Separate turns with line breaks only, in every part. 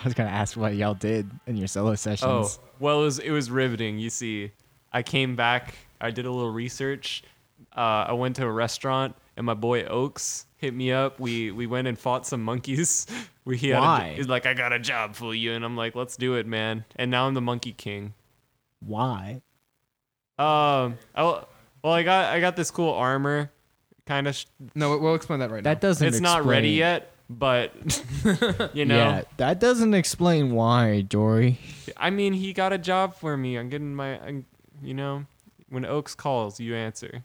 I was gonna ask what y'all did in your solo
Oh,
sessions.
well, it was, it was riveting. You see, I came back, I did a little research. Uh, I went to a restaurant, and my boy Oaks hit me up. We we went and fought some monkeys. We he had a-
Why?
he's like, I got a job for you, and I'm like, let's do it, man. And now I'm the monkey king.
Why?
Um, I, well, I got I got this cool armor, kind of. Sh-
No, we'll explain that right
That
now.
doesn't.
it's not
explain-
ready yet, but you know,
Yeah, that doesn't explain why, Dory.
I mean, he got a job for me. I'm getting my, I'm, you know, when Oaks calls, you answer.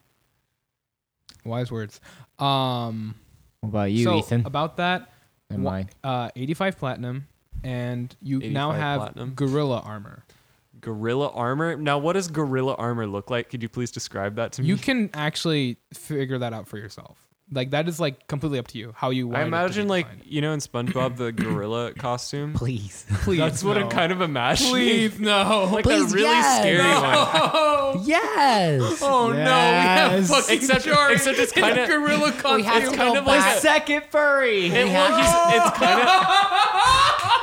Wise words. Um,
What about you,
so
Ethan?
about that,
And
wha-
mine.
uh, 85 platinum, and you now
85
have
platinum.
gorilla armor.
Gorilla armor. Now, what does gorilla armor look like? Could you please describe that to me?
You can actually figure that out for yourself. Like that is like completely up to you how you. want
I
it to be
imagine like
designed.
you know in SpongeBob the gorilla costume.
Please.
please.
That's what I'm
no.
kind of imagining.
Please no.
Like
Please,
a really
yes.
scary
No.
one.
yes.
Oh no, we have
Yes.
fucking
Except-
Jari
except it's
in a
kinda-
gorilla costume.
have to kind go of like back. a-
second furry.
It, well, he's, it's kind of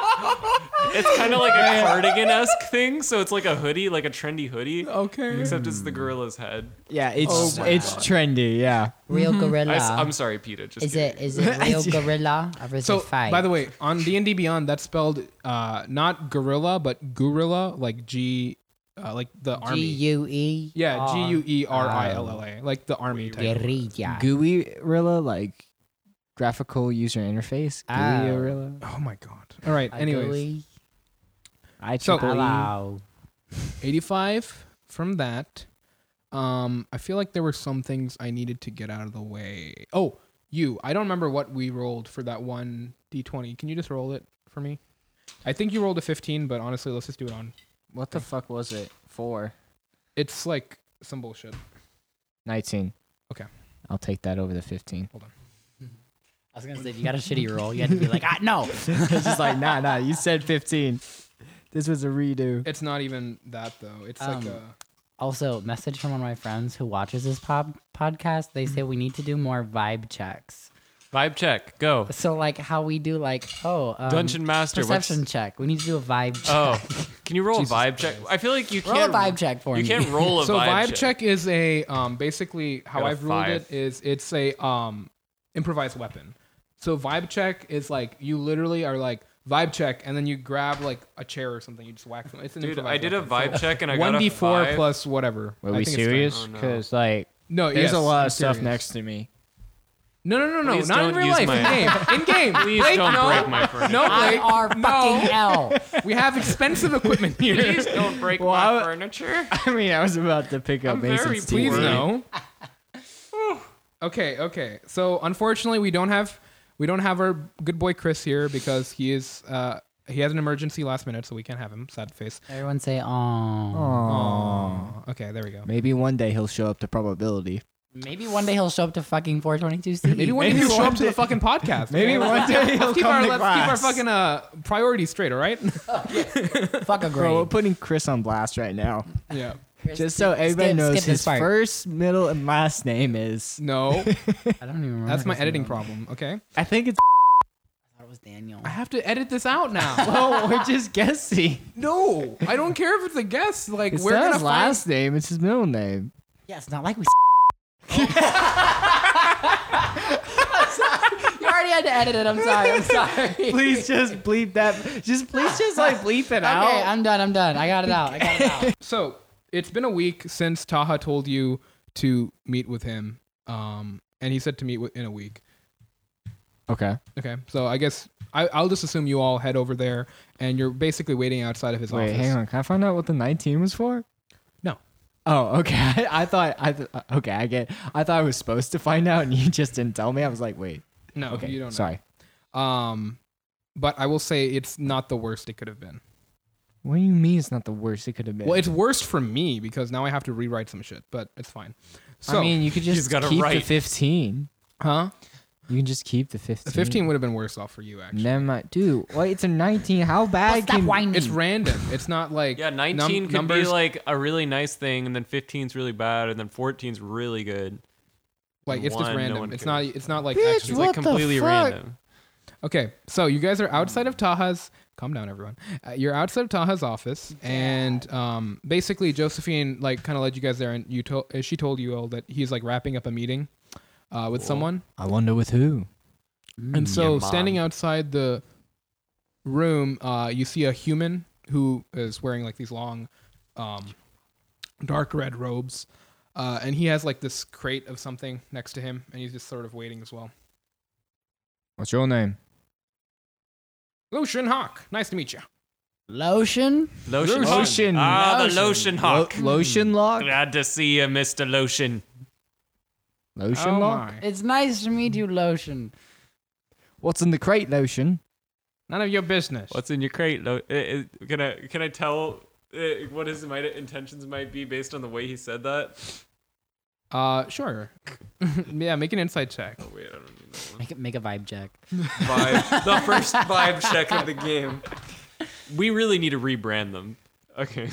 it's kind of like a cardigan esque thing. So it's like a hoodie, like a trendy hoodie,
okay.
except it's the gorilla's head.
yeah,
Oh
it's
my
it's trendy. Yeah.
Real gorilla.
I, am sorry, Peter. Just
Is
kidding.
it is it real gorilla or is
So
it fake?
by the way, on D and D Beyond, that's spelled uh, not gorilla but gorilla, like G, uh, like the
G
army.
U E.
yeah, G U E R I L
R.
L A, like the army type.
Guerrilla.
GUI Rilla, like graphical user interface. GUI
Oh.
Rilla.
Oh my god. All right.
A
Anyways,
gooey
I
So-
triple E.
Hello.
eighty-five from that. Um, I feel like there were some things I needed to get out of the way. Oh, you. I don't remember what we rolled for that one D twenty. Can you just roll it for me? I think you rolled a fifteen, but honestly, let's just do it on.
What the fuck was it? Four.
It's like some bullshit.
19.
Okay.
I'll take that over the 15.
I was gonna say if you got a shitty roll, you had to be like, ah, no.
it's just like, nah, nah, you said 15. This was a redo.
It's not even that though. It's like
Um,
a
Also, message from one of my friends who watches this pop podcast. They say we need to do more vibe checks.
Vibe check. Go.
So like how we do like oh um,
Dungeon Master, what's-
perception check. We need to do a vibe check.
Oh, can you roll a vibe check? I feel like you
Roll
can't
a vibe check for
You
me.
can't roll a
so
vibe,
vibe check is a um basically how
Got a
I've ruled
five.
it is it's a um improvised weapon. So vibe check is like you literally are like vibe check and then you grab like a chair or something you just whack them. It's an
Dude,
improvised
I did a
weapon.
vibe check and I
So
got a
1d4
five.
plus whatever.
Were
I
we
think it's fine.
serious?
Oh, no.
Because, like,
No,
there's
yes,
a lot
I'm
of stuff
serious.
next to me.
No, no, no, no,
Please
not in
don't
real
use
life.
my-
In game, in game.
Please
Blake,
don't
no.
break my furniture.
No,
I
Blake,
R fucking L.
we have expensive equipment here.
Please don't break
Well,
my
I-
furniture.
I mean, I was about to pick up
I'm
Mason's
very
teeth.
Please
Word.
no. okay, okay. So unfortunately, we don't have we don't have our good boy Chris here because he is uh, he has an emergency last minute, so we can't have him. Sad face.
Everyone say oh.
Aww. Okay, there we go.
Maybe one day he'll show up to probability.
Maybe one day he'll show up to fucking 422 C.
Maybe one day he'll show up to the fucking podcast.
Maybe
okay?
one day he'll
Let's keep
come
our
to
let's keep our
class.
fucking uh, priorities straight. All right.
fuck a grade.
Bro, we're putting Chris on blast right now.
yeah.
Just so everybody
skip
knows
this
his
part.
first, middle, and last name is.
No,
I don't even remember.
that's my
his
editing
name.
problem. Okay,
I think it's.
I thought it was Daniel.
I have to edit this out now.
Oh, we're just guessing.
no, I don't care if it's a guess. Like
It's
we're
not
gonna
his
find
last name, it's his middle name.
Yeah, it's not like we. you already had to edit it. I'm sorry. I'm sorry. okay,
Please just bleep that. Just please just like bleep it out.
I'm done. I'm done. I got it out. I got it out.
So it's been a week since Taha told you to meet with him, um, and he said to meet with, in a week.
Okay.
Okay, so I guess I, I'll just assume you all head over there, and you're basically waiting outside of his
Wait,
office.
hang on. Can I find out what the 19 was for?
No,
Oh, okay. I, I thought I th- uh, okay, I get. I thought I was supposed to find out and you just didn't tell me. I was like, "Wait.
no,
Okay.
you don't. know.
sorry.
Um, but I will say it's not the worst it could have been.
What do you mean it's not the worst it could have been?"
Well, it's worse for me because now I have to rewrite some shit, but it's fine. So,
I mean, you could
He's
just
gotta
keep the
write.
15.
huh?
You can just keep the 15.
The 15 would have been worse off for you actually.
Never mind. Dude, wait, it's a 19. How bad
Stop
can
whining.
It's random. It's not like
Yeah,
num-
19 could
numbers
be like a really nice thing, and then 15's really bad, and then 14's really good.
like it's just
one, no
random.
one
it's
cares.
not. It's not like
Bitch,
actually
It's
What
like
the
completely
fuck?
random.
Okay, so you guys are outside of Taha's. Calm down, everyone. Uh, you're outside of Taha's office, and um, basically Josephine like kind of led you guys there, and you told uh, she told you all that he's like wrapping up a meeting uh, with someone,
I wonder with who.
and so
your mom.
standing outside the room, uh, you see a human who is wearing like these long, um, dark red robes, uh, and he has like this crate of something next to him, and he's just sort of waiting as well.
What's your name?
Lucian Hawk, nice to meet you.
Lotion?
Lotion.
Lotion.
Ah,
Lotion.
the lotion hawk.
Lo- lotion lock.
Glad to see you, Mr. Lotion.
Lotion
Oh
lock.
my.
It's nice to meet you, Lotion.
What's in the crate lotion?
None of your business.
What's in your crate? Lo- eh, eh, can I can I tell eh, what his might intentions might be based on the way he said that?
Uh, sure. yeah, make an insight check.
Oh wait, I don't need that one.
Make, it, make a vibe check.
Vibe. the first vibe check of the game. We really need to rebrand them. Okay.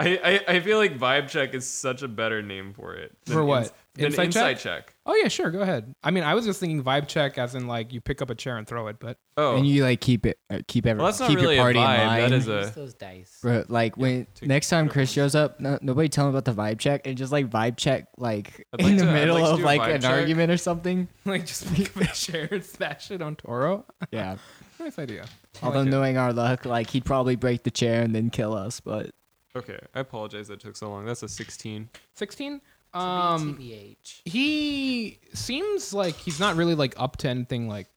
I, I, I feel like vibe check is such a better name for it. than
For what?
ins- than
Insight
insight,
check?
check?
Oh yeah, sure. Go ahead. I mean, I was just thinking vibe check, as in like you pick up a chair and throw it. But
Oh,
And you like keep it, uh, keep every,
well, that's not
keep
really
your
a vibe.
party in mind.
That is
Use
a.
those dice.
Bro, like when
take
next time
different
Chris
ones.
shows up, no, nobody tell him about the vibe check and just like vibe check like
I'd like
in
to-
the
I'd
middle
like to
of
do a
like
vibe
an
check.
argument or something.
like, just pick up a chair and smash it on Toro.
Yeah.
Nice idea. I
Although
like it.
knowing our luck, like he'd probably break the chair and then kill us. But
Okay, I apologize that took so long. That's a 16.
Sixteen. Um,
TBH.
he seems like he's not really like up to anything like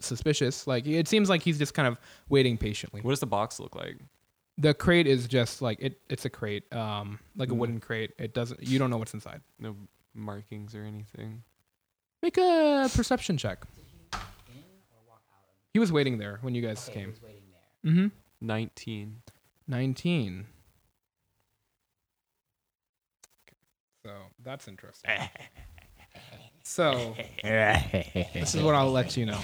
suspicious. Like it seems like he's just kind of waiting patiently.
What does the box look like?
The crate is just like it. It's a crate, um, like
Hmm.
a wooden crate. It doesn't. You don't know what's inside.
No markings or anything.
Make a perception check. He was waiting there when you guys came. Mm-hmm.
19.
19. So that's interesting. so this is what I'll let you know.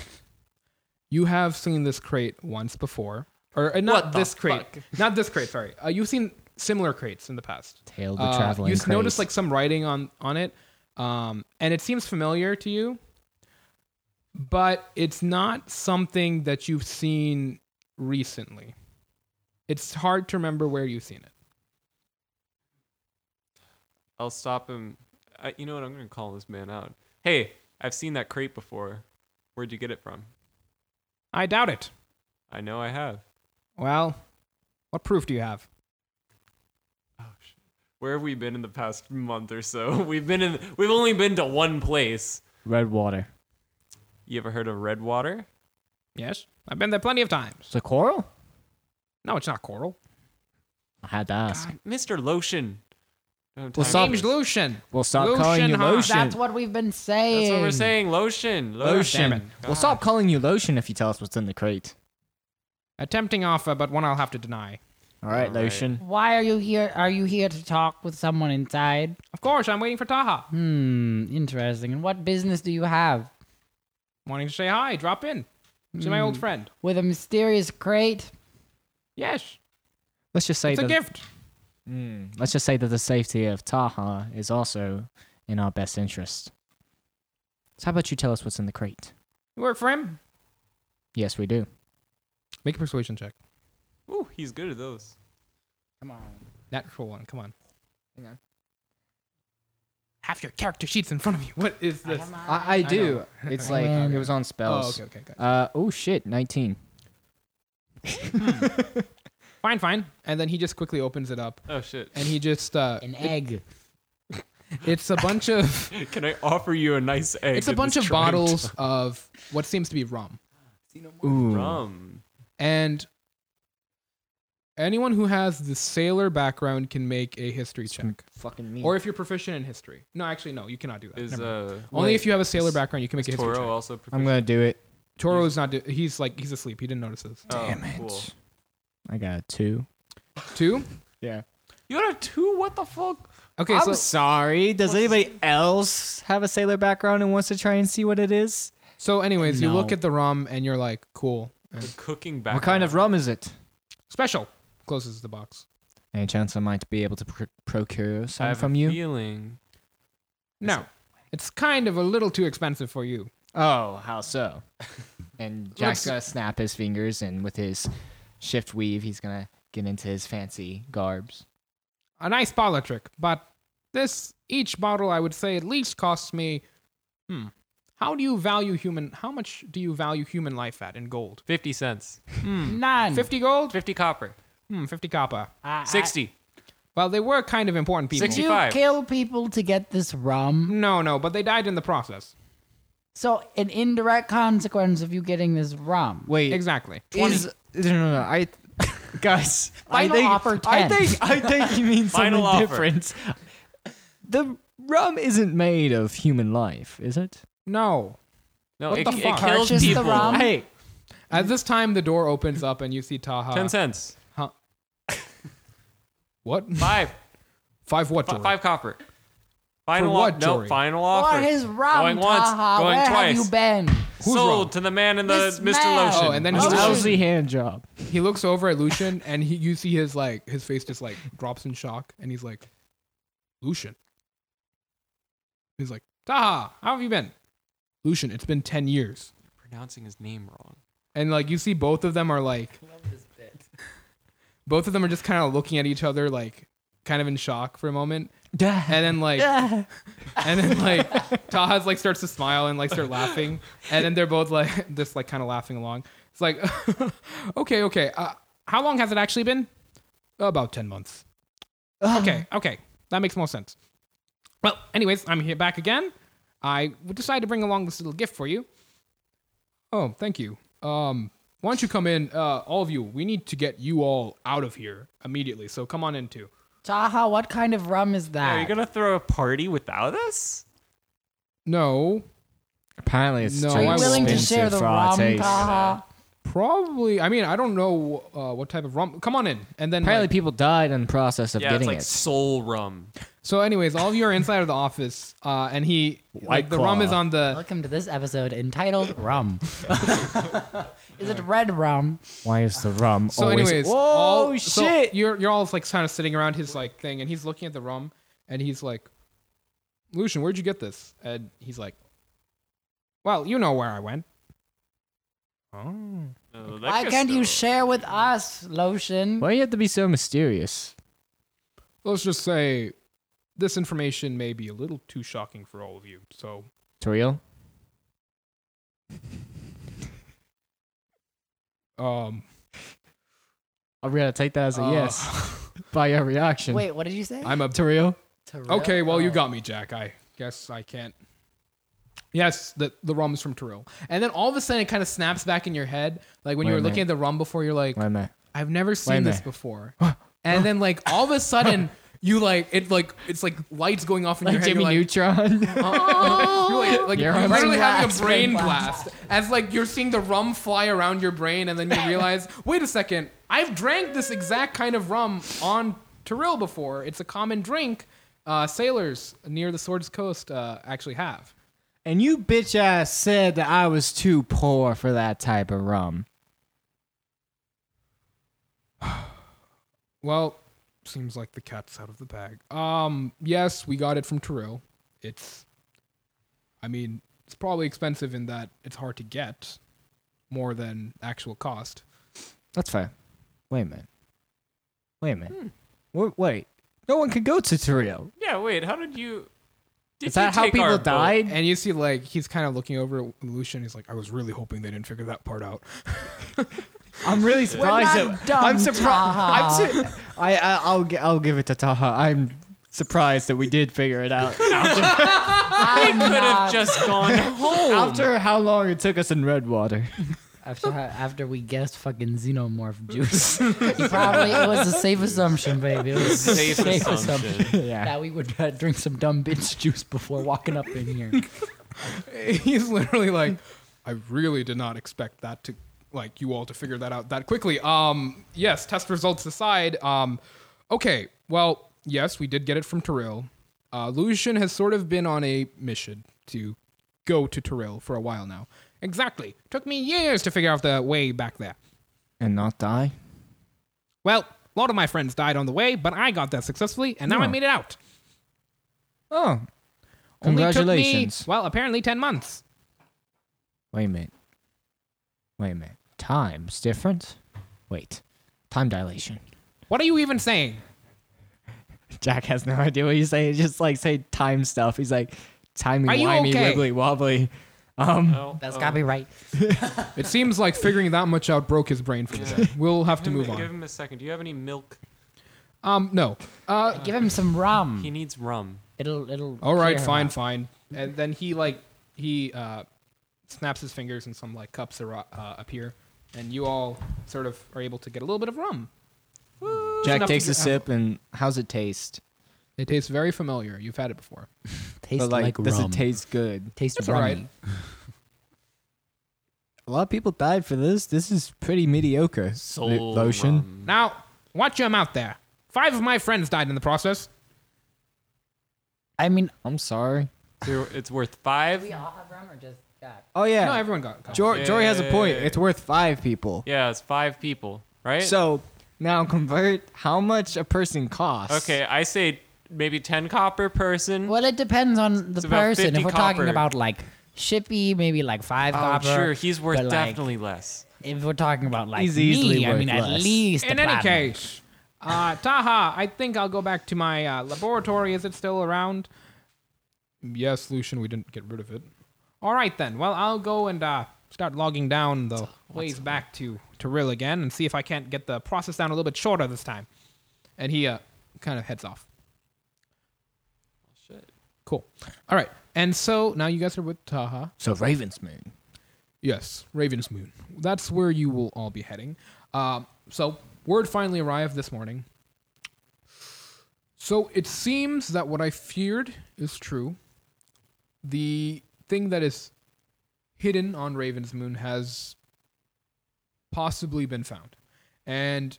You have seen this crate once before, or uh, not
What the
this crate, not this crate. Sorry, uh, you've seen similar crates in the past.
tail the
Uh,
traveling.
you s- notice like some writing on on it, um, and it seems familiar to you, but it's not something that you've seen recently. It's hard to remember where you've seen it.
I'll stop him. I, you know what? I'm going to call this man out. Hey, I've seen that crate before. Where'd you get it from?
I doubt it.
I know I have.
Well, what proof do you have?
Where have we been in the past month or so? We've been in. We've only been to one place.
red water.
You ever heard of Redwater?
Yes, I've been there plenty of times.
It's a coral.
No, it's not coral.
I had to ask.
God, Mr. Lotion. No, time
stop-
for
Name's
this.
Lucian.
Well, stop
Lotion,
calling you
huh?
lotion.
That's what we've been saying.
That's what we're saying. Lotion.
lotion.
Damn it.
Well, stop calling you lotion if you tell us what's in the crate.
A tempting offer, but one I'll have to deny.
All right,
All right.
lotion.
Why are you here? Are you here to talk with someone inside?
Of course, I'm waiting for Taha.
Hmm, interesting. And what business do you have
Wanting to say hi, drop in. She's my old friend.
with a mysterious crate?
Yes,
Let's just say
it's a
that.
gift.
Mm, let's just say that the safety of Taha is also in our best interest. So how about you tell us what's in the crate?
You work for him?
Yes, we do.
Make a persuasion check.
Ooh, he's good at those.
Come on.
Natural one. Come on.
Hang on.
Have your character sheets in front of you. What is this?
I, I do. it's like
Um,
it was on spells.
Oh, okay, okay, okay.
Uh oh shit, nineteen.
Fine, fine. And then he just quickly opens it up,
Oh shit.
and he just uh,
An egg.
it's a bunch of
Can I offer you a nice egg?
it's a
in
bunch
this
of
tray?
bottles of what seems to be rum.
Ooh.
Rum.
And anyone who has the sailor background can make a history check,
Fucking me.
or if you're proficient in history. No, actually, no, you cannot do that.
Is
Never mind.
uh
Only
wait,
if you have a sailor
is-
background, you can make a history
Toro
check.
also.
I'm
proficient?
gonna do it.
Toro's not. Do- he's like he's asleep. He didn't notice this.
Oh,
Damn it.
cool.
I got a two.
Two.
Yeah.
You got a two? What the fuck?
Okay,
I'm
so
sorry. Does anybody else have a sailor background and wants to try and see what it is?
So, anyways, you look
No.
at the rum and you're like, cool.
The cooking back.
What kind of rum is it?
Special. Closes the box.
Any chance I might be able to proc- procure
I
some
have
from
a
you?
Feeling.
No, it's kind of a little too expensive for you.
Oh, how so? And Jack's
Let's-
gonna snap his fingers, and with his shift weave, he's gonna get into his fancy garbs.
a nice bottle trick, but this each bottle I would say at least costs me. Hmm. How do you value human? How much do you value human life at in gold?
50 cents.
Hmm.
Hmm.
None.
Fifty gold?
50 copper.
Hmm, fifty copper.
I- I-
60.
Well, they were kind of important people.
Did you
65.
kill people to get this rum?
No, no, but they died in the process.
So an indirect consequence of you getting this rum.
Wait,
Exactly.
Is, no, no, no. I, guys, I
Final
think,
offer
I
10.
think, I think you mean something
Final offer.
different. The rum isn't made of human life, is it?
No.
No,
What
it,
the
it
fuck?
kills
Purchase the
people.
rum?
Hey,
At this time, the door opens up and you see Taha.
10 cents.
What?
Five.
Five what?
Fi-
Jory?
Five copper. Final
what,
offer. No,
Jory?
final
Or
offer.
his rum,
Going once,
Taha.
going
Where
twice.
have you been?
Who's
Sold
wrong?
to the man in the
This
Mr.
man.
Lotion.
Oh, and then
a
he
Oh,
looks,
lousy hand job.
he looks over at Lucian and he, you see his like his face just like drops in shock and he's like, Lucian. He's like, Taha, how have you been? Lucian, it's been ten years.
pronouncing his name wrong.
And like you see both of them are like both of them are just kind of looking at each other like kind of in shock for a moment. And then like and then like Taha's like starts to smile and like start laughing, and then they're both like just like kind of laughing along. It's like, okay, okay. Uh, how long has it actually been? About ten months. Okay, okay, that makes more sense. Well, anyways, I'm here back again. I would decide to bring along this little gift for you. Oh, thank you. Um, why don't you come in, uh, all of you? We need to get you all out of here immediately. So come on in too.
Taha, what kind of rum is that?
Are you gonna throw a party without us?
No,
Apparently, it's
No,
too
Are you
I
willing to
expensive
share the
for our
rum,
taste.
Taha?
Probably. I mean, I don't know uh, what type of rum. Come on in, and then.
Apparently,
like-
people died in the process of
Yeah, it's
getting
like
it.
soul rum.
so, anyways, all of you are inside of the office, uh, and he like the rum
Claw.
is on the.
Welcome to this episode entitled Rum. is it red rum?
Why is the rum
So,
always?
anyways,
Whoa,
all, so
shit!
you're you're all like kind of sitting around his like thing, and he's looking at the rum, and he's like, "Lucian, where'd you get this?" And he's like, "Well, you know where I went." Oh.
Uh, that
Why
gets
can't you
the-
share with us, Lotion?
Why you have to be so mysterious?
Let's just say, this information may be a little too shocking for all of you. So,
Toriel?
um,
I'm gonna take that as a
uh,
yes by your reaction.
Wait, what did you say?
I'm a
Toriel?
Terrell?
Okay, well, you
Oh.
got me, Jack. I guess I can't. Yes, the, the rum is from Terrell. And then all of a sudden, it kind of snaps back in your head. Like when
Wait
you
a
were looking
minute.
at the rum before, you're like,
Wait a minute.
I've never seen this
minute.
before. and then, like, all of a sudden, you like, it like, it's like lights going off in your
Like
head.
Jimmy
you're like,
Neutron?
you're like, like
You're
you're,
on
literally having
brain blast,
a brain
brain blast.
blast. As like you're seeing the rum fly around your brain, and then you realize, wait a second, I've drank this exact kind of rum on Tyrrell before. It's a common drink uh, sailors near the Swords Coast uh, actually have.
and you bitch ass said that I was too poor for that type of rum.
Well, seems like the cat's out of the bag. Um, yes, we got it from Tyrrell. It's, I mean, it's probably expensive in that it's hard to get, more than actual cost.
That's fair. Wait a minute. Wait a minute. Wait, wait. No one can go to Toriel.
Yeah, wait. How did you? Did
Is that
you
how
take our
people
boat?
died?
And you see, like, he's kind of looking over at Lucian. He's like, I was really hoping they didn't figure that part out.
I'm really surprised.
not
that-
dumb,
I'm surprised. I'm su- I, I I'll gi- I'll give it to Taha. I'm surprised that we did figure it out
I'm
Could have
not-
just gone home.
after how long it took us in Redwater.
After, after we guessed fucking xenomorph juice, You probably it was a safe assumption, baby. It was a
Safe assumption.
yeah.
that we would uh, drink some dumb bitch juice before walking up in here.
he's literally like, I really did not expect that to, like, you all to figure that out that quickly. Um, yes, test results aside. Um, okay, well, yes, we did get it from Tyrrell. Uh, Lucian has sort of been on a mission to go to Tyrrell for a while now. Exactly. Took me years to figure out the way back there.
And not die.
Well, a lot of my friends died on the way, but I got there successfully, and now I
Yeah.
made it out.
Oh,
Only took me,
congratulations!
well, apparently 10 months.
Wait a minute. Wait a minute. Time's different? Wait. Time dilation.
What are you even saying?
Jack has no idea what you say. He's just like say time stuff. He's like timey
Are you
wimey
okay?
wibbly wobbly. Um
Oh,
That's
oh.
gotta be right.
It seems like figuring that much out broke his brain for
Yeah.
today. We'll have to
Give him-
move
Give
on.
him a second. Do you have any milk?
Um, no. Uh,
Give him some rum.
He needs rum.
It'll it'll.
all right,
clear him
fine,
up.
fine. And then he like he uh, snaps his fingers and some like cups are, uh, appear, and you all sort of are able to get a little bit of rum.
Jack
enough
takes
to
a
get-
sip and how's it taste?
It tastes very familiar. You've had it before.
Tastes
but like,
like,
does
rum.
it taste good?
Tastes
It's all right.
rummy.
A lot of people died for this. This is pretty mediocre.
Soul
lotion.
rum.
Now, watch your mouth there. Five of my friends died in the process.
I mean,
I'm sorry.
So It's worth five.
we all have rum or just Jack?
Oh yeah.
No, everyone got. got
Jory, Jory has a point.
Yeah.
It's worth five people.
Yeah, it's five people, right?
So now convert how much a person costs.
okay, I say maybe ten copper person.
Well, it depends on the
It's about
person.
50
If we're
copper.
talking about like shippy, maybe like five
Oh,
copper.
sure, he's worth
but, like,
definitely less.
If we're talking about like
He's
me,
easily
I
worth
mean, at
less.
least
In
a
any
platinum.
case, uh, Taha, I think I'll go back to my uh, laboratory. Is it still around? Yes, Lucian, we didn't get rid of it. All right, then. Well, I'll go and uh, start logging down the ways back to Tyrell again and see if I can't get the process down a little bit shorter this time. And he uh, kind of heads off.
Shit.
Cool. All right. And so now you guys are with Taha.
So Raven's Moon.
Yes, Raven's Moon. That's where you will all be heading. Um, so, word finally arrived this morning. So, it seems that what I feared is true. The thing that is hidden on Raven's Moon has possibly been found. And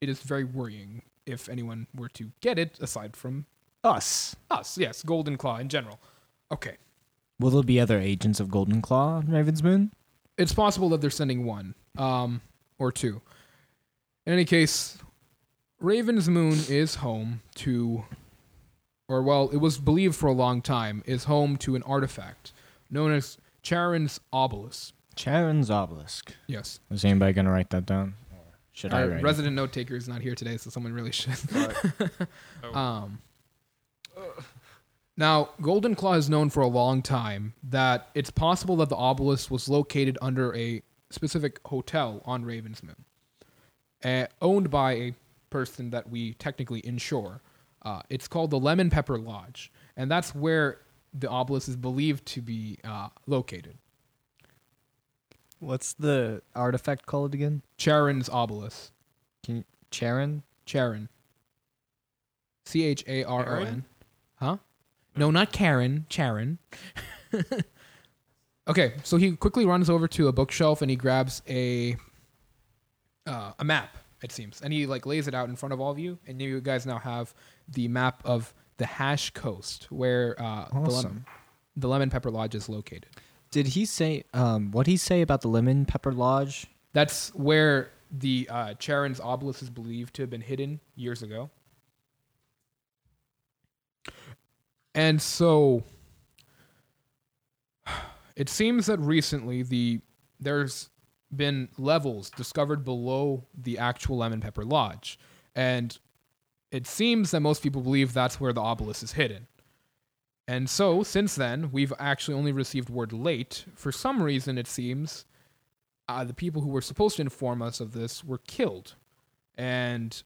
it is very worrying if anyone were to get it, aside from
Us.
us. Yes, Golden Claw in general. Okay.
Will there be other agents of Golden Claw on Raven's Moon?
it's possible that they're sending one um, or two. In any case, Raven's Moon is home to, or well, it was believed for a long time, is home to an artifact known as Charon's Obelisk.
Charon's Obelisk.
Yes.
Is anybody gonna write that down? Or should I
Our
write it?
resident note taker is not here today, so someone really should. um, now, Golden Claw has known for a long time that it's possible that the obelisk was located under a specific hotel on Raven's Moon, uh, owned by a person that we technically insure. Uh, it's called the Lemon Pepper Lodge, and that's where the obelisk is believed to be uh, located.
What's the artifact called again?
Charon's Obelisk.
Can you, Charon?
Charon. C H A R O N.
Aaron?
Huh? No, not Karen. Charon. okay, so he quickly runs over to a bookshelf and he grabs a uh, a map. It seems, and he like lays it out in front of all of you, and you guys now have the map of the Hash Coast, where uh, the, lemon,
Awesome.
the Lemon Pepper Lodge is located.
Did he say um what he say about the Lemon Pepper Lodge?
That's where the uh, Charon's obelisk is believed to have been hidden years ago. And so it seems that recently the there's been levels discovered below the actual Lemon Pepper Lodge. And it seems that most people believe that's where the obelisk is hidden. And so, since then, we've actually only received word late. For some reason, it seems uh, the people who were supposed to inform us of this were killed. And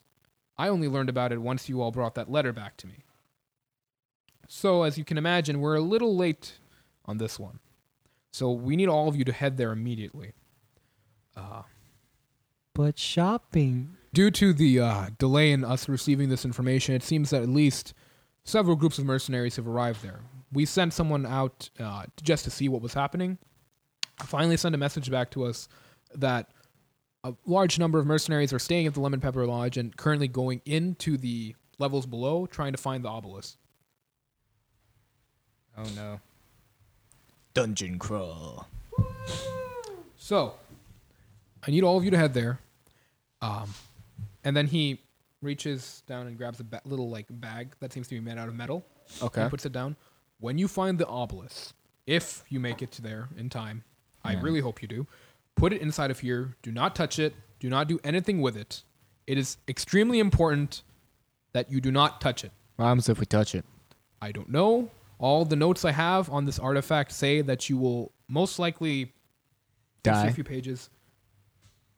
I only learned about it once you all brought that letter back to me. So, as you can imagine, we're a little late on this one. So, we need all of you to head there immediately. Uh,
But shopping.
Due to the uh, delay in us receiving this information, it seems that at least several groups of mercenaries have arrived there. We sent someone out uh, just to see what was happening. Finally, sent a message back to us that a large number of mercenaries are staying at the Lemon Pepper Lodge and currently going into the levels below, trying to find the obelisk. Oh no!
Dungeon crawl.
So, I need all of you to head there. Um, and then he reaches down and grabs a ba- little like bag that seems to be made out of metal.
Okay.
He puts it down. When you find the obelisk, if you make it to there in time, I really hope you do. Put it inside of here. Do not touch it. Do not do anything with it. It is extremely important that you do not touch it.
What happens if we touch it?
I don't know. All the notes I have on this artifact say that you will most likely Let's see
Die.
a few pages.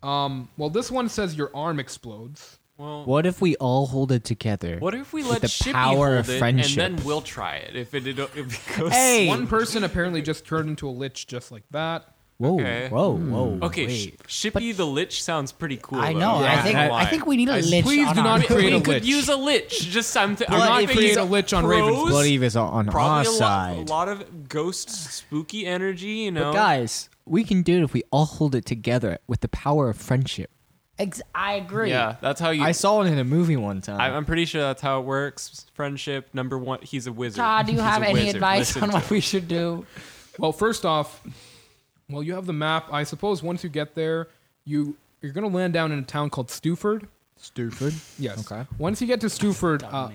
Um, well, this one says your arm explodes.
Well,
What if we all hold it together?
what if we
With
let
the
Shippy
power
hold
of
it and
friendship.
then we'll try it if it, it, if it goes.
Hey!
One person apparently just turned into a lich just like that.
Whoa,
Okay.
whoa, whoa.
Okay, sh-
wait.
Shippy the Lich sounds pretty cool.
I
though.
know.
I'm
I
not
think
gonna
I
lie.
think we need a
Guys,
lich.
please
on
do
our-
not create
we
a
could
lich.
use a lich. Just I'm. Th- I'm
not
thinking
create
he's
a lich on Ravenswood.
pros,
Bloody is on our
Probably a lot,
side.
a lot of ghost spooky energy. You know,
But guys, we can do it if we all hold it together with the power of friendship.
Ex- I agree.
yeah, that's how you.
I
I,
saw it in a movie one time.
I'm pretty sure that's how it works. Friendship number one. He's a wizard.
Todd, do you
He's
have
a
any
wizard.
advice
Listen
on
to
what
him.
we should do?
Well, first off, well, you have the map. I suppose once you get there, you you're gonna land down in a town called Stuford.
Stupid.
Yes.
Okay.
Once you get to Stuford, uh,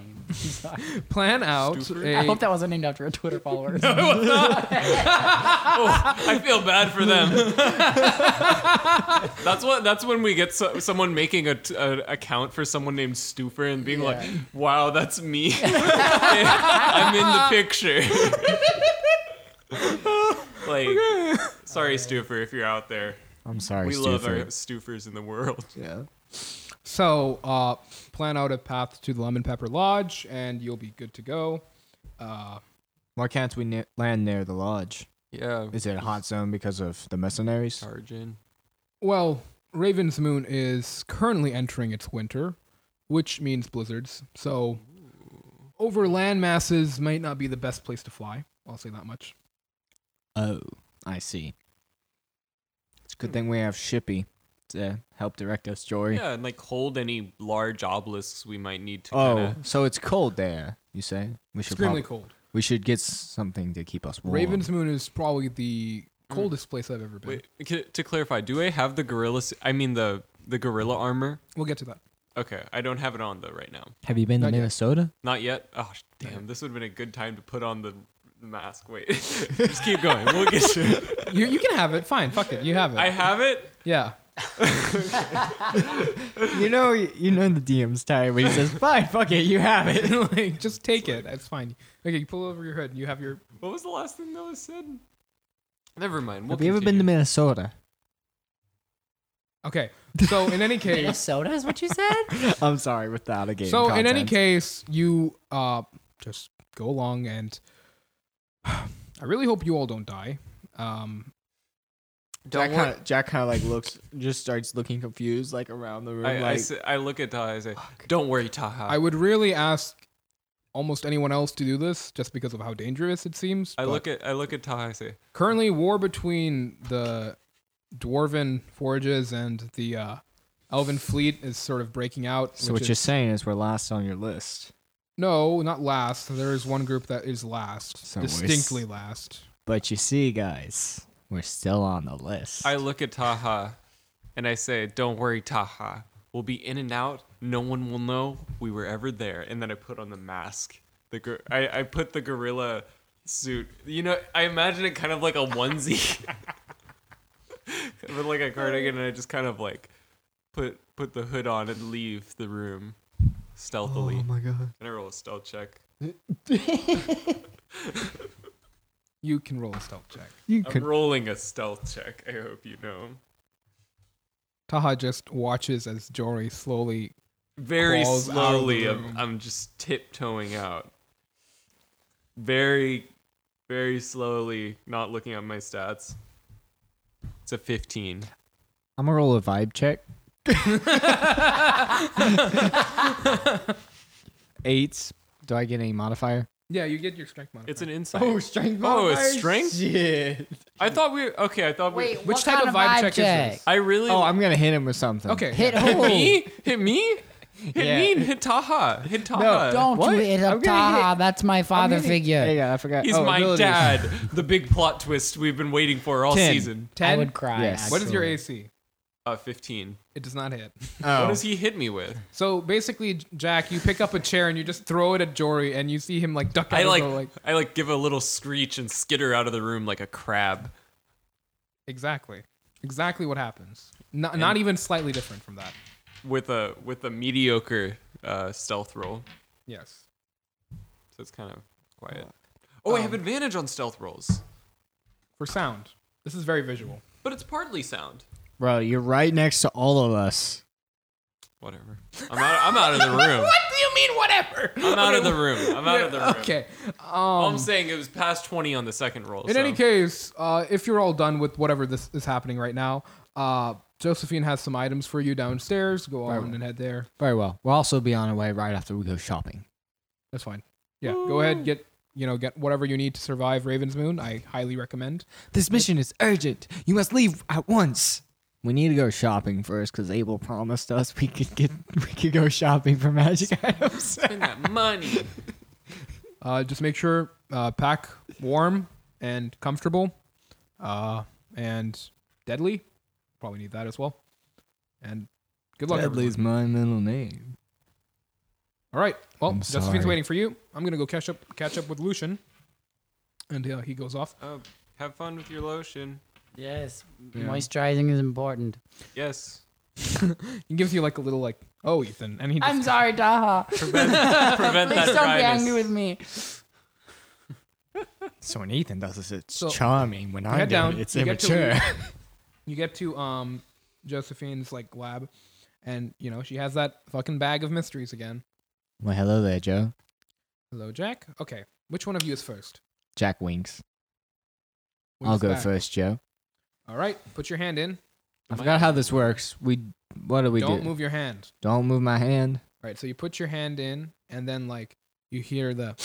plan out.
Stuford?
A,
I hope that wasn't named after a Twitter follower.
Oh, I feel bad for them. that's what. That's when we get so, someone making a, t- a account for someone named Stufer and being like, "Wow, that's me. I'm in the picture." like, sorry, Stufer, if you're out there.
I'm sorry,
We
Stupid.
love our Stufers in the world.
yeah.
so uh, plan out a path to the Lemon Pepper Lodge, and you'll be good to go. Uh,
Why can't we ne- land near the lodge?
Yeah.
Is it a hot zone because of the mercenaries?
Arjun.
Well, Raven's Moon is currently entering its winter, which means blizzards. So, over land masses might not be the best place to fly. I'll say that much.
Oh, I see. It's a good thing we have Shippy to help direct our story.
Yeah, and like hold any large obelisks we might need to.
oh,
kinda-
so it's cold there. You say we should
Extremely
prob-
cold.
we should get something to keep us warm.
Raven's Moon is probably the coldest place I've ever been.
Wait, c- to clarify, do I have the gorilla? s- I mean the the gorilla armor.
We'll get to that.
Okay, I don't have it on though right now.
Have you been
Not
to
yet.
Minnesota?
Not yet. Oh sh- damn! This would have been a good time to put on the the mask. Wait, just keep going. We'll get to it.
You, you can have it. Fine. Fuck it. You have it.
I have it.
yeah.
you know, you know the DM's tired when he says, "Fine, fuck it, you have it."
like, just take it. That's fine. Okay, you pull over your hood and you have your.
What was the last thing that was said? Never mind. We'll
have you ever been to
continue.
Minnesota?
Okay. So, in any case.
Minnesota is what you said?
I'm sorry, without a game.
So in any case, you uh just go along and I really hope you all don't die. Um
Jack
Don't worry.
kind of Jack kind of like looks, just starts looking confused, like around the room,
I, I
like
s- I look at Taha. I say, "Don't worry,
Uh,
Taha."
I would really ask almost anyone else to do this just because of how dangerous it seems.
I
but
look at I look at Taha. I say,
currently war between the dwarven forages and the uh elven fleet is sort of breaking out.
So
which
what
is-
you're saying is we're last on your list,
No, not last. There is one group that is last.
So we're s-
distinctly last.
but you see, guys, we're still on the list.
I look at Taha, and I say, "Don't worry, Taha. We'll be in and out. No one will know we were ever there." And then I put on the mask. The gor- I, I put the gorilla suit. You know, I imagine it kind of like a onesie, with like a cardigan, and I just kind of like put put the hood on and leave the room stealthily.
Oh my god!
Can I roll a stealth check?
You can roll a stealth check.
You
I'm
could.
rolling a stealth check. I hope you know.
Taha just watches as Jory slowly
very
crawls out of the
slowly I'm,
room.
I'm just tiptoeing out very very slowly not looking at my stats it's a 15
I'm gonna roll a vibe check. Eight. Do I get any modifier?
Yeah, you get your strength modifier.
it's an insight
strength
Oh, it's modifier? strength?
Shit.
i thought we okay i thought
Wait,
we
Which
what
type
kind
of vibe check is this?
i really
Oh, I'm gonna hit him with something.
okay.
Hit
yeah.
who?
me hit me hit
Yeah.
me and hit taha hit taha
Don't
What?
do it,
I'm gonna
Abtaha. That's my father
Yeah,
figure.
yeah, I forgot.
he's
Oh,
my
abilities.
dad the big plot twist we've been waiting for all
Ten.
season
I
Ten.
would cry.
Yes.
what is your
actually.
AC?
uh 15
It does not hit.
what
Oh.
does he hit me with
So basically, J- Jack, you pick up a chair and you just throw it at Jory, and you see him like duck out
I
and
like,
go, like
I like give a little screech and skitter out of the room like a crab.
exactly. Exactly what happens. Not, not even slightly different from that.
with a with a mediocre uh, stealth roll.
Yes.
So it's kind of quiet. Oh, I have
Um,
advantage on stealth rolls,
For sound. This is very visual.
but it's partly sound.
Bro, you're right next to all of us.
Whatever. I'm out. I'm out of the room.
do you mean, whatever?
I'm out of the room. I'm out of the room.
Okay.
All
Um,
I'm saying it was past 20 on the second roll.
in
so.
any case, uh, if you're all done with whatever this is happening right now, uh, Josephine has some items for you downstairs. Go on and head there.
Very well. We'll also be on our way right after we go shopping.
That's fine. Yeah, go ahead. Get you know get whatever you need to survive Raven's Moon. I highly recommend.
This mission is urgent. You must leave at once. We need to go shopping first because Abel promised us we could get we could go shopping for magic items.
spend that money.
Uh, just make sure uh, pack warm and comfortable, uh, and deadly. Probably need that as well. And good luck. everyone.
my middle name.
All right. Well,
I'm
Josephine's
sorry.
waiting for you. I'm gonna go catch up catch up with Lucian, and uh, he goes off.
Uh, have fun with your lotion.
Yes,
Yeah.
moisturizing is important.
Yes.
He gives you like a little like, oh Ethan, and he just
I'm sorry, Daha.
Prevent, prevent that
Please don't be angry
dryness.
with me.
So when Ethan does this, it's
So,
charming. When I
head
do
down.
it, it's
You get to
immature.
you get to um Josephine's like lab, and you know she has that fucking bag of mysteries again.
well, hello there, Joe.
Hello, Jack. Okay, which one of you is first?
Jack winks.
What
I'll
is
go
that?
first, Joe.
All right, put your hand in.
I forgot how this works. We what do we do?
Don't move your hand.
Don't move my hand.
All right, so you put your hand in, and then like you hear the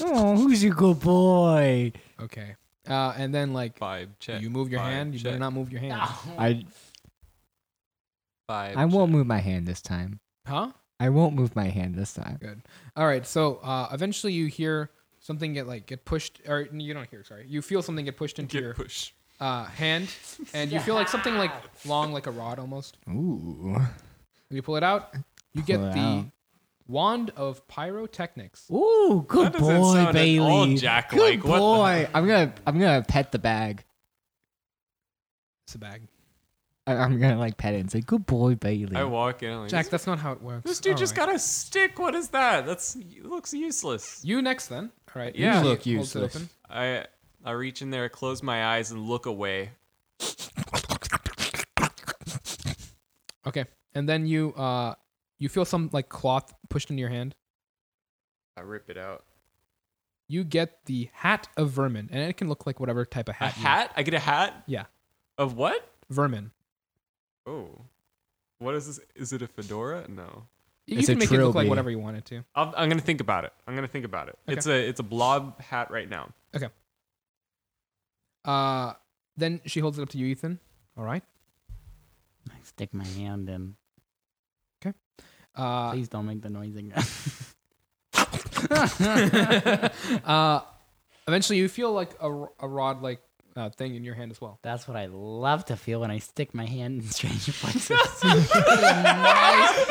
Oh, who's your good boy?
okay, uh, and then like
Vibe check.
you move your
vibe
hand. You
check,
better not move your hand,
I
Vibe
I won't move my hand this time.
huh?
I won't move my hand this time.
All right, so uh, eventually you hear something get like get pushed, or you don't hear. Sorry, you feel something get pushed into
Get
your
push.
uh, hand, and you feel like something like long, like a rod almost.
Ooh.
When you pull it out, you get
Pull it
the
out.
wand of pyrotechnics.
Ooh, good
That doesn't
boy,
sound at
Bailey.
all Jack-like.
Good
What the-
boy. I'm gonna I'm gonna pet the bag.
It's a bag.
I, I'm gonna like pet it and say, "Good boy, Bailey."
I walk in. I'm Like,
Jack,
this,
that's not how it works.
this dude
All
just
right.
got a stick. What is that? That's it looks useless.
you next then. All right.
You
she
look
holds it
useless.
open.
I I reach in there, close my eyes, and look away.
Okay, and then you uh you feel some like cloth pushed into your hand.
I rip it out.
You get the hat of vermin, and it can look like whatever type of
A
hat. you-
hat? I get a hat
Yeah,
of what?
vermin.
Oh, what is this? Is it a fedora? No.
You
It's
can
a
make it look like
trilby.
whatever you want it to.
I'll, I'm gonna think about it. I'm gonna think about it. It's a it's a blob hat right now.
Uh, then she holds it up to you, Ethan. All right.
I stick my hand in.
Uh,
Please don't make the noise again.
uh, eventually you feel like a, r- a rod like uh, thing in your hand as well.
That's what I love to feel when I stick my hand in strange places. nice,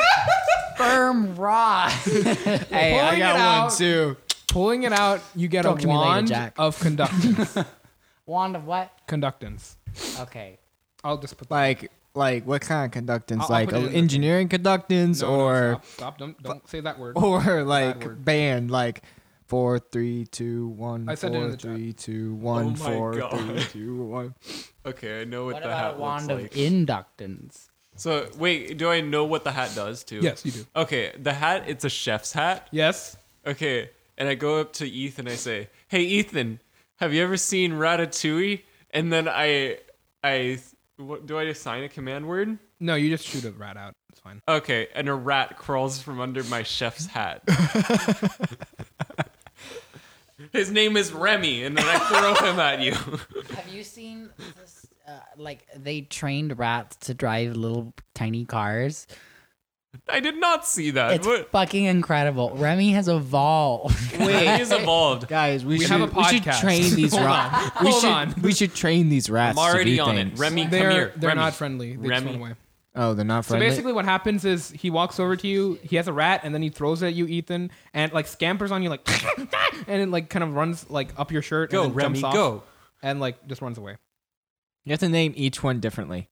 firm rock.
hey,
Pulling
I
it
got one
out.
too.
Pulling it out, you get
Talk
a
to me later,
wand
Jack.
of conductance.
Wand of what?
conductance.
Okay.
I'll just put
Like, like what kind of conductance?
I'll- I'll
like
put it
a-
in the-
engineering conductance,
no, no,
or Oh,
stop, stop. Don't don't say that word.
or
word.
like band? Like four, three, two, one,
I sent it in
four,
the chat. Oh
three, two, one,
my
four,
God.
three, two, one.
Okay, I know what,
What
the
about
hat
a wand
looks
of
like.
inductance?
so wait, do I know what the hat does too?
Yes, you do.
Okay, the hat. It's a chef's hat.
Yes.
Okay, and I go up to Ethan. I say, "Hey, Ethan, have you ever seen Ratatouille?" And then I, I, what, do I assign a command word?
No, you just shoot a rat out. It's fine.
Okay, and a rat crawls from under my chef's hat. His name is Remy, and then I throw him at you.
Have you seen this? Uh, like they trained rats to drive little tiny cars.
I did not see that.
It's
What-
fucking incremy. Remy has evolved.
He's evolved.
Guys, we,
We
should
have a
we should
podcast.
train these
Hold
rats. We
Hold
should
on.
we should train these rats.
I'm
to
already
do
on
things.
it. Remy,
They're
come here.
they're
Remy.
not friendly. They just
Remy.
run away.
Oh, they're not
So
friendly.
basically, what happens is he walks over to you. He has a rat, and then he throws it at you, Ethan, and like scampers on you, like, and it like kind of runs like up your shirt.
Go,
and then jumps
Remy,
off,
go.
and like just runs away.
You have to name each one differently.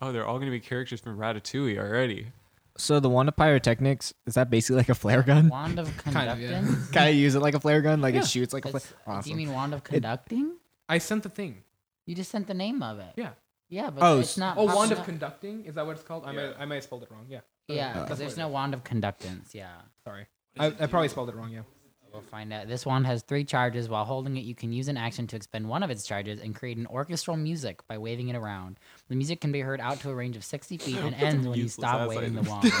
Oh, they're all gonna be characters from Ratatouille already.
So the wand of pyrotechnics is that basically like a flare gun?
Wand of
Kind of, yeah.
conductance?
Can I use it like a flare gun? Like
Yeah.
it shoots like a flare.
That's- Do you
Awesome.
mean wand of conducting?
I sent the thing.
you just sent the name of it.
Yeah.
Yeah, but
Oh, s-
it's not.
Oh, wand
popping
of
up.
conducting? Oh, Is that what it's called? I might I might have spelled it wrong. Yeah.
Yeah,
That's
because there's
what it
no wand of conductance. Yeah.
Sorry. I, I probably spelled it wrong, yeah.
We'll find out. This wand has three charges. While holding it, you can use an action to expend one of its charges and create an orchestral music by waving it around. The music can be heard out to a range of 60 feet and ends when you
useless
stop
ass
waving the
item.
wand.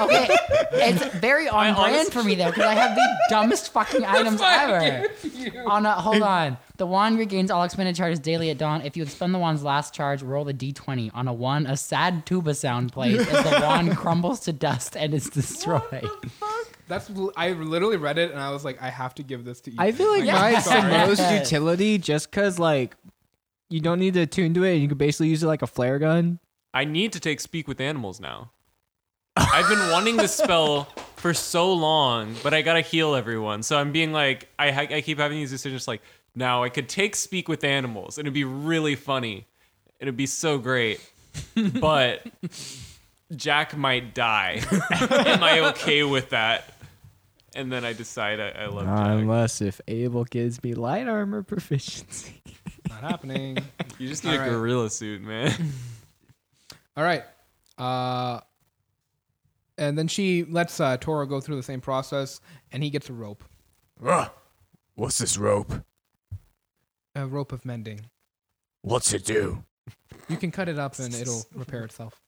okay, it's very on
I
brand
honest-
for me though, because I have the dumbest fucking items ever. On a, hold on. The wand regains all expended charges daily at dawn. If you expend the wand's last charge, roll the d20. On a one, a sad tuba sound plays as the wand crumbles to dust and is destroyed.
That's l- I literally read it and I was like, I have to give this to you.
I feel like
Yeah.
mine's the
Sorry.
most utility, just cause like you don't need to tune to it, and you can basically use it like a flare gun.
I need to take speak with animals now. I've been wanting this spell for so long, but I gotta heal everyone. So I'm being like, I ha- I keep having these decisions like, now I could take speak with animals, and it'd be really funny, and it'd be so great, but Jack might die. Am I okay with that? And then I decide I, I love Jack.
Uh, Unless if Abel gives me light armor proficiency.
not happening.
You just need a
All right.
gorilla suit, man.
All right. Uh, and then she lets uh, Toro go through the same process, and he gets a rope,
What's this rope?
a rope of mending.
What's it do?
You can cut it up, and it'll repair itself.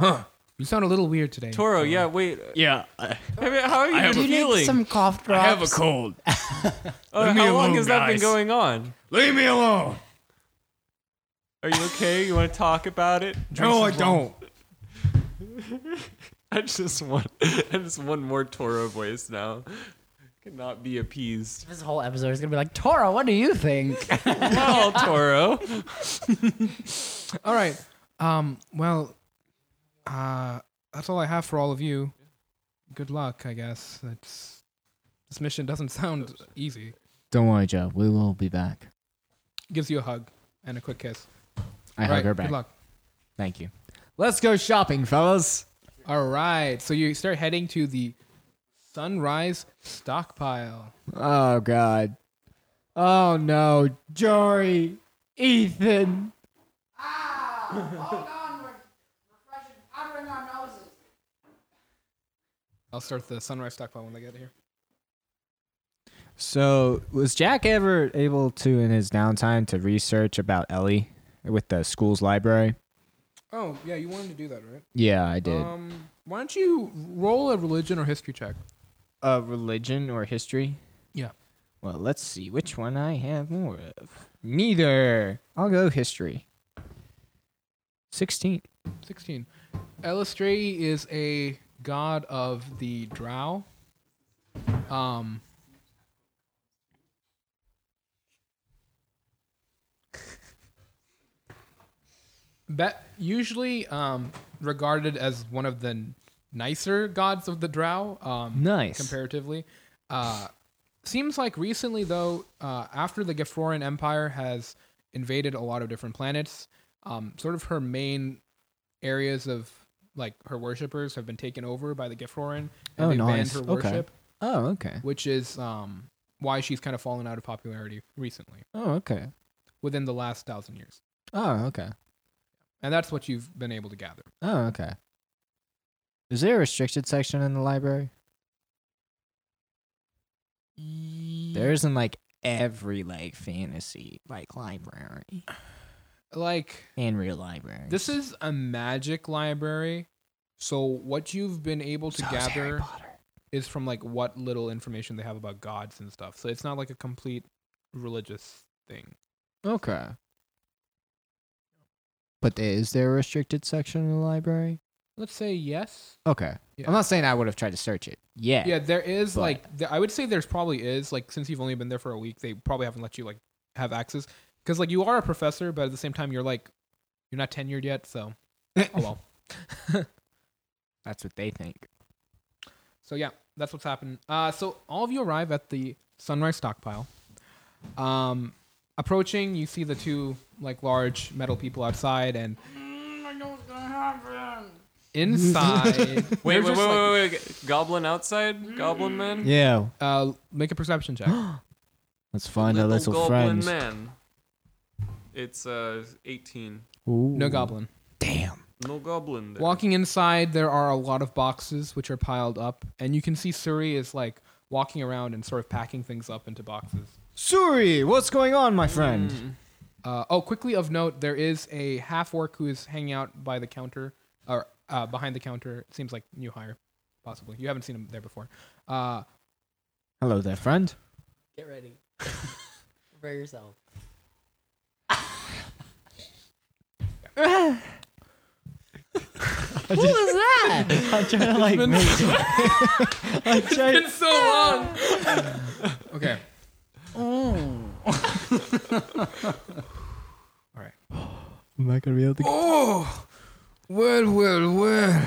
Huh? You sound a little weird today.
Toro, yeah, wait.
Yeah, I,
I mean, how are you
have a- Do
you
feeling?
need some cough
I
drops?
have a cold.
Uh,
Leave me
how long
alone,
has that been
guys.
going on?
Leave me alone.
Are you okay? You want to talk about it?
No, I don't.
I just want, I just want more Toro voice now. Cannot be appeased.
This whole episode is gonna be like, Toro, what do you think?
Well, Toro,
All right. Um. Well. Uh. That's all I have for all of you. Good luck, I guess. It's this mission doesn't sound easy.
Don't worry, Joe. We will be back.
Gives you a hug and a quick kiss.
I
All
hug
right,
her
Good
back.
luck.
Thank you. Let's go shopping, fellas.
All right. So you start heading to the sunrise stockpile.
Oh God. Oh no, Jory, Ethan.
I'll start the sunrise stockpile when they get here.
So was Jack ever able to, in his downtime, to research about Ellie with the school's library?
Oh, yeah, you wanted to do that, right?
Yeah, I did.
Um, why don't you roll a religion or history check?
uh, religion or history?
Yeah.
Well, let's see which one I have more of. Neither. I'll go history. 16.
16. Elistray is a god of the drow. Um, bet usually um, regarded as one of the n- nicer gods of the drow. Um,
Nice.
comparatively. Uh, seems like recently, though, uh, after the Gefroren Empire has invaded a lot of different planets, um, sort of her main areas of like her worshippers have been taken over by the Gefroren and
Oh,
they
nice.
banned her
Okay.
worship,
oh, okay.
which is um, why she's kind of fallen out of popularity recently
Oh, okay.
within the last thousand years.
Oh, okay.
And that's what you've been able to gather.
Oh, okay. Is there a restricted section in the library? There isn't like every like fantasy like library
Like
and real library.
this is a magic library, so what you've been able to
So is Harry
gather
Potter.
is from like what little information they have about gods and stuff. So it's not like a complete religious thing.
Okay. But there- is there a restricted section in the library?
Let's say yes.
Okay.
Yeah.
I'm not saying I would have tried to search it. Yeah.
Yeah, there is
but-
like th- I would say there's probably is like since you've only been there for a week, they probably haven't let you like have access because like you are a professor, but at the same time you're like you're not tenured yet, so oh well.
That's what they think.
So yeah, that's what's happened. Uh, so all of you arrive at the sunrise stockpile. Um, approaching, you see the two like large metal people outside, and
Wait,
inside. they're
wait, wait,
just,
wait,
like,
wait, Goblin outside? Goblin man?
Yeah.
Uh, make a perception check.
Let's find our little
goblin
friends.
man. It's uh 18.
No goblin.
Damn.
No goblin there.
Walking inside, there are a lot of boxes which are piled up, and you can see Suri is like walking around and sort of packing things up into boxes.
Suri, what's going on, my friend?
Hmm.
Uh, oh, quickly of note, there is a half orc who is hanging out by the counter or uh, behind the counter. It seems like new hire, possibly. You haven't seen him there before. Uh,
Hello there, friend.
Get ready. Prepare yourself. Who was that?
I'm trying to like. make- I'm trying-
so long. okay.
Am I gonna be able to?
Oh, well, well, well.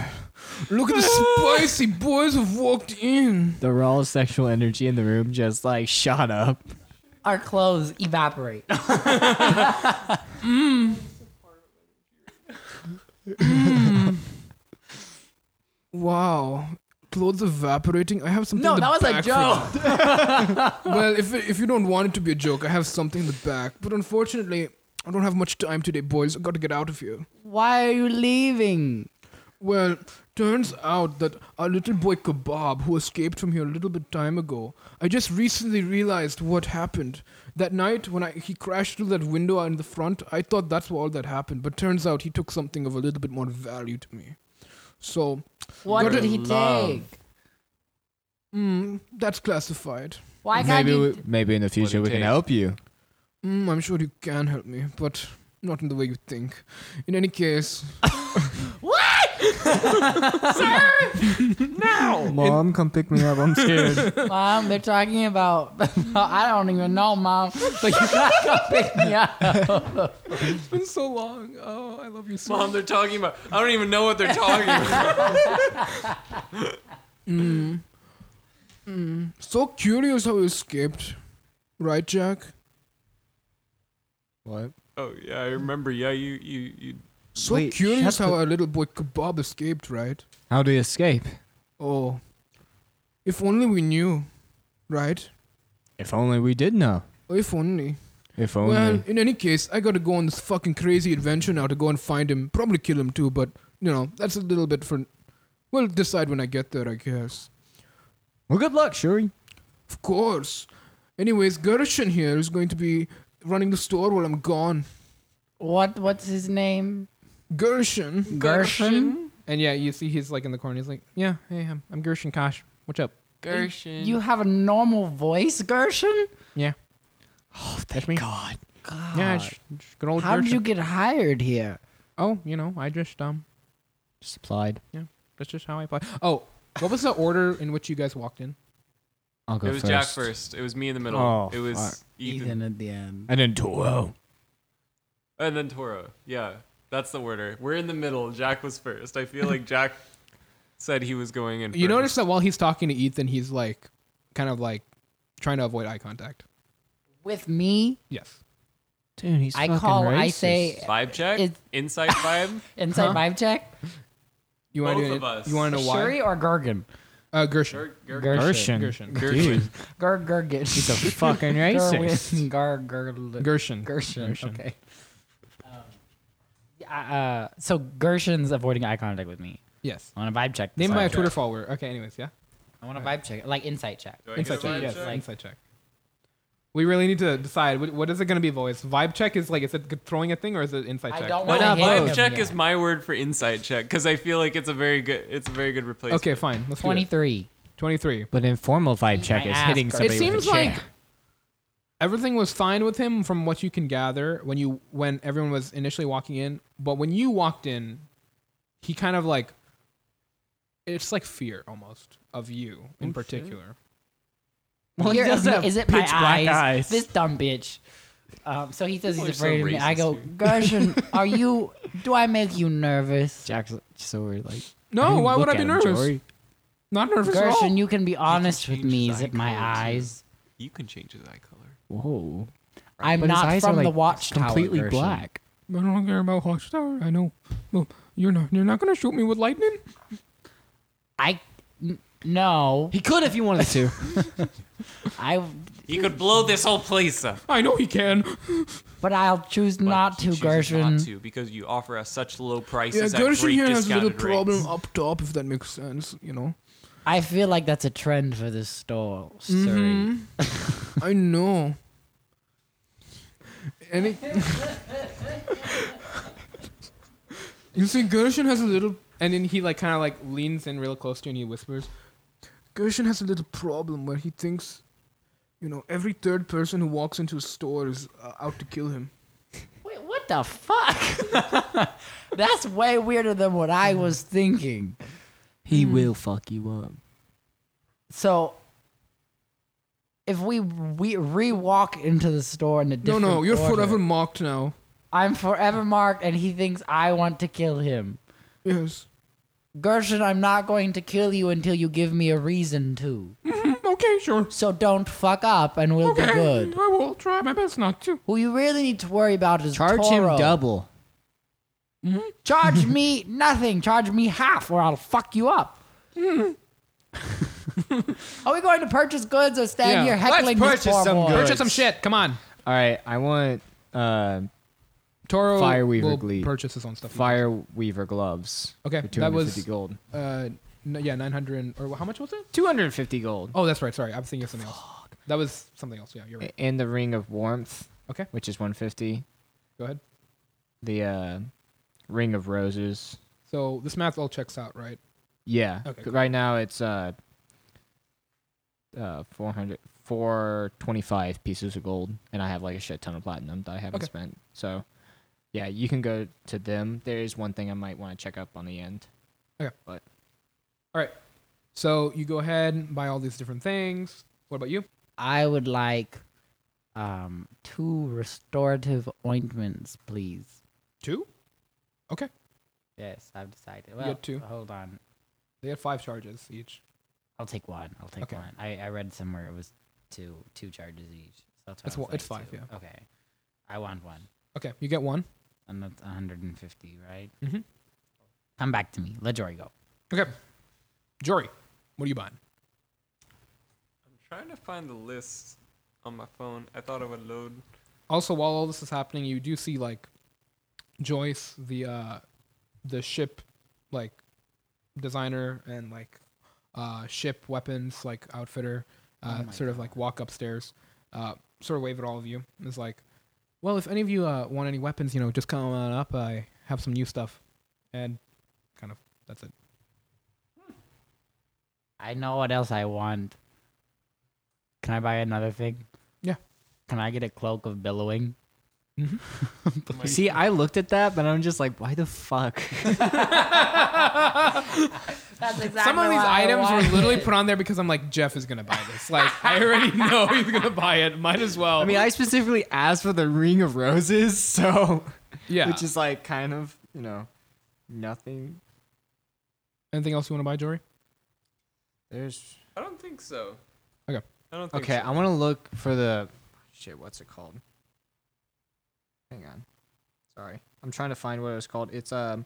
Look at the spicy boys have walked in.
The raw sexual energy in the room just like shot up.
Our clothes evaporate.
Wow. Clothes evaporating. I have something.
No,
in the
that was a
back for
joke.
you. well, if if you don't want it to be a joke, I have something in the back. But unfortunately, I don't have much time today, boys. I got to get out of here.
Why are you leaving?
Well, turns out that our little boy Kebab, who escaped from here a little bit time ago, I just recently realized what happened. That night when I, he crashed through that window in the front, I thought that's all that happened, but turns out he took something of a little bit more value to me. So,
What
Got
did
it.
he
Love.
take?
mm, that's classified.
Why can't
maybe,
you?
we, maybe in the future
it
we can
take?
help you.
Mm, I'm sure you can help me, but not in the way you think. In any case,
Mom, come pick me up. I'm scared.
Mom, they're talking about. I don't even know, Mom. But you gotta come pick me up.
it's been so long. Oh, I love you so
Mom, they're talking about. I don't even know what they're talking about.
So curious how he escaped. Right, Jack?
what?
Oh yeah, I remember. Yeah, you you you.
So
Wait,
curious
shut
how
the-
our little boy Kebab escaped, right?
How do you escape?
Oh. If only we knew, right?
If only we did know.
If only.
If only.
Well, in any case, I gotta go on this fucking crazy adventure now to go and find him. Probably kill him too, but, you know, that's a little bit for. We'll decide when I get there, I guess.
well, good luck, Shuri.
Of course. Anyways, Gershon here is going to be running the store while I'm gone.
What? What's his name?
Gershon.
Gershon.
And yeah, you see he's like in the corner. He's like, yeah, hey, I'm, I'm Gershon Kosh. What's up?
Gershon.
You have a normal voice, Gershon.
Yeah.
Oh, thank God.
Yeah, sh- sh- good old
How did
Gershon.
you get hired here?
Oh, you know, I just um,
Just applied.
that's just how I play. Oh, what was the order in which you guys walked in?
I'll go
It was
first.
Jack first. It was me in the middle.
Oh,
it was
fuck.
Ethan.
Ethan at the end.
And then Toro.
and then Toro. Yeah, that's the order. We're in the middle. Jack was first. I feel like Jack said he was going in.
You
first.
notice that while he's talking to Ethan, he's like, kind of like, trying to avoid eye contact.
With me,
Yes.
Dude, he's
I
fucking
call.
Racist.
I say
vibe check,
It-
inside vibe.
inside vibe check.
You want
Both
to do
of us.
You want to know why?
Shuri or Gergen?
Uh, Gershon.
Ger- Ger-
Gershon.
Gershon.
Gershon.
Ger Gergen.
He's a fucking racist.
Gerwin. Gar Gerl-
Gershon.
Gershon. Okay. Um, uh, so Gershon's avoiding eye contact with me.
Yes.
I want to vibe check. this
Name my
vibe
Twitter
check.
follower. Okay. Anyways, yeah.
I want to vibe check, like insight check.
Do I get
Insight
a
check.
vibe
Yes.
check?
Insight check. We really need to decide what, what is it going to be, boys. Vibe check is like, is it throwing a thing or is it insight
I
check?
don't
But
wanna
uh,
hit
vibe
him
check
yet.
is my word for inside check because I feel like it's a very good it's a very good replacement.
Okay, fine. Let's do it.
twenty-three.
Twenty-three.
But informal vibe check
my
is
ass,
hitting
It
It
somebody
seems
with a chair.
like everything was fine with him from what you can gather when you when everyone was initially walking in, but when you walked in, he kind of like it's like fear almost of you
Oh,
in particular.
Well, he
Here,
doesn't
is,
have
is it my
pitch black
eyes?
eyes.
This dumb bitch. Um, so he says
People are
he's
so
afraid of me. I
racist,
go,
dude.
Gershon, are you? Do I make you nervous?
Jack's so we're like.
No,
you
why would
look
I be
at him,
nervous?
Jory.
Not nervous at all.
Gershon, you can be honest with
change
me.
his
Is it
eye
my
color, too.
eyes?
You can change his eye color.
Whoa.
I'm
But his
not
eyes are,
from the
like,
watchtower.
completely
version.
black.
I don't care about Watchtower. I know. Well, you're not. You're not gonna shoot me with lightning.
I n- no.
He could if he wanted to.
I
You could blow this whole place up.
I know he can.
but I'll choose not to,
He chooses
Gershon.
Not to because you offer us such low
Yeah,
prices. at
Gershon
great
here has a little
discounted rates.
problem up top, if that makes sense. You know.
I feel like that's a trend for this store, Surrey.
I know. And it, you see, Gershon has a little, and then he like kind of like leans in real close to you and he whispers, "Gershon has a little problem where he thinks, you know, every third person who walks into a store is uh, out to kill him."
Wait, what the fuck? that's way weirder than what I was thinking. Hmm.
he will fuck you up.
So if we we re-walk into the store in a
No,
different
no, you're
order,
forever mocked now.
I'm forever marked, and he thinks I want to kill him.
Yes.
Gershon, I'm not going to kill you until you give me a reason to.
Okay, sure.
So don't fuck up, and we'll be good.
I will try my best not to.
Who you really need to worry about is
Charge
Toro.
him double.
Charge me nothing. Charge me half, or I'll fuck you up. Are we going to purchase goods or stand
Yeah.
here heckling
Let's purchase
this poor
some
boy?
goods.
Purchase some shit. Come on.
All right, I want uh,
Toro
Fireweaver
will
Glee.
purchase his own stuff.
fire weaver gloves.
Okay,
for
that was-
250 gold.
Uh, n- yeah, nine hundred or wh- how much was it?
250 gold.
Oh, that's right. Sorry, I'm thinking of something else. That was something else. Yeah, you're right.
And the ring of warmth,
Okay,
which is 150.
go ahead.
The uh, ring of roses.
Eh.
So this math all checks out, right?
Yeah.
Okay,
c- Right now it's uh, uh, 400, 425 pieces of gold, and I have like a shit ton of platinum that I haven't
Okay.
spent. So, yeah, you can go to them. There is one thing I might want to check up on the end.
All right. So you go ahead and buy all these different things. What about you?
I would like um, two restorative ointments, please.
Two.
Yes, I've decided.
got
Well,
two.
hold on.
They had five charges each.
I'll take one. I'll take
Okay.
one. I, I read somewhere it was two two charges each. So that's what
It's
I was
one- it's
like,
five,
two.
yeah.
Okay. I want one.
Okay, you get one.
And that's 150, right?
Mhm.
Come back to me. Let Jory go.
Okay. Jory, what are you buying?
Trying to find the list on my phone. I thought I would load.
Also, while all this is happening, you do see like Joyce, the uh, the ship like designer and like uh, ship weapons like outfitter, uh,
Oh
sort of like walk upstairs, uh, sort of wave at all of you. and Is like, well, if any of you uh, want any weapons, you know, just come on up. I have some new stuff, and kind of that's it.
I know what else I want. Can I buy another thing?
Yeah.
Can I get a cloak of billowing?
See, I looked at that, but I'm just like, why the fuck?
That's exactly
Some of these items were literally put on there because I'm like, Jeff is gonna buy this. Like, I already know he's gonna buy it. Might as well.
I mean, I specifically asked for the ring of roses, so
yeah.
which is like kind of you know nothing.
Anything else you want to buy, Jory?
There's
I don't think so.
Okay.
I don't think
okay.
so.
I want to look for the shit. What's it called? Hang on. Sorry, I'm trying to find what it was called. It's um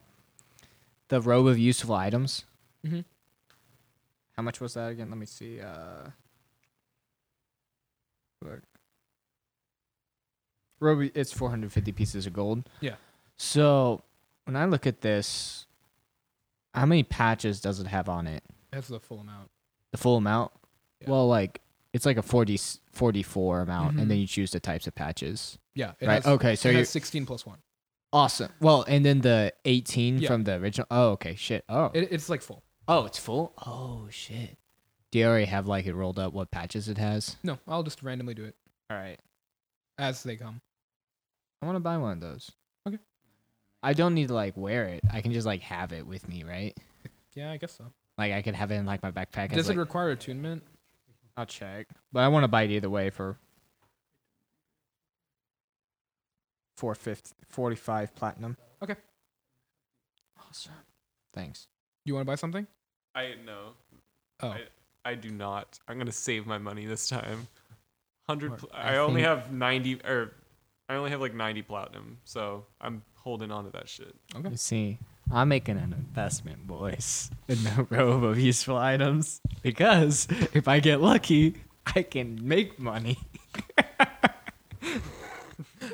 the robe of useful items.
Mm-hmm.
Mhm.
How much was that again? Let me see. Uh, look. Robe. It's 450 pieces of gold.
Yeah.
So when I look at this, how many patches does it have on it?
That's the full amount.
the full amount
Yeah.
well like it's like a 40 s- 44 amount
Mhm.
and then you choose the types of patches
Yeah. It
right Oh,
Has,
okay so
it
you're
has 16 plus one.
awesome well and then the 18
Yeah.
from the original oh okay shit oh
It, it's like full.
oh it's full oh shit do you already have like it rolled up what patches it has
No, I'll just randomly do it
all right
as they come.
i want to buy one of those
Okay.
i don't need to like wear it i can just like have it with me right
Yeah, I guess so.
like i could have it in like my backpack
Does
as,
it
like-
require attunement?
i'll check but i want to buy it either way for 450 45 platinum
Okay.
Awesome. Thanks.
You want to buy something?
I no.
Oh.
I, I do not. I'm gonna save my money this time. Hundred.
Or
Pl-
I
I, only
think-
have ninety or I only have like 90 platinum, so I'm holding on to that shit.
You see, I'm making an investment, boys, in the robe of useful items because if I get lucky, I can make money.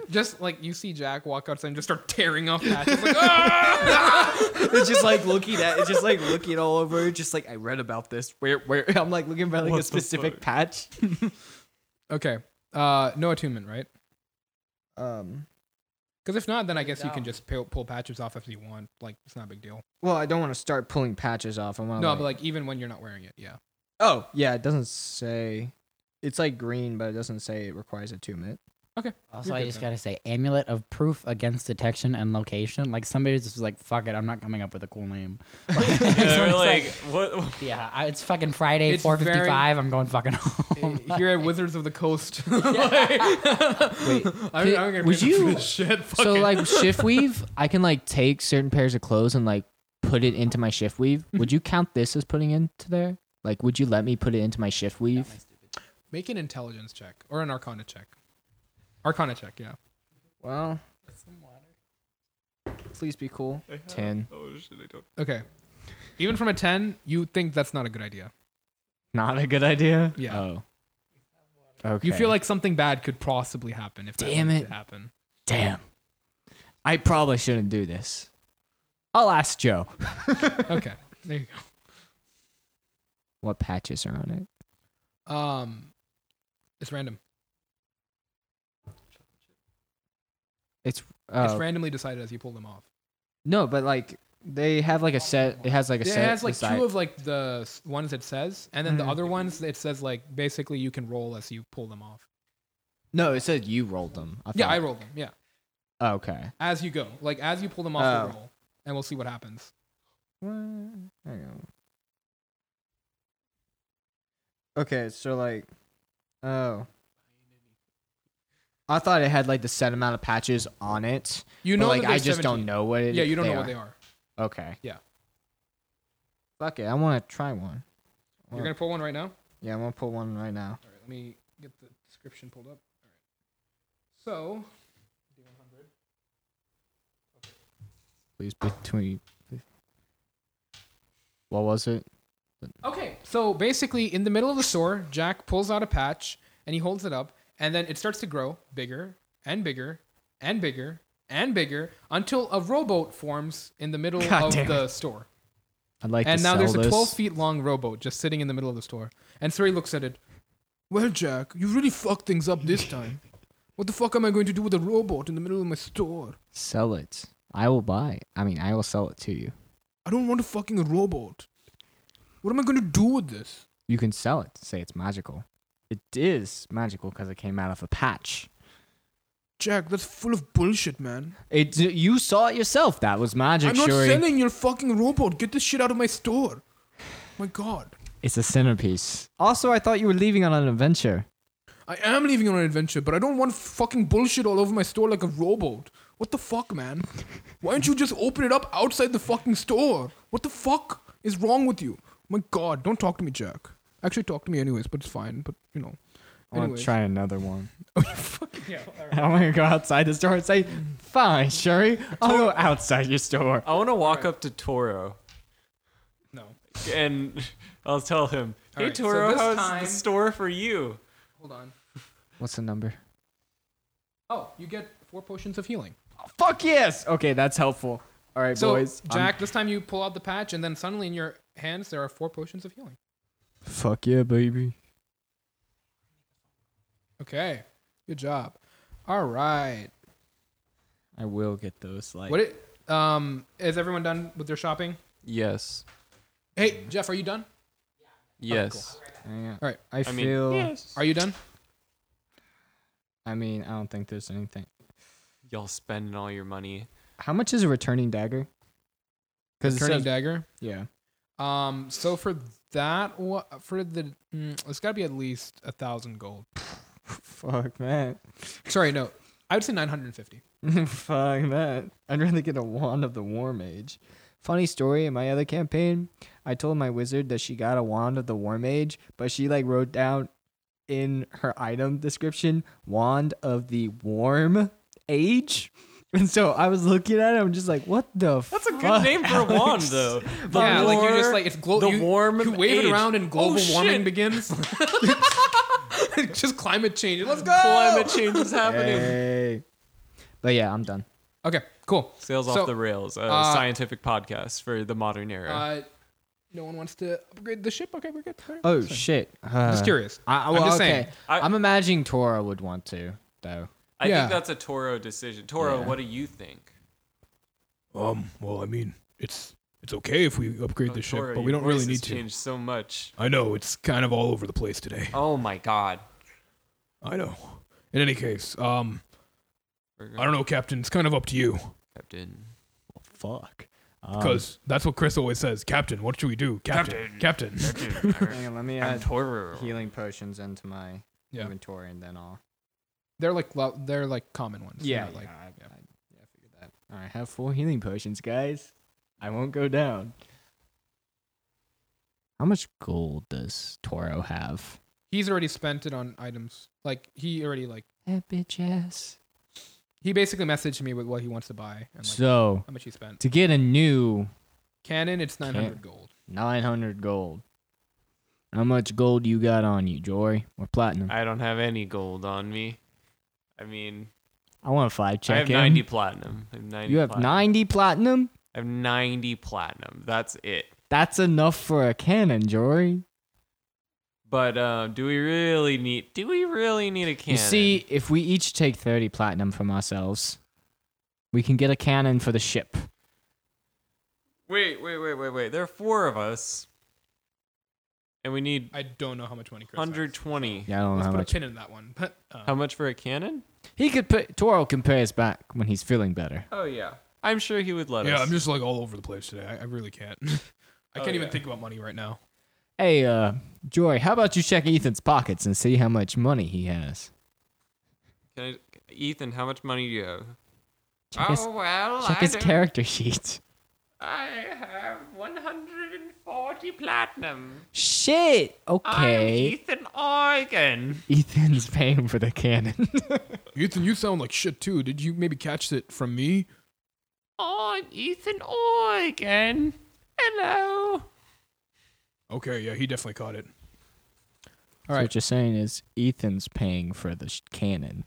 Just like you see Jack walk outside and just start tearing off patches. Like, "Ah!"
it's just like looking at it's just like looking all over. Just like I read about this. Where where I'm like looking for like
What
a
the
specific
fuck?
patch.
okay. Uh, no attunement, right?
Um.
Because if not, then I guess you can just pull, pull patches off if you want. Like it's not a big deal.
Well, I don't want to start pulling patches off. I want
no, but like even when you're not wearing it, yeah.
oh yeah, it doesn't say. It's like green, but it doesn't say it requires a two minute.
Also,
You're
I
good
just
then.
gotta say, amulet of proof against detection and location. Like somebody just was like, "Fuck it, I'm not coming up with a cool name." Like,
Yeah,
someone's
we're
like,
like, what? oh,
yeah, I- it's fucking Friday,
It's very-
4:55. I'm going fucking home.
You're at Wizards of the Coast.
Wait,
I'm,
Could-
I'm gonna
would
pay
you-
for this shit.
so like shift weave, I can like take certain pairs of clothes and like put it into my shift weave. Would you count this as putting into there? Like, would you let me put it into my shift weave?
Make an intelligence check or an arcana check. Arcana check, yeah.
Well, please be cool. Ten,
Oh shit, I don't.
Okay. Even from a 10, you think that's not a good idea.
not a good idea.
Yeah.
Oh. Okay.
You feel like something bad could possibly happen if that
Damn
were
it.
to happen.
damn. I probably shouldn't do this. I'll ask Joe
Okay. there you
what patches are on it.
go. Um it's random. It's
Oh,
randomly decided as you pull them off.
no, but like they have like a set. It has like a
It
set.
has like
aside-
two of like the s- ones it says, and then the
Mm.
other ones it says like basically you can roll as you pull them off.
No, it said you rolled them. I
Yeah,
thought.
I rolled them. Yeah.
okay.
As you go. Like as you pull them off, you
Oh.
roll. And we'll see what happens.
Hang on. Okay, so like, oh, I thought it had like the set amount of patches on it.
You
but,
know
like
that
I
there's
just
17.
don't know what it.
Yeah, you don't know what they
are.
are.
Okay.
Yeah.
Fuck it, I want to try one. Oh.
You're gonna pull one right now?
Yeah, I'm gonna pull one right now.
All right, let me get the description pulled up. All right. So,
Please between. What was it?
okay, so basically, in the middle of the store, Jack pulls out a patch and he holds it up, and then it starts to grow bigger and bigger and bigger and bigger until a rowboat forms in the middle
God
of
damn
the store.
I'd like
and
to
now
sell
there's
this.
a 12 feet long rowboat just sitting in the middle of the store. And Siri looks at it. Well, Jack, you really fucked things up this time. What the fuck am I going to do with a rowboat in the middle of my store?
Sell it. I will buy. it. I mean, I will sell it to you.
I don't want a fucking robot. What am I going to do with this?
you can sell it say it's magical it is magical because it came out of a patch
Jack, that's full of bullshit, man.
it you saw it yourself that was magic
I'm not
Shuri.
selling your fucking robot. Get this shit out of my store. My god.
it's a centerpiece also i thought you were leaving on an adventure
I am leaving on an adventure, but I don't want fucking bullshit all over my store like a robot. What the fuck, man? Why don't you just open it up outside the fucking store? What the fuck is wrong with you? My god, don't talk to me, Jack. Actually, talk to me anyways, but it's fine, but you know.
i want
Anyways. Oh,
to try another one i want to go outside the store and say fine sherry i'll go outside your store
I want to walk up to Toro
No.
and I'll tell him, "Hey
Alright, so
Toro,
this
how's
time-
the store for you?"
Hold on.
what's the number
Oh, you get four potions of healing.
fuck yes okay that's helpful all right
So,
boys I'm-
Jack, this time you pull out the patch, and then suddenly in your hands there are four potions of healing.
fuck yeah baby
Okay, good job. All right.
i will get those like
What it? Um, is everyone done with their shopping?
Yes.
Hey, Jeff, are you done?
Yes.
Hang on.
All right.
i
I mean-
feel
Are you done?
i mean i don't think there's anything
Y'all spending all your money.
How much is a returning dagger? Because
Turning dagger.
yeah,
Um, so for that, what for the? Mm, it's got to be at least a thousand gold.
fuck that,
Sorry, no. I would say nine hundred and fifty.
fuck that. I'd rather get a wand of the war mage. Funny story. In my other campaign, I told my wizard that she got a wand of the war mage, but she like wrote down in her item description wand of the warm
age. And so I was looking at it, I'm just like, what the
That's a good name for a wand, though. The
yeah, like you're just
war-
like it's glo-
the
you,
warm
You wave
age.
it around and global
Oh,
warming
shit.
begins. Just climate change. Let's go.
Climate change is happening.
Hey. But yeah, I'm done.
Okay, cool.
Sales
So,
off the rails, a
uh,
scientific podcast for the modern era.
Uh, no one wants to upgrade the ship. Okay, we're good. All right.
Oh shit. Uh,
just curious.
I, I,
I'm just
okay.
saying.
I-
I'm imagining Tora would want to though.
I
yeah.
think that's a Toro decision. Toro,
Yeah.
what do you think?
Um, well, I mean, it's it's okay if we upgrade
Oh,
the ship,
Toro,
but we
your
don't really
voice has
need to.
changed so much.
I know it's kind of all over the place today.
Oh my god.
I know. In any case, um,
We're
I don't know, Captain. It's kind of up to you
Captain.
fuck?
Um,
Um,
because that's what Chris always says. Captain, what should we do? Captain, Captain.
Hang on, let me
I'm
add
Toro.
healing potions into my
Yeah.
inventory and then I'll.
They're like lo- they're like common ones. They're
Yeah,
not like
yeah, I, I, yeah, I figured that. All right, have four healing potions, guys. I won't go down. How much gold does Toro have?
he's already spent it on items. Like he already like
That bitch ass.
he basically messaged me with what he wants to buy and like
So
how much he spent.
to get a new
Cannon, it's nine hundred gold.
900 gold. How much gold you got on you, Jory? Or platinum? I,
I don't have any gold on me. I mean,
want to five check
I have
in.
90 platinum. I have 90
you have
platinum.
90 platinum?
I have 90 platinum. That's it.
That's enough for a cannon, Jory.
But uh, do we really need? Do we really need a cannon?
You see, if we each take 30 platinum from ourselves, we can get a cannon for the ship.
wait, wait, wait, wait, wait. There are four of us, and we need
I don't know how much money Chris has.
120.
Yeah, I don't know
Let's
how
put
much.
a pin in that one. But uh,
How much for a cannon?
He could put Toro can pay us back when he's feeling better.
Oh yeah, I'm sure he would let
Yeah,
us.
I'm just like all over the place today. I, I really can't. I
Oh,
can't even
yeah.
think about money right now.
Hey, uh, Jory, how about you check Ethan's pockets and see how much money he has?
Can I, Ethan, how much money do you have? Oh,
Check his,
well,
check his character sheet.
I have 140 platinum.
Shit. Okay.
Ethan Eugen.
E- Ethan's paying for the cannon.
Ethan, you sound like shit too. Did you maybe catch it from me?
I'm Ethan Eugen. Hello.
Okay, yeah, he definitely caught it.
All right. what you're saying is Ethan's paying for the sh- cannon.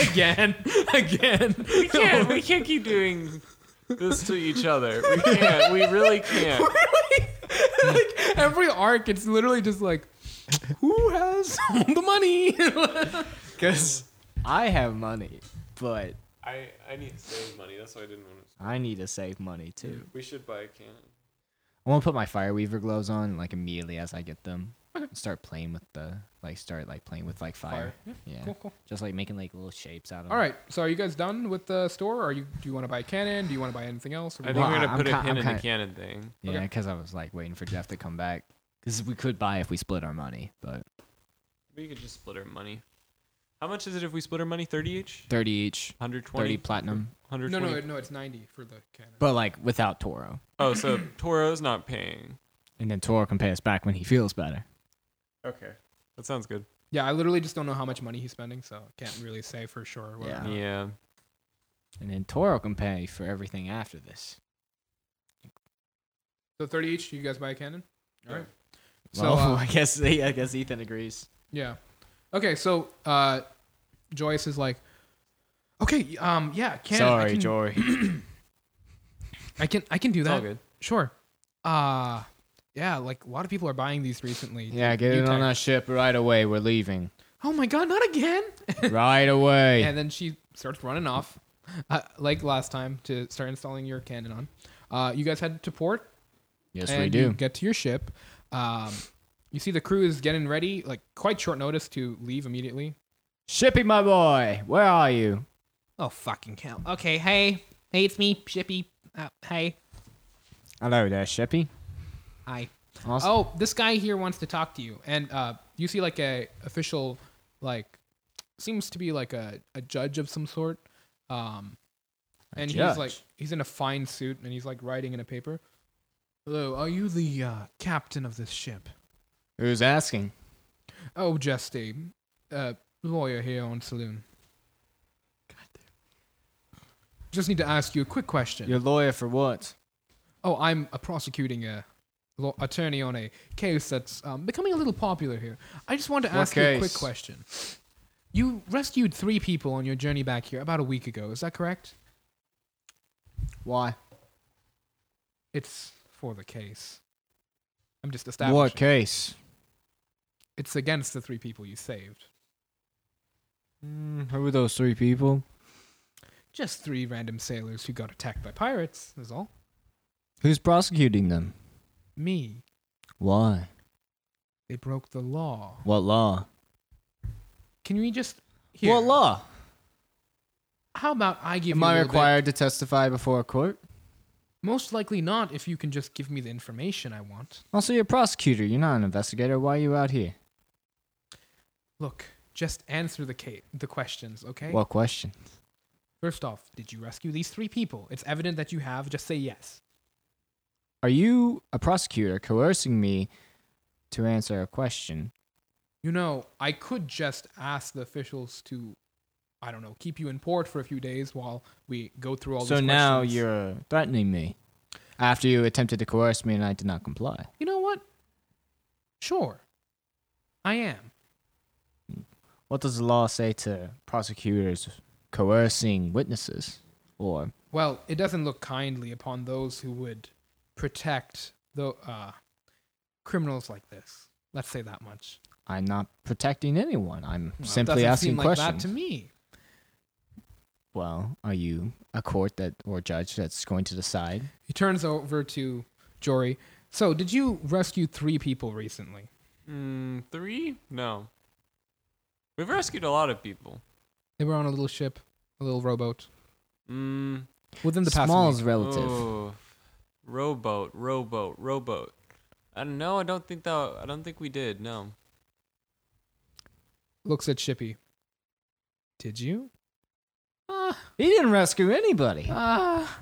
again, again.
We can't. We can't keep doing this to each other. We can't. We really can't.
like every arc, it's literally just like, who has the money?
Because I have money, but
I I need to save money. That's why I didn't want to.
I need to save money too.
We should buy a cannon.
I want to put my fire weaver gloves on like immediately as I get them. Start playing with the like start like playing with like fire.
Fire.
Yeah.
cool, cool.
Just like making like little shapes out of.
All right, so are you guys done with the store? Or are you? Do you want to buy a cannon? Do you want to buy anything else? Or
I think
Well,
we're gonna
I- I'm
put a
ki-
pin
I'm
in
ki-
the cannon thing.
Yeah, because I was like waiting for Jeff to come back. Because we could buy if we split our money, but
We could just split our money. How much is it if we split our money? Thirty each.
thirty each,
120.
thirty platinum.
Hundred
no,
twenty.
no, it- no. It's ninety for the cannon.
But like without Toro,
Oh, so Toro's not paying.
and then Toro can pay us back when he feels better.
Okay. That sounds good.
Yeah, I literally just don't know how much money he's spending, so can't really say for sure. what-
Yeah.
Yeah.
And then Toro can pay for everything after this.
So thirty each. You guys buy a cannon. All right.
So
So uh,
I guess I guess Ethan agrees.
yeah. Okay, so uh, Joyce is like, okay, um, yeah, cannon. I
Sorry,
can-
Jory.
I can I can do
It's all
that.
good.
Sure. Uh yeah, like a lot of people are buying these recently.
yeah, get
You
it on
text.
that ship right away. We're leaving
Oh my god, not again.
right away.
and then she starts running off. Uh, like last time to start installing your cannon on. Uh, you guys head to port
yes,
and
we
you
do.
get to your ship. Um, you see the crew is getting ready, like quite short notice to leave immediately.
Shippy, my boy, where are you?
Oh fucking hell. Okay, hey. Hey, it's me, Shippy. Uh, hey.
Hello there, Shippy.
Hi.
Awesome.
oh this guy here wants to talk to you and uh, you see like a official like seems to be like a, a judge of some sort um, and he's like
judge?
he's in a fine suit and he's like writing in a paper hello are you the uh, captain of this ship
Who's asking?
oh just a uh, lawyer here on saloon Just need to ask you a quick question.
Your lawyer for what?
Oh, I'm a prosecuting a law attorney on a case that's um, becoming a little popular here. I just want to
What
ask you a quick
case?
question. You rescued three people on your journey back here about a week ago. Is that correct?
Why?
It's for the case. I'm just establishing.
What case?
It's against the three people you saved.
Mm, who were those three people?
Just three random sailors who got attacked by pirates. Is all.
Who's prosecuting them?
Me.
Why?
They broke the law.
What law?
Can we just? Here,
What law?
How about I give
Am
you a
I
little bit-
required to testify before a court?
Most likely not. If you can just give me the information I want.
Also, you're a prosecutor. You're not an investigator. Why are you out here?
Look, just answer the ca- the questions, okay?
What question?
First off, did you rescue these three people? It's evident that you have. Just say yes.
Are you a prosecutor coercing me to answer a question?
You know, I could just ask the officials to, I don't know, keep you in port for a few days while we go through all.
so
these
now
questions.
you're threatening me after you attempted to coerce me and I did not comply.
You know what? Sure, I am.
What does the law say to prosecutors coercing witnesses? Or
Well, it doesn't look kindly upon those who would protect the uh, criminals like this. Let's say that much.
I'm not protecting anyone. I'm
Well, it
simply
doesn't
asking
seem like
questions.
That to me,
well, are you a court that or judge that's going to decide?
he turns over to Jory. So, did you rescue three people recently?
Mm, three? No. We've rescued a lot of people.
They were on a little ship, a little rowboat.
Mm,
Within the past
Small
week.
is relative.
Oh, rowboat, rowboat, rowboat. I don't know. I don't think that. I don't think we did. No.
looks at Shippy. Did you? Ah,
He didn't rescue anybody.
ah,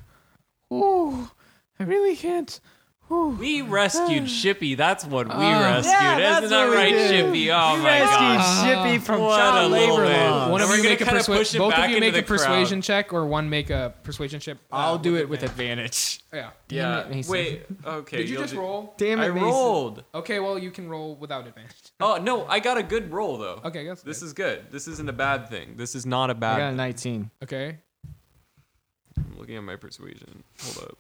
ooh, I really can't. Ooh.
We rescued Shippy. That's what we
Ah.
rescued.
Oh. Yeah, that's
Isn't that
what we
right,
did.
Shippy? Oh
He
my
rescued
gosh.
Shippy from
What a
child labor
little man.
law.
One
One
And
of
Uh, we're
you
gonna
make a
kinda push
persuasion.
him
Both
back
of you
into
make
the
a
crowd.
persuasion check, or one make a persuasion check. uh,
I'll do it
a
with
man.
advantage.
Yeah.
Damn it, Mason.
Wait. Okay.
Did you
you'll
just
do-
roll?
Damn
I
it, Mason.
rolled.
Okay, well you can roll without advantage.
Oh no, I got a good roll though.
Okay, that's
This
good.
is good. This isn't a bad thing. This is not
I
a bad.
got a 19.
Okay.
I'm looking at my persuasion. Hold up.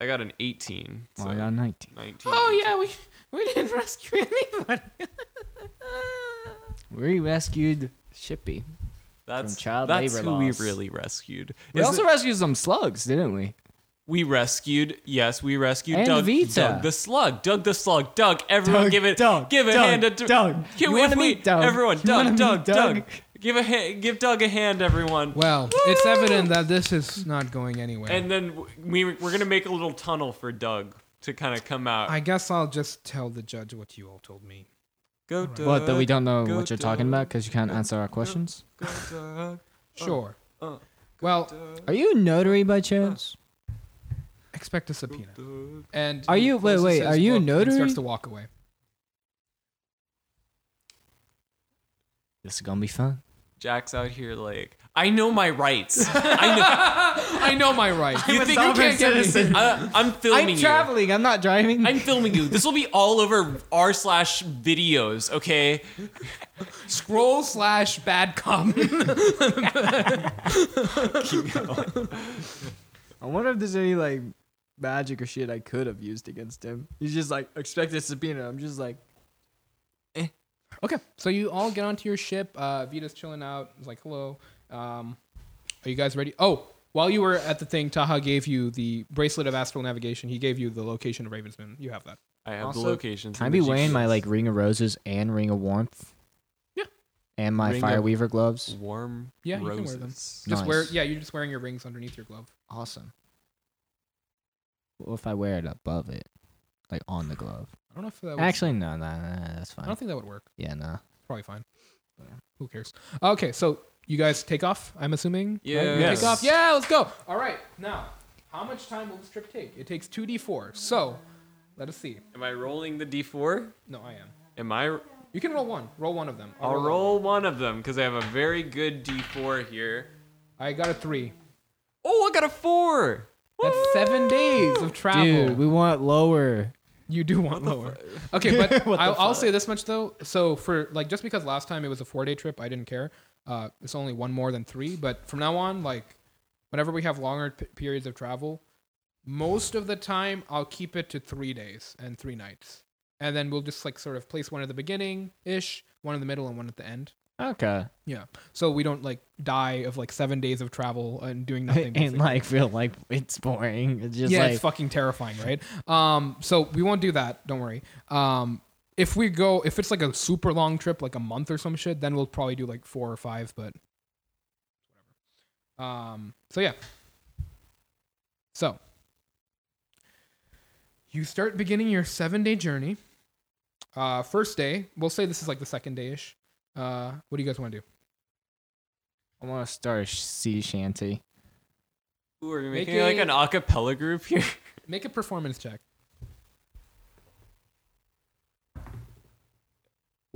I got an 18. So
Well, I got a 19.
19.
Oh yeah, we we didn't rescue anybody.
We rescued Shippy.
That's
From child
that's
labor
who we
laws.
really rescued.
We
Is
also
it-
rescued some slugs, didn't we?
we rescued. Yes, we rescued
And
Doug,
Vita.
Doug the slug. Doug the slug. Doug. Everyone,
Doug,
give it.
Doug,
give a
Doug,
hand. To,
Doug.
Give
You
if
wanna
we-
meet Doug?
Everyone.
You
Doug.
wanna
Doug,
meet
Doug.
Doug?
Give a ha- give Doug a hand, everyone.
Well, it's evident that this is not going anywhere.
And then w- we we're gonna make a little tunnel for Doug to kind of come out.
I guess I'll just tell the judge what you all told me.
go
What,
Doug.
What, that we don't know
go
what you're talking
Doug,
about because you can't answer our questions?
Go Doug.
Sure.
uh,
well,
Doug.
Are you a notary by chance?
expect a subpoena.
Doug.
And
Are
he
you- wait,
closes
wait,
his
are you a
book and
notary?
Starts to walk away.
This is gonna be fun.
Jack's out here like I know my rights. I know.
I know my rights.
You think you can't get this? I, I'm filming
I'm
you.
traveling. I'm not driving.
I'm filming you. This will be all over r slash videos. Okay.
Scroll slash bad comment.
I wonder if there's any like magic or shit I could have used against him. He's just like expected subpoena. I'm just like, eh.
okay, so you all get onto your ship. Uh, Vita's chilling out. He's like, hello. Um, are you guys ready? Oh, while you were at the thing, Taha gave you the bracelet of astral navigation. He gave you the location of Ravensman. You have that.
I have
Also,
the locations.
Can I
and
be
the
wearing my
GPS.
like ring of roses and ring of warmth?
Yeah.
And my
Ring
fire
of-
weaver gloves.
warm
Yeah, you can wear
roses?
them. Just
Nice.
wear. Yeah, you're just wearing your rings underneath your glove.
Awesome. Well, if I wear it above it, like on the glove.
I don't know if that. Would,
Actually, no, no, no, no, that's
I
fine.
don't think that would work.
Yeah, no.
Probably fine. Who cares? Okay, so you guys take off. I'm assuming.
Yeah.
You
Yes.
Take off. Yeah, let's go. All right. Now, how much time will this trip take? It takes two d4. So, let us see.
Am I rolling the d4?
No, I am.
Am I?
You can roll one. Roll one of them.
I'll
one.
roll one of them because I have a very good d4 here.
I got a three.
Oh, I got a four.
That's seven days of travel.
Dude, we want lower.
You do want lower. Okay, but I'll, I'll say this much though. So for like, just because last time it was a four day trip, I didn't care. Uh, it's only one more than three. But from now on, like, whenever we have longer p- periods of travel, most of the time I'll keep it to three days and three nights, and then we'll just like sort of place one at the beginning ish, one in the middle, and one at the end.
Okay.
Yeah. So we don't like die of like seven days of travel and doing nothing.
and
basically.
like feel like it's boring. It's just
yeah,
like
it's fucking terrifying, right? Um, so we won't do that. Don't worry. Um, if we go, if it's like a super long trip, like a month or some shit, then we'll probably do like four or five. But whatever. Um, so yeah. So you start beginning your seven day journey. Uh, first day, we'll say this is like the second day ish. Uh, what do you guys want to do?
I want to start a sh- sea shanty.
Ooh, are we
Make
making like
it-
an acapella group here?
Make a performance check.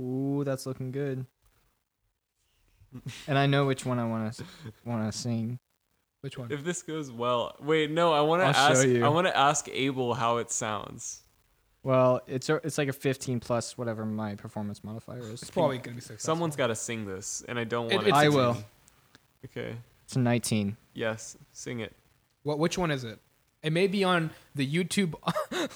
Ooh, that's looking good. and I know which one I want to want to sing.
Which one?
if this goes well, wait, no, I want to
I'll show
ask.
you.
I want to ask Abel how it sounds.
Well, it's a, it's like a 15 plus whatever my performance modifier is.
It's probably gonna be successful.
Someone's got to sing this, and I don't
It-
want
it's
I
a
will.
ten.
Okay.
It's a 19.
Yes, sing it.
What? Which one is it? It may be on the YouTube,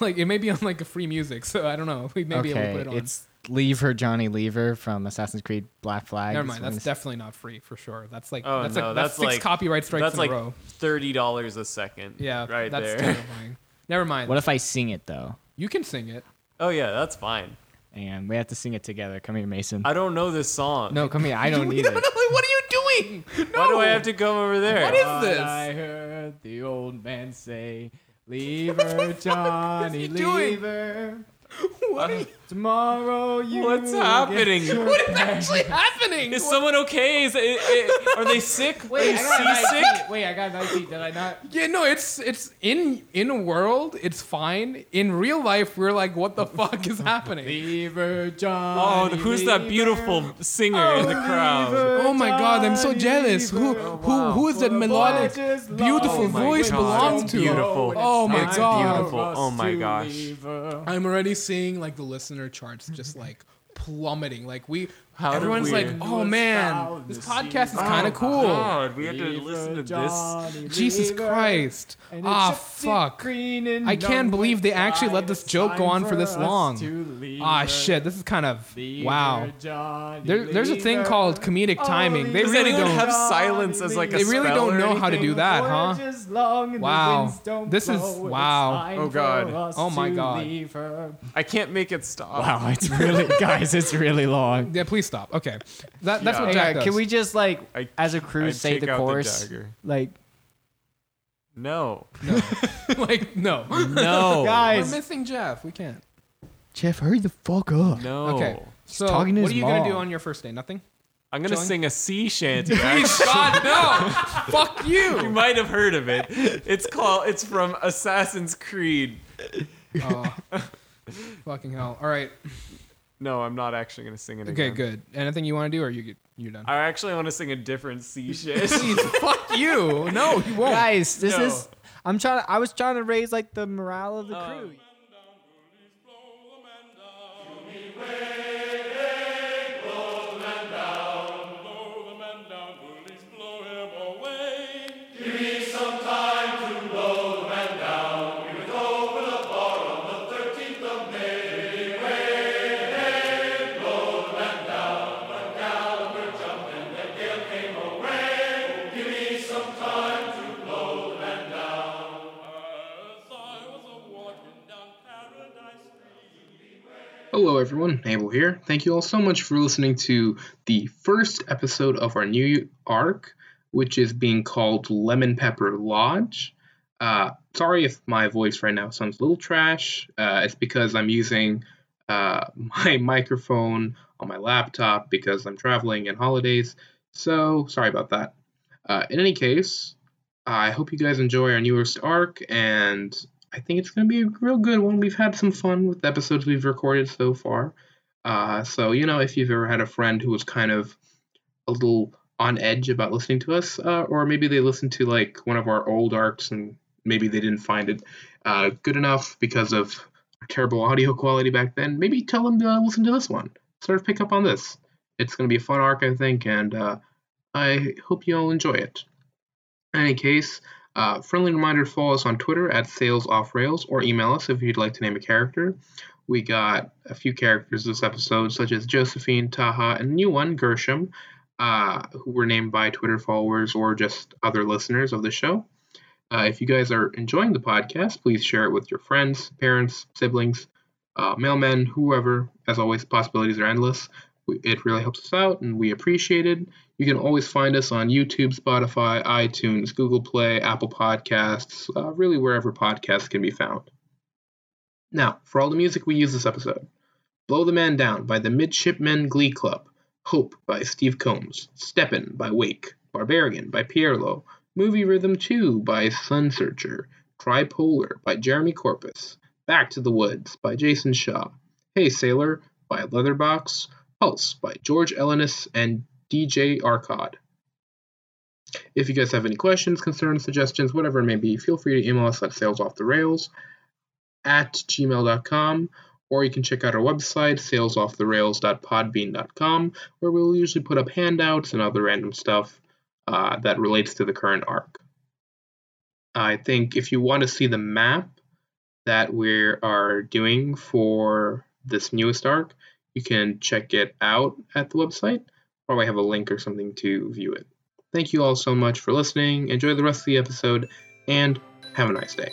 like it may be on like a free music. So I don't know. We may be able to
okay,
put it on.
it's Leave Her Johnny Lever from Assassin's Creed Black Flag.
Never
is when
mind. That's
it's-
definitely not free for sure. That's like
Oh,
that's
no,
like that's,
that's
six
like-
copyright strikes
that's
in
like
a row.
Thirty dollars a second.
Yeah,
right
that's
there.
terrifying. Never mind.
What if I sing it though?
you can sing it.
Oh yeah, that's fine.
And we have to sing it together. Come here, Mason.
I don't know this song.
no, come here. I don't need it.
what are you doing?
Why do I have to come over there?
What is
But
this?
I heard the old man say, "Leave her, Johnny,
he doing?
leave her."
uh,
Tomorrow you.
What's
will
happening?
What is actually happening?
Is someone okay? Is it, it, it- are they sick? are you seasick?
Wait, I got 19. Did I not?
yeah, no, it's it's in in a world, it's fine. In real life, we're like, what the fuck is happening?
Leave her,
Oh,
Johnny.
the- who's that
leave
beautiful singer in the crowd?
Oh my god, I'm so jealous. Who who who is that melodic, beautiful
Oh my
voice
God,
belongs
it's
to?
beautiful.
Oh my
It's
god.
beautiful. Oh my gosh.
her.
I'm already seeing like the listener charts just like plummeting. Like we,
How did
everyone's
we-
like, oh man, this podcast is kind of cool.
Oh God, we had to listen to this.
Oh
Johnny,
Jesus
leave her.
Christ!
And it's
Ah
just a
fuck!
green and
I can't
numb
believe they
with
actually let
pride.
this
It's
joke go
time
on for this
us
long.
to leave
Ah
her.
shit, this is kind of
Leave
wow.
her, Johnny,
There, there's a
leave
thing
her.
called comedic timing. They
Does
really
anyone
don't.
have silence as like a
They really
spell
don't
or
know how to
anything?
do that, huh? Wow. This is- wow.
Oh, God.
Oh, my God.
I can't make it stop.
Wow, it's really guys, it's really long.
Yeah, please stop. Okay, that, that's
Yeah.
what
Hey,
Jack does.
can we just like
I-
as a crew
I'd
say
take
the
out
chorus?
dagger.
like
no.
like no?
Oh,
no,
We're
guys.
missing Jeff. We can't.
Jeff, hurry the fuck up.
No.
Okay. So what
talking to
are
his
you gonna do
mom.
on your first day? Nothing.
I'm going to
Join-
sing a sea shanty. actually.
God no! Fuck
you
you!
might have heard of it. It's called. It's from Assassin's Creed.
Oh, fucking hell! All right.
No, I'm not actually gonna sing it.
Okay,
again.
good. Anything you want to do, or you you're done?
I actually want to sing a different sea shit.
Fuck you! No, you won't.
Guys, this
No.
is I'm trying I was trying to raise like the morale of the
Uh,
crew.
Hello, everyone. Abel here. Thank you all so much for listening to the first episode of our new arc, which is being called Lemon Pepper Lodge. Uh, sorry if my voice right now sounds a little trash. Uh, it's because I'm using uh, my microphone on my laptop because I'm traveling and holidays. So, sorry about that. Uh, in any case, I hope you guys enjoy our newest arc, and I think it's going to be a real good one. We've had some fun with the episodes we've recorded so far. Uh, so, you know, if you've ever had a friend who was kind of a little on edge about listening to us, uh, or maybe they listened to like one of our old arcs and maybe they didn't find it uh, good enough because of terrible audio quality back then. Maybe tell them to listen to this one. Sort of pick up on this. It's going to be a fun arc, I think, and uh, I hope you all enjoy it. In any case, uh, friendly reminder to follow us on Twitter at salesoffrails or email us if you'd like to name a character. We got a few characters this episode, such as Josephine, Taha, and a new one, Gershom, uh, who were named by Twitter followers or just other listeners of the show. Uh, if you guys are enjoying the podcast, please share it with your friends, parents, siblings, uh, mailmen, whoever. As always, possibilities are endless. We, it really helps us out, and we appreciate it. You can always find us on YouTube, Spotify, iTunes, Google Play, Apple Podcasts, uh, really wherever podcasts can be found. Now, for all the music we use this episode Blow the Man Down by the Midshipmen Glee Club, Hope by Steve Combs, Steppin' by Wake, Barbarian by Pierlo, Movie Rhythm 2 by Sun Searcher, Tripolar by Jeremy Corpus, Back to the Woods by Jason Shaw, Hey Sailor by Leatherbox, Pulse by George Ellenis and DJ Arcod. If you guys have any questions, concerns, suggestions, whatever it may be, feel free to email us at salesofftherails at gmail.com or you can check out our website, salesofftherails.podbean.com, where we'll usually put up handouts and other random stuff uh, that relates to the current arc. I think if you want to see the map that we are doing for this newest arc, you can check it out at the website. Probably have a link or something to view it. Thank you all so much for listening. Enjoy the rest of the episode and have a nice day.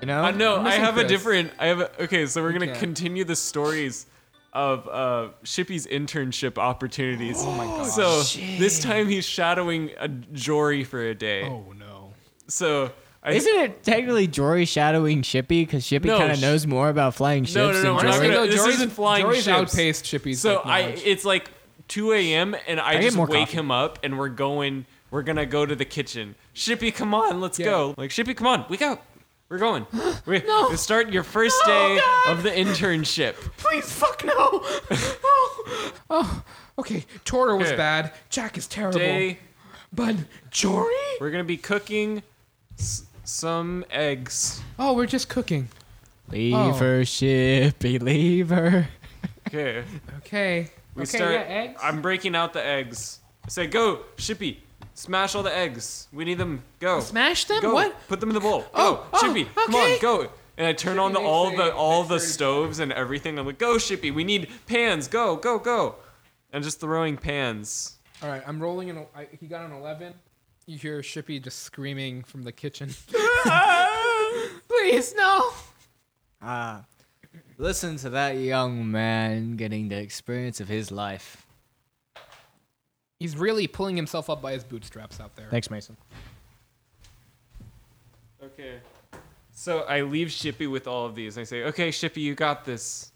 You know?
I know.
I'm
I
missing
have a
Chris.
different. I have. A, okay, so we're gonna
can't.
continue the stories of uh, Shippy's internship opportunities. Oh my god! So this time he's shadowing a Jory for a day.
Oh no.
So I
Isn't it technically Jory shadowing Shippy? Because Shippy
No,
kind of
sh-
knows more about flying ships.
no, no,
than
we're not
Jory.
gonna-
No,
this
Jory's-
isn't flying
Jory's
ships.
outpaced Shippy's.
so
like,
I.
knowledge.
It's like 2 a.m. and I,
get
just
more
wake
coffee.
him up and we're going. We're gonna go to the kitchen. Shippy, come on, let's go. Like Shippy, come on, we go. We're going. We we start your first day of the internship.
please, fuck no. oh, oh, okay. Tora was
Okay.
bad. Jack is terrible.
Day.
But Jory?
We're gonna be cooking s- some eggs.
Oh, we're just cooking.
Leave
Oh.
her, Shippy, leave her.
Okay.
Okay.
We
okay.
start.
yeah, eggs.
I'm breaking out the eggs. I say, go, Shippy, smash all the eggs. We need them. Go.
Smash them.
Go.
What?
Put them in the bowl.
Oh,
Go,
oh,
Shippy. Come on,
okay.
go. And I turn on the,
makes
all
a-
the all
makes
the
sure-
stoves and everything. I'm like, go, Shippy. We need pans. Go, go, go. And just throwing pans.
All right. I'm rolling. An, I, he got an eleven. You hear Shippy just screaming from the kitchen. Please no.
Ah, listen to that young man getting the experience of his life.
He's really pulling himself up by his bootstraps out there.
Thanks, Mason.
Okay. So I leave Shippy with all of these. And I say, okay, Shippy, you got this.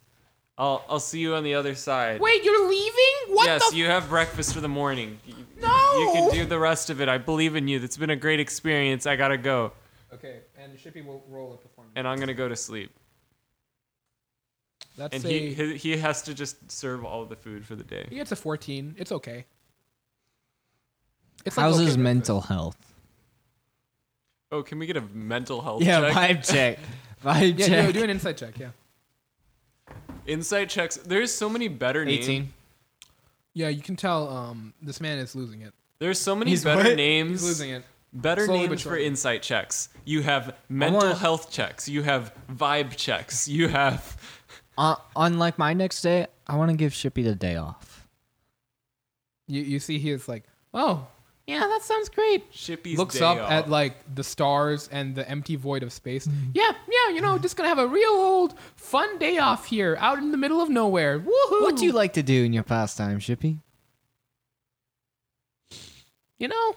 I'll I'll see you on the other side.
Wait, you're leaving? What
yes,
the?
you have breakfast for the morning. You-
No!
You can do the rest of it. I believe in you. That's been a great experience. I gotta go.
okay, and Shippy will roll a performance.
And I'm gonna go to sleep.
That's
And
a
he, he he has to just serve all the food for the
he
day.
gets a fourteen. It's okay. It's like
How's
okay
his
breakfast.
mental health?
Oh, can we get a mental health
Yeah,
check?
vibe check. Vibe
Yeah,
check.
do, do an insight check. Yeah.
Insight checks. There's so many better names.
Yeah, you can tell um, this man is losing it.
There's so many
He's
better
what?
names.
He's losing it.
Better
Slowly but
names for
surely.
insight checks. You have mental
want-
health checks. You have vibe checks. You have.
Uh, unlike my next day, I want to give Shippy the day off.
You you see he is like, oh yeah, that sounds great.
Shippy's
Looks
day
up
off.
at like the stars and the empty void of space.
Mm-hmm.
Yeah, yeah, you know, just gonna have a real old fun day off here, out in the middle of nowhere. Woohoo!
What do you like to do in your pastime, Shippy?
You know,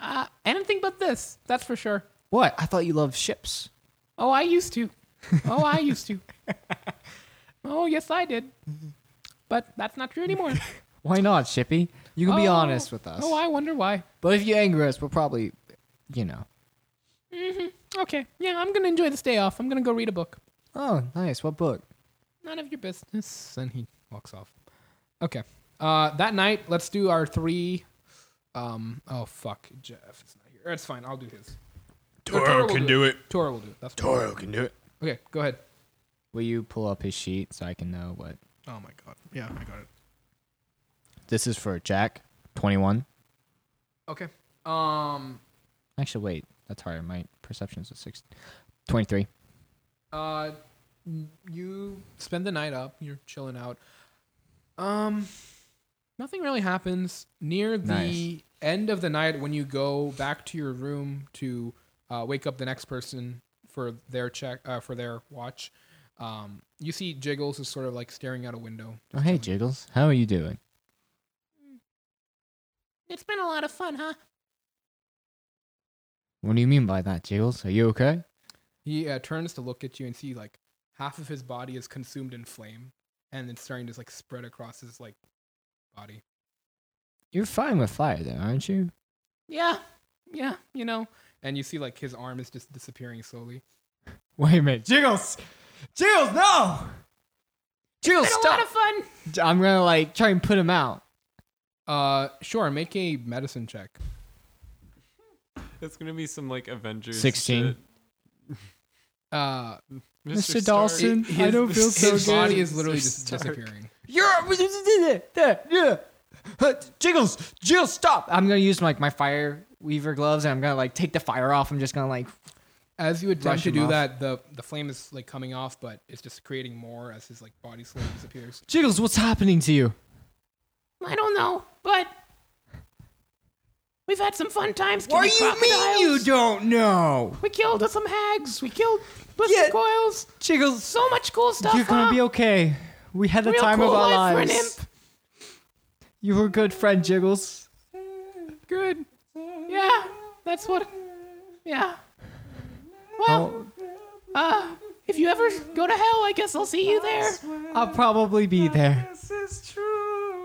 uh, anything but this. That's for sure.
What? I thought you loved ships.
Oh, I used to. Oh, I used to. Oh, yes, I did. But that's not true anymore.
Why not, Shippy? You can be
Oh,
honest with us.
Oh, I wonder why.
but if you anger us, we'll probably, you know.
Mm-hmm. Okay, yeah, I'm gonna enjoy this day off. I'm gonna go read a book.
Oh, nice. What book?
None of your business. And he walks off. Okay. Uh, that night, let's do our three. Um. Oh fuck, Jeff. It's not here. It's fine. I'll do his. Or
Toro
will
can do it.
Tora will do it. That's fine.
Toro can do it.
Okay, go ahead.
Will you pull up his sheet so I can know what?
Oh my god. Yeah, I got it.
This is for Jack, 21.
Okay. Um.
Actually, wait. That's higher. My perception's at six, 23.
Uh, you spend the night up. You're chilling out. Um, nothing really happens near the
Nice.
end of the night when you go back to your room to uh, wake up the next person for their check uh, for their watch. Um, you see Jiggles is sort of like staring out a window.
Oh, hey, Jiggles. How are you doing?
It's been a lot of fun, huh?
What do you mean by that, Jiggles? Are you okay?
He uh, turns to look at you and see like half of his body is consumed in flame, and it's starting to like spread across his like body.
You're fine with fire, though, aren't you?
yeah, yeah, you know. And you see, like, his arm is just disappearing slowly.
Wait a minute. Jiggles! Jiggles, no! Jiggles, stop!
fun.
I'm gonna, like, try and put him out.
Uh, sure. Make a medicine check.
It's gonna be some like Avengers.
16.
shit.
Uh,
Mr. Dawson, I don't feel so
his body
good.
is literally
Mr.
just
Stark.
disappearing.
Yeah. Uh, Jiggles, Jiggles, stop! I'm gonna use like my fire weaver gloves, and I'm gonna like take the fire off. I'm just gonna like,
As you attempt
Brush
to
him
do
off.
that, the the flame is like coming off, but it's just creating more as his like body slowly disappears.
Jiggles, what's happening to you?
I don't know, but we've had some fun times.
don't know?
We killed some hags. We killed blister
Yeah.
coils.
Jiggles,
So much cool stuff.
you're gonna be okay. We had the
Real
time of
cool
our
life for an
lives. You were a good friend, Jiggles.
Good. Yeah, that's what. Yeah. Well, uh, if you ever go to hell, I guess I'll see you there.
I'll probably be there.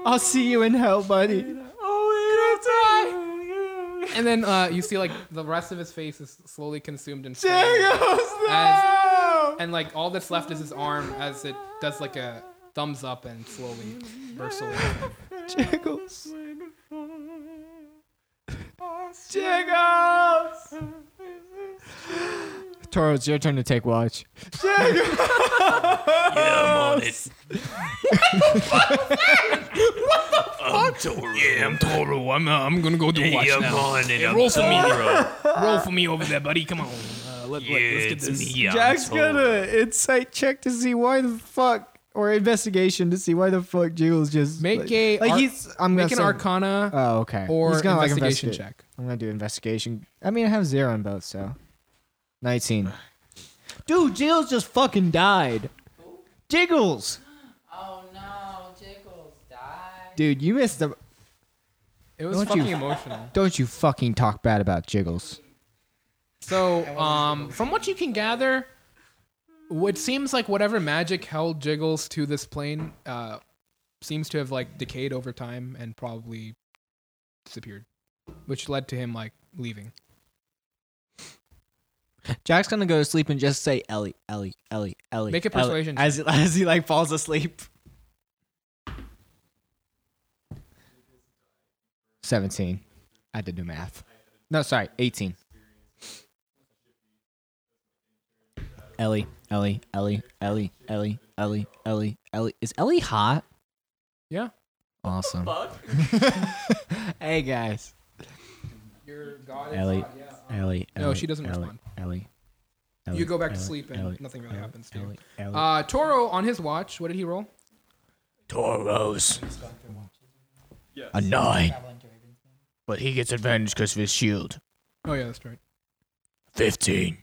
I'll see you in hell, buddy.
And then uh, you see like the rest of his face is slowly consumed in flame,
Jiggles,
As- and like all that's left is his arm as it does like a thumbs up and slowly bursts away.
Jiggles. Jiggles! Toro, it's your turn to take watch.
Oh, Yeah, I'm Toro. I'm, uh, I'm gonna go do a watch now.
Hey,
roll for me, uh, roll for me over there, buddy. Come on. Uh, let, us get this.
Jack's gonna insight check to see why the fuck, or investigation to see why the fuck Jiggles just
Make
like,
a
like
ar-
he's I'm
Make
gonna
an
say-
Arcana
Oh, okay.
or
he's gonna, like,
investigation
investigate.
check.
I'm gonna do investigation. I mean, I have zero on both, so nineteen. Dude, Jiggles just fucking died. Jiggles,
Oh no, Jiggles died.
dude, you missed the.
It was
Don't you-
fucking emotional.
Don't you fucking talk bad about Jiggles.
So, um, from what you can gather, w- it seems like whatever magic held Jiggles to this plane uh, seems to have like decayed over time and probably disappeared, which led to him like leaving.
Jack's gonna go to sleep and just say Ellie, Ellie, Ellie, Ellie.
Make a
Ellie,"
persuasion
as as he like falls asleep. Seventeen. I had to do math. No, sorry, eighteen. Ellie, Ellie, Ellie, Ellie, Ellie, Ellie, Ellie, Ellie. Is Ellie hot?
Yeah.
Awesome. hey guys.
Your god
Ellie, Ellie, Ellie.
No, she doesn't
Ellie,
respond.
Ellie.
You
Ellie,
go back to
Ellie,
sleep and
Ellie,
nothing really
Ellie,
happens to you.
Ellie, Ellie,
Uh, Toro on his watch. What did he roll?
Toros.
A nine. But he gets advantage because of his shield.
Oh yeah, that's right.
15.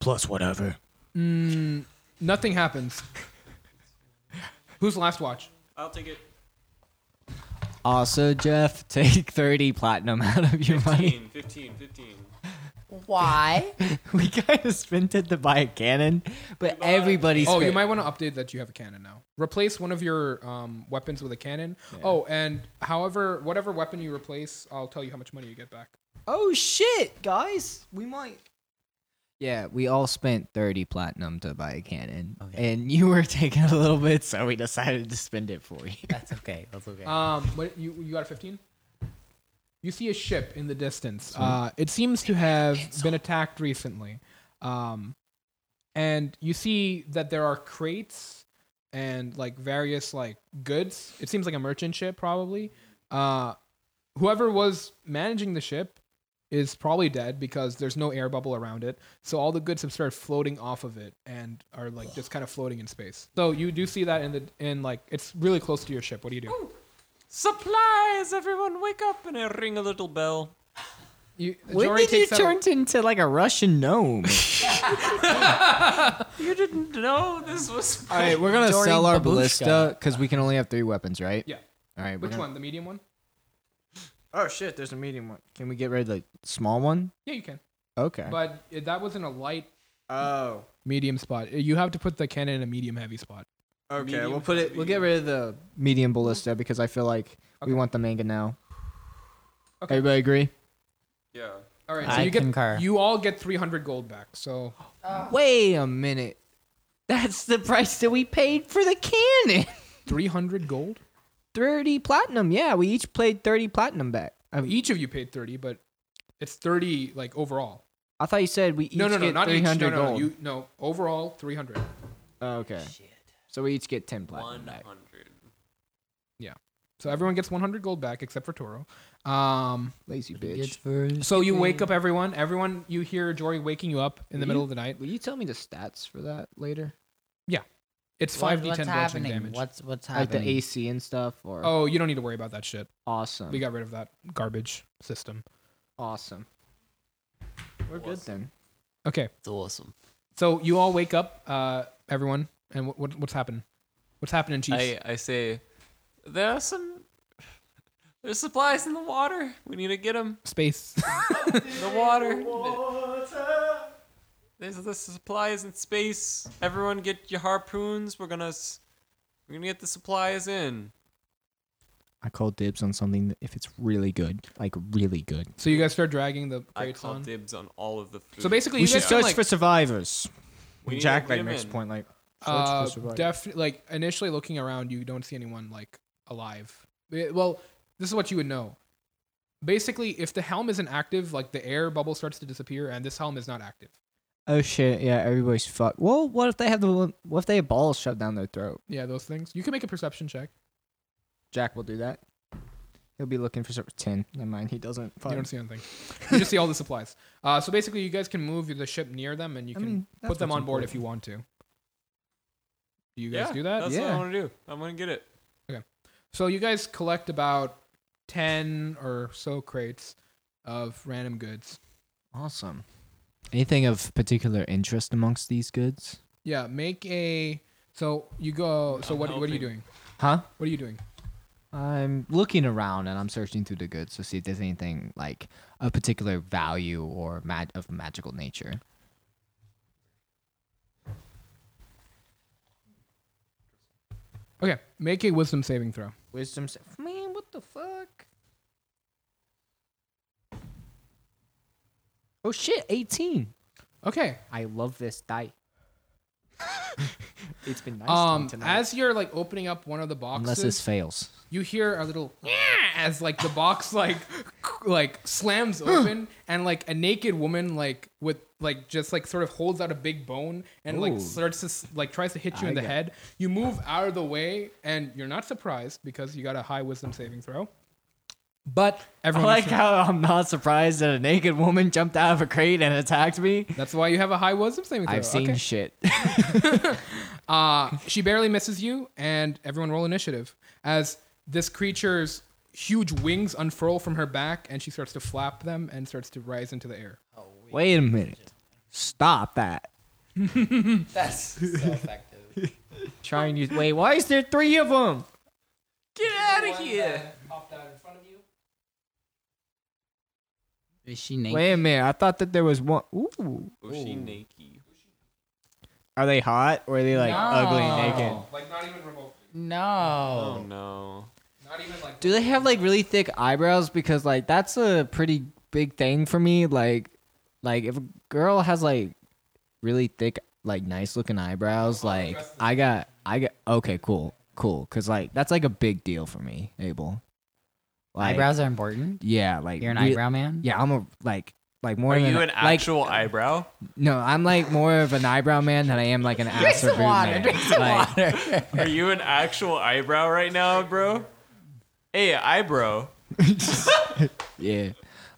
Plus whatever.
Mm, nothing happens. Who's last watch?
I'll take it.
Also, Jeff, take 30 platinum out of your money.
15, 15, 15.
Why?
We kind of spent it to buy a cannon, but everybody
Oh,
spent.
you might want to update that you have a cannon now. Replace one of your um, weapons with a cannon. Oh, and however, whatever weapon you replace, I'll tell you how much money you get back.
Oh, shit, guys. We might. Yeah, we all spent 30 platinum to buy a cannon.
Oh,
And you were taking a little bit, so we decided to spend it for you.
That's okay. That's okay.
Um, what you you got a fifteen? You see a ship in the distance. Uh, it seems to have been attacked recently, um, and you see that there are crates and like various like goods. It seems like a merchant ship, probably. Uh, whoever was managing the ship is probably dead because there's no air bubble around it. So all the goods have started floating off of it and are like just kind of floating in space. So you do see that in the in like it's really close to your ship. What do you do?
Supplies! Everyone wake up and I ring a little bell.
You,
When
Jory
did you
takes out a-
turn into like a Russian gnome?
You didn't know this was.
All right, we're gonna
Jory
sell our
Babushka.
ballista because we can only have three weapons, right?
Yeah.
All right. we're
Which
gonna-
one? The medium one?
Oh shit! There's a medium one. Can we get rid of the small one?
Yeah, you can.
Okay.
But it, that wasn't a light
Oh.
medium spot. Uh, You have to put the cannon in a medium heavy spot.
Okay,
Medium
we'll put it. We'll get rid of the.
medium ballista because I feel like we want the manga now.
Okay.
Everybody agree?
Yeah.
All right, so
I
you get
concur.
you all get 300 gold back. So
Wait a minute. That's the price that we paid for the cannon.
300 gold.
Thirty platinum. Yeah, we each played thirty platinum back. I, mean,
Each of you paid 30, but it's 30 like overall.
I thought you said we each
no, no, no,
get
not
three
each. No, no,
hundred
no,
gold.
you no. Overall 300.
oh, okay. So we each get ten platinum back.
So everyone gets 100 gold back except for Toro. Um,
Lazy
It's
bitch.
first.
so you wake up everyone. Everyone, you hear Jory waking you up in the middle of the night.
Will you tell me the stats for that later?
It's
What-
5d10
what's
bludgeoning
happening?
damage.
What's what's
Like
happening?
the AC and stuff, or
Oh, you don't need to worry about that shit.
awesome.
We got rid of that garbage system.
Awesome. We're good then.
Okay,
It's awesome.
so you all wake up, uh, everyone, and what, what what's happened? What's happening, Chief?
I, I say, there are some. There's supplies in the water. We need to get them.
Space.
The water. There's the supplies in space. Everyone get your harpoons. We're gonna. s- We're gonna get the supplies in.
I call dibs on something that if it's really good, like really good.
so you guys start dragging the
I
crates
call
on.
dibs on all of the food.
So basically,
We
you
should
guys can,
search
like,
for survivors.
We need
Jack
to get
like
'em
makes a
in.
point like
uh,
search for survivors.
def- like initially looking around, you don't see anyone like alive. Eh, Well, this is what you would know. Basically, if the helm isn't active, like the air bubble starts to disappear, and this helm is not active.
oh shit, yeah, everybody's fucked. Well, what if they have the one- what if they have balls shoved down their throat?
Yeah, those things. You can make a perception check.
Jack will do that. He'll be looking for sur- ten. Never mind, he doesn't.
You
Fine.
don't see anything. You just see all the supplies. Uh, so basically, you guys can move the ship near them, and you
I
can
mean, that's
put them
what's
on board
important.
if you want to. Do you guys
Yeah,
do that?
That's what
Yeah.
I want to do. I'm gonna get it.
So you guys collect about ten or so crates of random goods.
Awesome. Anything of particular interest amongst these goods?
Yeah, make a. So you go. So
I'm
what? What are
helping.
you doing?
Huh?
What are you doing?
I'm looking around and I'm searching through the goods to see if there's anything like a particular value or mag- of magical nature.
Okay, make a wisdom saving throw.
Wisdom, sa- man, what the fuck? Oh shit, 18.
Okay.
I love this die. it's been nice
Um, as you're like opening up one of the boxes,
Unless this fails.
you hear a little as like the box like like slams open and like a naked woman like with like just like sort of holds out a big bone and
Ooh.
like starts to s- like tries to hit you in the head. You move out of the way and you're not surprised because you got a high wisdom saving throw. But everyone else-
how I'm not surprised that a naked woman jumped out of a crate and attacked me.
that's why you have a high wisdom saving throw.
I've seen
Okay.
shit.
Uh, she barely misses you, and everyone roll initiative as this creature's huge wings unfurl from her back, and she starts to flap them and starts to rise into the air.
Wait a minute. Stop that.
That's so effective.
Trying to wait. Why is there three of them?
Get out of here!
Pop that
Is she naked?
Wait a minute. I thought that there was one. Ooh. Are they hot or are they like ugly naked?
Like not even
Oh
remote.
No.
no.
Not even like.
Do they have like really thick eyebrows? Because like that's a pretty big thing for me. Like, like if a girl has like really thick, like nice looking eyebrows, like I got, I got. Okay, cool, cool. Cause like that's like a big deal for me, Abel. Like,
Eyebrows are important.
Yeah, like
You're an
re-
eyebrow man.
Yeah, I'm a like like more
Are
than
you an
like
actual eyebrow?
no, I'm like more of an eyebrow man than I am like an ass or
some
boob
water,
man.
drink some
Like,
Are you an actual eyebrow right now, bro? Hey, eyebrow.
Yeah.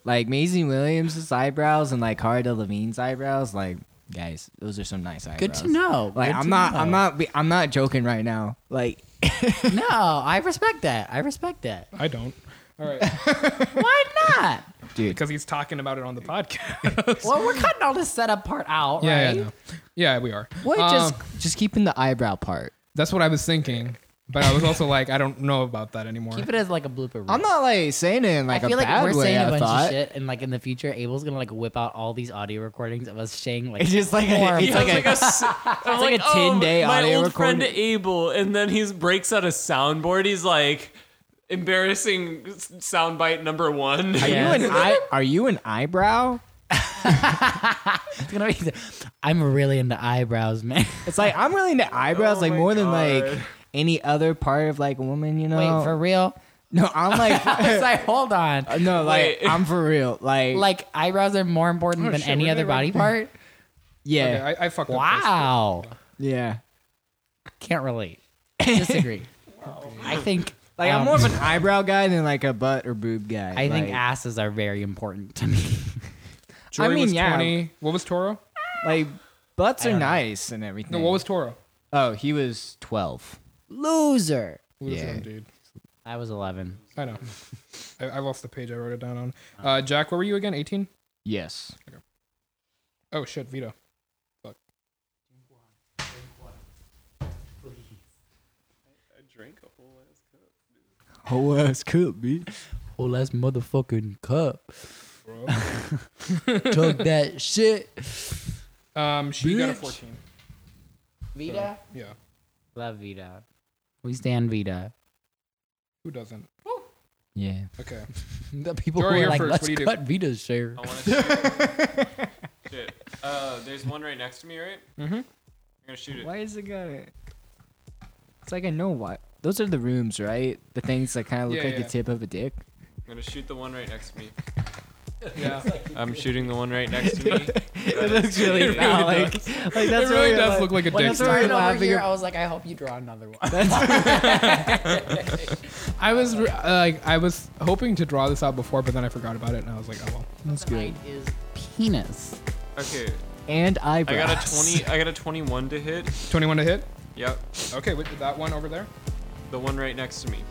Like Maisie Williams' eyebrows and like Cara Levine's eyebrows, like guys, those are some nice eyebrows.
Good to know.
Like
Good
I'm
to
not,
know.
I'm not, be- I'm not joking right now. Like
No, I respect that. I respect that.
I don't.
All right,
Why not?
Because he's talking about it on the podcast.
Well, we're cutting all this setup part out,
yeah,
right?
yeah, no. yeah, we are.
what?
Um,
just, just keeping the eyebrow part.
that's what I was thinking, but I was also like, I don't know about that anymore.
Keep it as like a blooper. reel.
I'm not like saying it in like
I feel
a
like
bad
we're
way.
saying
I
a bunch
thought.
of shit, and like in the future, Abel's gonna like whip out all these audio recordings of us saying like
It's just like a-
horrible-
it's like a-
it's
like a 10-day
oh, my
audio
old friend
recording."
Abel, and then he breaks out a soundboard. He's like, embarrassing s- soundbite number one.
Are
Yeah.
you an eye? Are you an eyebrow?
it's gonna be. I'm really into eyebrows, man.
It's like I'm really into eyebrows,
Oh
like
my
more than like
God.
any other part of like a woman. You know?
Wait for real.
no, I'm like,
It's like hold on.
Uh, no, like
Wait.
I'm for real. Like,
Like eyebrows are more
Oh,
important than
shit,
any
we're
other
doing
body part.
yeah,
Okay, I, I fucked up. first.
Wow.
yeah.
Can't relate. Disagree. I think
Like I'm
um,
more of an eyebrow guy than like a butt or boob guy.
I think
Like-
asses are very important to me.
Jory
mean,
was
yeah.
20. What was Toro?
Like butts are
don't know.
nice and everything.
No, what was Toro?
Oh, he was 12.
Loser.
Loser,
Yeah.
dude.
I was 11.
I know. I, I lost the page I wrote it down on. Uh, Jack, where were you again? 18?
Yes.
Oh, shit, Vito.
Whole ass cup, bitch.
Whole last Oh, motherfucking cup. Took that shit.
Um, she got a
Bitch.
14.
Vita.
Yeah.
Love Vita. We stand Vita.
Who doesn't?
Yeah.
Okay.
The people
Jory,
who
you're
are like,
first.
let's
What do you do?"
cut Vita's share.
I want to shoot it. Uh, there's one right next to me, right? Mm-hmm. I'm gonna shoot it.
Why is it got it? It's like I know what. Those are the rooms, right? The things that kind of look
Yeah,
like
yeah.
the tip of a dick.
I'm gonna shoot the one right next to me.
Yeah.
I'm shooting the one right next to me.
it looks really phallic. Like that's
it really
what I
does
like-
look like a
When I
dick.
started over
laughing
here,
at-
I was like, I hope you draw another one.
I was re- uh, like, I was hoping to draw this out before, but then I forgot about it, and I was like, oh well.
That's good.
Mine is penis.
Okay,
And
I
eyebrows.
got a 20. I got a 21 to hit.
21 to hit.
Yep,
Okay, with that one over there.
the one right next to me.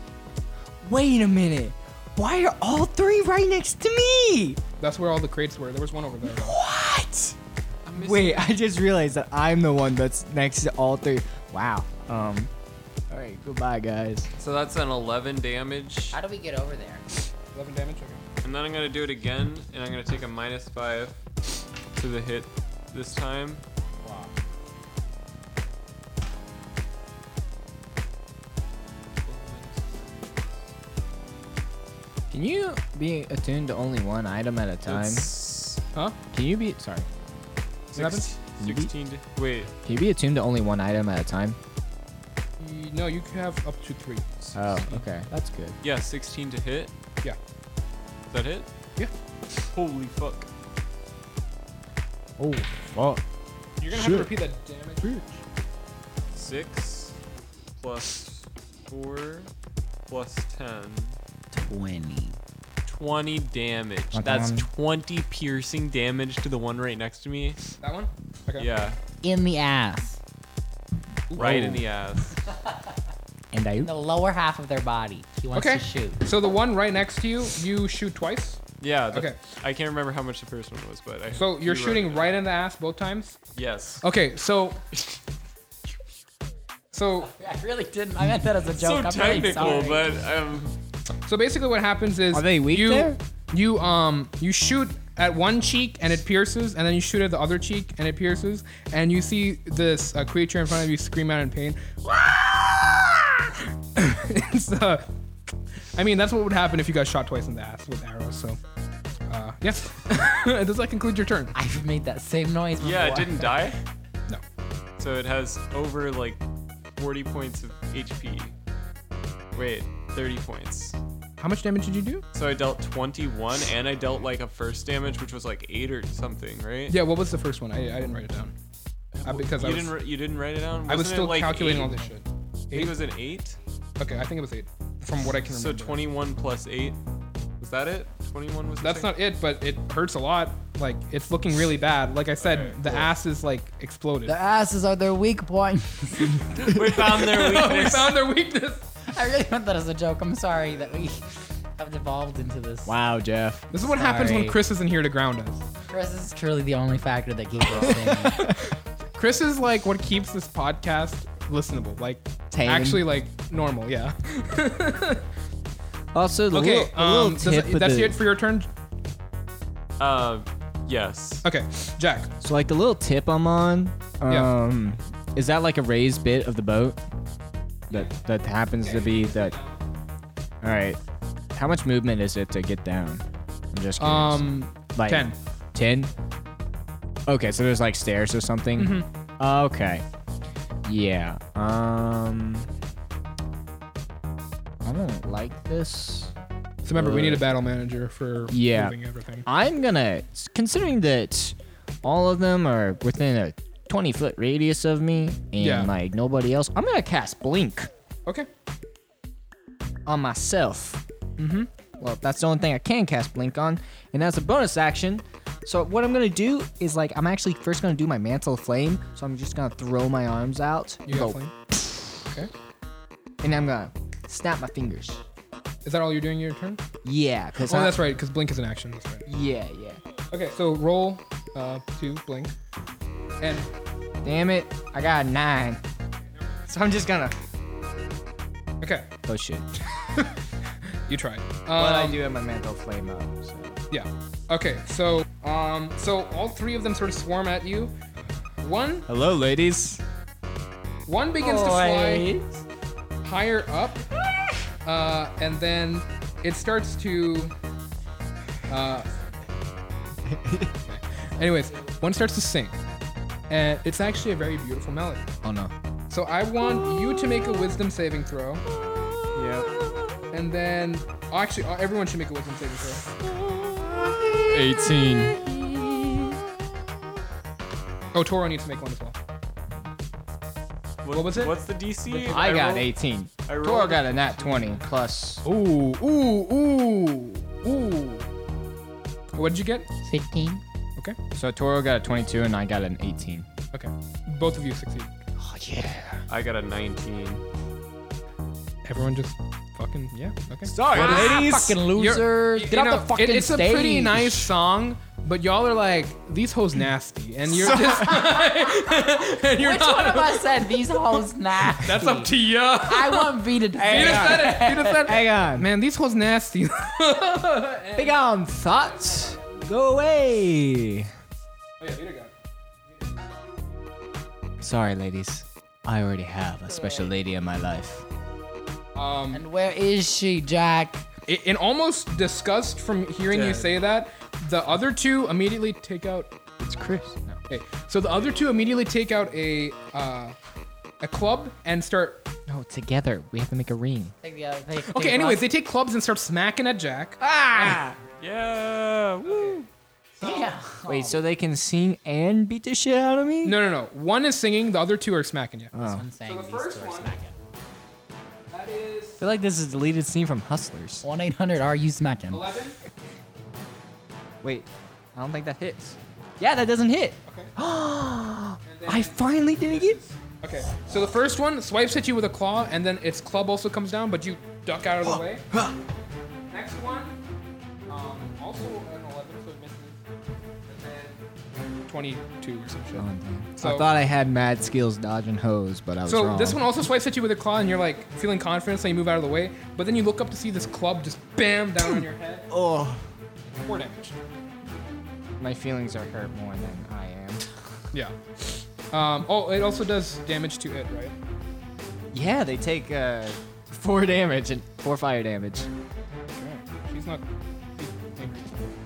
Wait a minute. Why are all three right next to me?
That's where all the crates were. There was one over there. though.
What? Wait, I just realized that I'm the one that's next to all three. Wow. Um. All right. Goodbye, guys.
So that's an 11 damage.
How do we get over there?
11 damage. Okay.
And then I'm gonna do it again, and I'm gonna take a minus five to the hit this time.
Can you be attuned to only one item at a time?
That's
Huh?
Can you be sorry?
What
six- 16 to, wait,
Can you be attuned to only one item at a time?
Y- No, you can have up to three.
Oh, okay. That's good.
yeah, 16 to hit.
Yeah.
Is that hit?
Yeah.
Holy fuck.
Oh, fuck.
You're gonna have to repeat that damage.
Six plus four plus 10.
20.
20 damage. That's 20 piercing damage to the one right next to me.
That one. Okay.
Yeah,
In the ass.
right
Oh.
in the ass.
And I.
In the lower half of their body. He wants
Okay.
to shoot.
So the one right next to you, you shoot twice.
Yeah. the-
Okay.
I can't remember how much the first one was, but I.
So you're
you wrote
shooting
it.
right in the ass both times.
Yes.
Okay, so. So
I really didn't. I meant that as a
so
joke. I'm really
technical,
sorry.
but um,
so basically, what happens is
Are they weak
you
there?
you um you shoot at one cheek and it pierces, and then you shoot at the other cheek and it pierces, and you see this uh, creature in front of you scream out in pain. it's, uh, I mean, that's what would happen if you got shot twice in the ass with arrows. So, uh, yes, does that conclude your turn?
I've made that same noise before.
Yeah, it didn't die.
No.
So it has over like 40 points of HP. Wait, 30 points.
How much damage did you do?
So I dealt 21 and I dealt like a first damage, which was like 8 or something, right?
Yeah, what was the first one? I, I didn't write it down uh, because
You
I was,
didn't, ri- you didn't write it down?
I was
Wasn't it,
still
like,
calculating
eight?
all this shit.
I think it was an 8.
Okay, I think it was eight, from what I can
So
remember.
21 plus 8. Was that it? 21 was the
That's
second-
not it, but it hurts a lot. Like it's looking really bad. Like I said, the ass is like exploded.
The asses are their weak point.
We found their
we
weakness.
found their weakness.
I really meant that as a joke. I'm sorry that we have devolved into this.
Wow, Jeff.
This is what happens when
Sorry.
Chris isn't here to ground us.
Chris is truly the only factor that keeps us sane.
Chris is like what keeps this podcast listenable. Like
Tame.
actually like normal. Yeah.
Also, the
Okay.
little, the little
Um, does-
tip with
that's
the-
it for your turn.
Uh, yes.
Okay, Jack.
So like the little tip I'm on,
Yeah.
um, is that like a raised bit of the boat that that happens to be that? All right, how much movement is it to get down? I'm just curious.
Um,
like
10.
Ten. Okay, so there's like stairs or something.
Mm-hmm.
Okay. Yeah. Um. I don't like this.
so remember we need a battle manager for
Yeah.
moving everything.
I'm gonna, considering that all of them are within a 20 foot radius of me and
Yeah.
like nobody else, I'm gonna cast Blink
Okay.
on myself. Mm-hmm. Well, that's the only thing I can cast Blink on, and that's a bonus action. So what I'm gonna do is like I'm actually first gonna do my Mantle of Flame. So I'm just gonna throw my arms out,
You got
go,
flame. Okay.
and I'm gonna snap my fingers.
Is that all you're doing your turn?
Yeah, cause
Oh,
I-
that's right. Because blink is an action. That's right.
yeah, yeah.
Okay. So roll uh, two blink. And
Damn it, I got a nine. So I'm just gonna.
okay,
Oh shit.
you tried. Um,
But I do have my Mantle of Flame up. So.
Yeah. Okay. So, um, so all three of them sort of swarm at you. One,
Hello, ladies.
one begins to fly higher up, uh, and then it starts to. Uh, anyways, one starts to sing, and it's actually a very beautiful melody.
Oh no.
So I want you to make a wisdom saving throw,
Yep.
and then oh, actually uh, everyone should make a wisdom saving throw.
18.
Oh, Toro needs to make one as well. What was it?
What's the DC?
I got
rolled-
18.
I rolled-
Tor got a nat 20 plus.
Ooh, ooh, ooh, ooh. What did you get?
15.
Okay.
So Toro got a 22 and I got an 18.
Ah,
Okay. Both of you succeed.
I got a 19.
Everyone just fucking yeah. Okay.
Sorry, ladies.
Fucking loser. Get
You
off
know,
the fucking
it- it's
stage.
a pretty nice song, but y'all are like these hoes nasty, and you're just and you're
Which
not.
one of us said these hoes nasty?
That's up to you. You
I want V to
just
dance.
said it. You just said it.
Hang on.
Man, these hoes nasty.
Big on thoughts. Go away. Sorry, ladies. I already have a special lady in my life.
um,
And where is she, Jack?
i- in almost disgust from hearing you say that, the other two immediately take out
It's Chris. No.
Okay, so the other two immediately take out a uh, a club and start.
No, together. We have to make a ring.
Take the other, take, take
Okay,
it
anyways,
off.
they take Ah! clubs and start smacking at Jack.
Yeah. Woo.
yeah.
Wait, so they can sing and beat the shit out of me?
No, no, no. One is singing, the other two are smacking you.
I'm saying Oh, these two are smacking.
That is
I feel like this is a deleted scene from Hustlers.
1 800 Are You Smacking?
eleven.
Wait, I don't think that hits. Yeah, that doesn't hit. I finally did it.
Okay, so the first one swipes at you with a claw, and then its club also comes down, but you duck out of the way. Next one, um, also an eleven, so it misses. And then twenty-two or some shit.
I thought I had mad skills dodging hose, but I was
So
wrong.
this one also swipes at you with a claw, and you're like feeling confident, so you move out of the way. But then you look up to see this club just bam down on your head.
Oh.
Four damage.
my feelings are hurt more than I am.
Yeah. Um, oh, it also does damage to it, right?
Yeah, they take uh, four damage and four fire damage.
She's not. she's angry.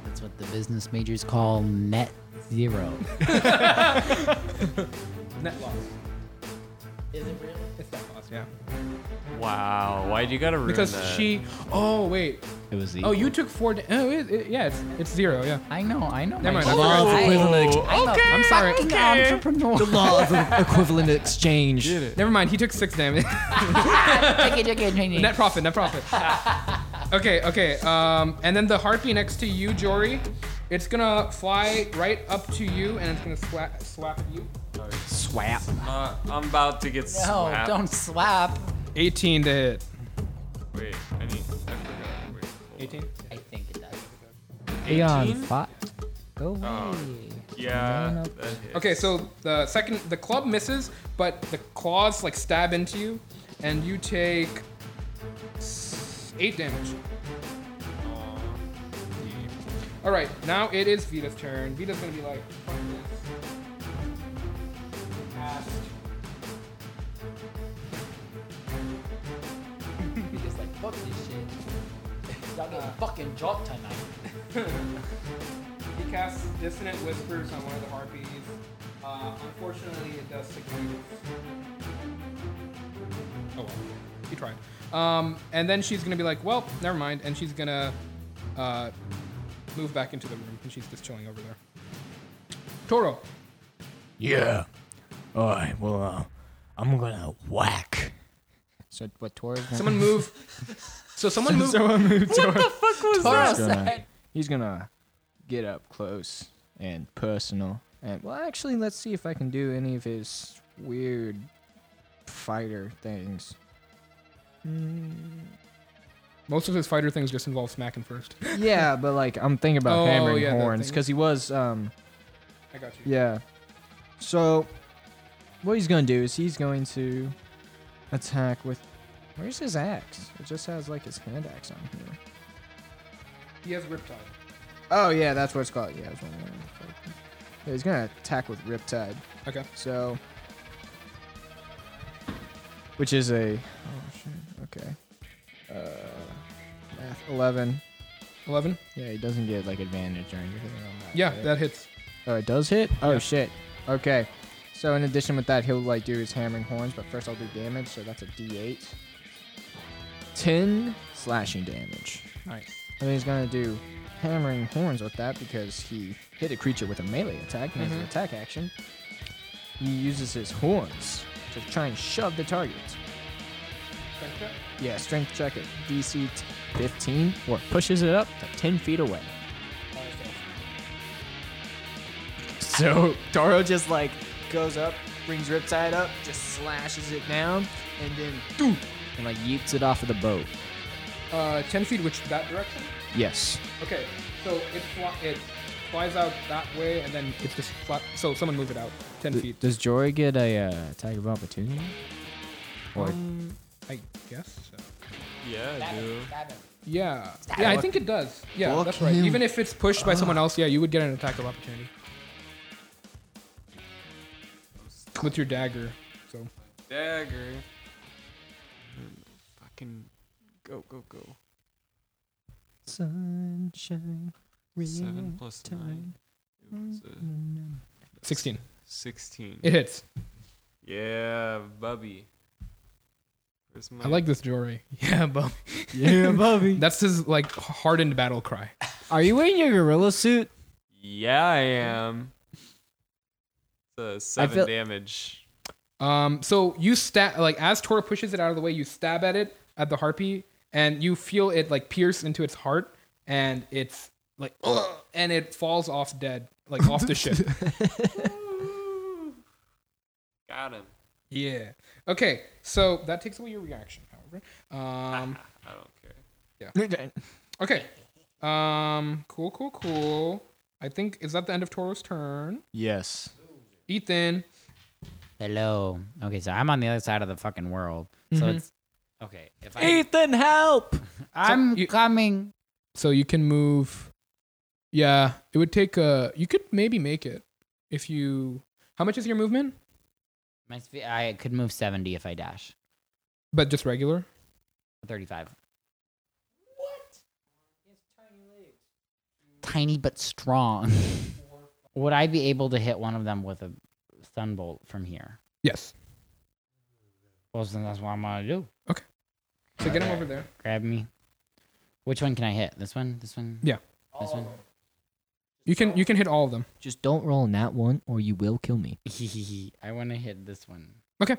That's what the business majors call net zero.
Net loss.
Is it real?
It's net loss, yeah.
Wow. Why'd you gotta ruin
Because
that?
she. Oh wait.
It was the
Oh, you took four. Da- oh, it, it- yeah. It's it's zero. Yeah.
I know, I know.
Never
my
mind.
shit.
Love
Oh. I-
equivalent.
I'm a- I'm sorry. Entrepreneur.
law of equivalent exchange.
Never mind. He took six damage.
Take it, take it, take it.
net profit. Net profit. okay. Okay. Um, and then the harpy next to you, Jory. It's gonna fly right up to you, and it's gonna slap slap at you.
Swap.
Uh, I'm about to get no,
No,
slapped.
don't slap.
18 to hit.
Wait, I need. I forgot. Wait, hold
18.
I think it does.
on.
Beyond
18?
five. Go away.
Oh.
Yeah. That hits.
Okay, so the second, the club misses, but the claws like stab into you, and you take s- eight damage. All right, now it is Vita's turn. Vita's gonna be like. fuck this. Cast.
You're just like, fuck this shit. Y'all getting fucking dropped tonight.
He casts Dissonant Whispers on one of the harpies. Uh, unfortunately, it does succeed. Oh well, he tried. Um, and then she's gonna be like, "Well, never mind," and she's gonna uh, move back into the room, and she's just chilling over there. Toro,
Yeah. All right. Well, uh, I'm gonna whack.
So what Torres?
someone move. So someone move.
Toro
He's gonna-
said.
he's gonna get up close and personal. And well, actually, let's see if I can do any of his weird fighter things. Mm,
Most of his fighter things just involve smacking first.
yeah, but like I'm thinking about
Oh,
hammering
yeah, that
horns
thing.
because he was, um,
I got you.
yeah. So what he's gonna do is he's going to attack with. Where's his axe? It just has like his hand axe on here.
He has Riptide.
Oh yeah, that's what it's called. Yeah, I was wondering. Yeah, he's gonna attack with Riptide.
Okay.
So, which is a oh shit okay, uh, math eleven.
Eleven.
Yeah, he doesn't get like advantage or anything on that.
Yeah,
right?
that hits.
Oh, it does hit. Oh
Yeah.
shit. Okay. So in addition with that, he'll like do his hammering horns, but first I'll do damage. So that's a D8. Ten slashing damage.
Nice.
And he's gonna do hammering horns with that because he hit a creature with a melee attack and
Mm-hmm.
has an attack action. He uses his horns to try and shove the target.
Strength check?
Yeah, strength check at DC 15 or pushes it up to 10 feet away. So Taro just like goes up, brings Riptide up, just slashes it down, and then doom, and like yeets it off of the boat.
Uh, ten feet, which that direction?
Yes.
Okay, so it fly, it flies out that way, and then it just fly, so someone move it out ten
Th-
feet.
Does Jory get a uh, attack of opportunity? Or
I guess. So.
Yeah, dude.
Yeah, yeah, I think it does. Yeah, that's right. Even if it's pushed by someone else, yeah, you would get an attack of opportunity with your dagger. So
Dagger. Fucking go, go, go.
sunshine,
Seven plus nine. It was a
Mm.
sixteen,
sixteen.
it hits.
Yeah, Bubby. Where's my
I like this jewelry. Yeah, bum.
Yeah, Bobby.
That's his like hardened battle cry.
Are you wearing your gorilla suit?
Yeah, I am. It's a seven
feel-
damage.
Um, so you stab like as Tora pushes it out of the way, you stab at it at the harpy, and you feel it like pierce into its heart, and it's like, "Ugh," and it falls off dead, like off the ship.
Got him.
Yeah. Okay. So that takes away your reaction, however. Um,
I don't care.
okay. Um, cool, cool, cool. I think is that the end of Toro's turn.
yes.
Ethan.
Hello. Okay, so I'm on the other side of the fucking world. So
Mm-hmm.
it's okay. If I
Ethan, help!
I'm
you-
coming.
So you can move. Yeah, it would take a. You could maybe make it if you. How much is your movement?
My spe- I could move 70 if I dash.
But just regular.
35. What? Tiny but strong. Would I be able to hit one of them with a sunbolt from here?
Yes.
Well, then that's what I'm gonna do.
So get him over there.
Grab me. Which one can I hit? This one? This one?
Yeah.
This one?
You can you can hit all of them.
Just don't roll in that one, or you will kill me.
I want to hit this one.
Okay.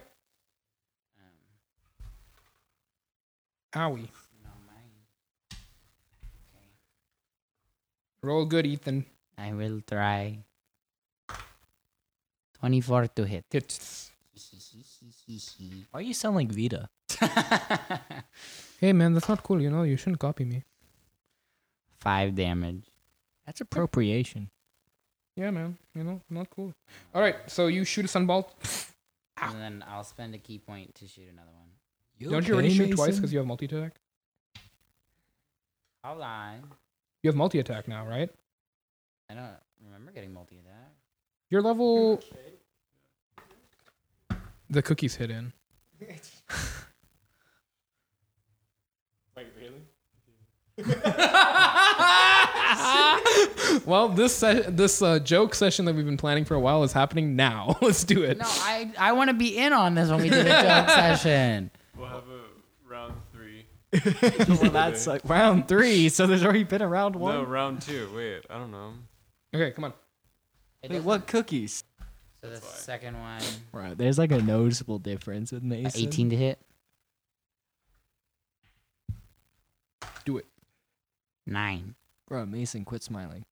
Um,
Owie.
no, mine.
Roll good, Ethan.
I will try. 24 to hit.
Hits.
Why you sound like Vita?
Hey man, that's not cool. You know you shouldn't copy me.
Five damage.
That's appropriation.
Yeah, man. You know, not cool. All right, so you shoot a sunbolt.
And then I'll spend a key point to shoot another one.
Don't you already shoot twice because you have multi attack?
Hold on.
You have multi attack now, right?
I don't remember getting multi attack.
Your level. The cookie's hidden. well, this se- this uh, joke session that we've been planning for a while is happening now. Let's do it.
No, I, I want to be in on this when we do the joke session.
We'll have a round three.
well, that's like round three, so there's already been a round one.
No, round two. Wait, I don't know.
Okay, come on.
Wait,
It doesn't-
what cookies?
So the second one,
Bro, there's like a noticeable difference with
a
Mason.
18 to hit.
Do it.
Nine.
Bro, Mason, quit smiling.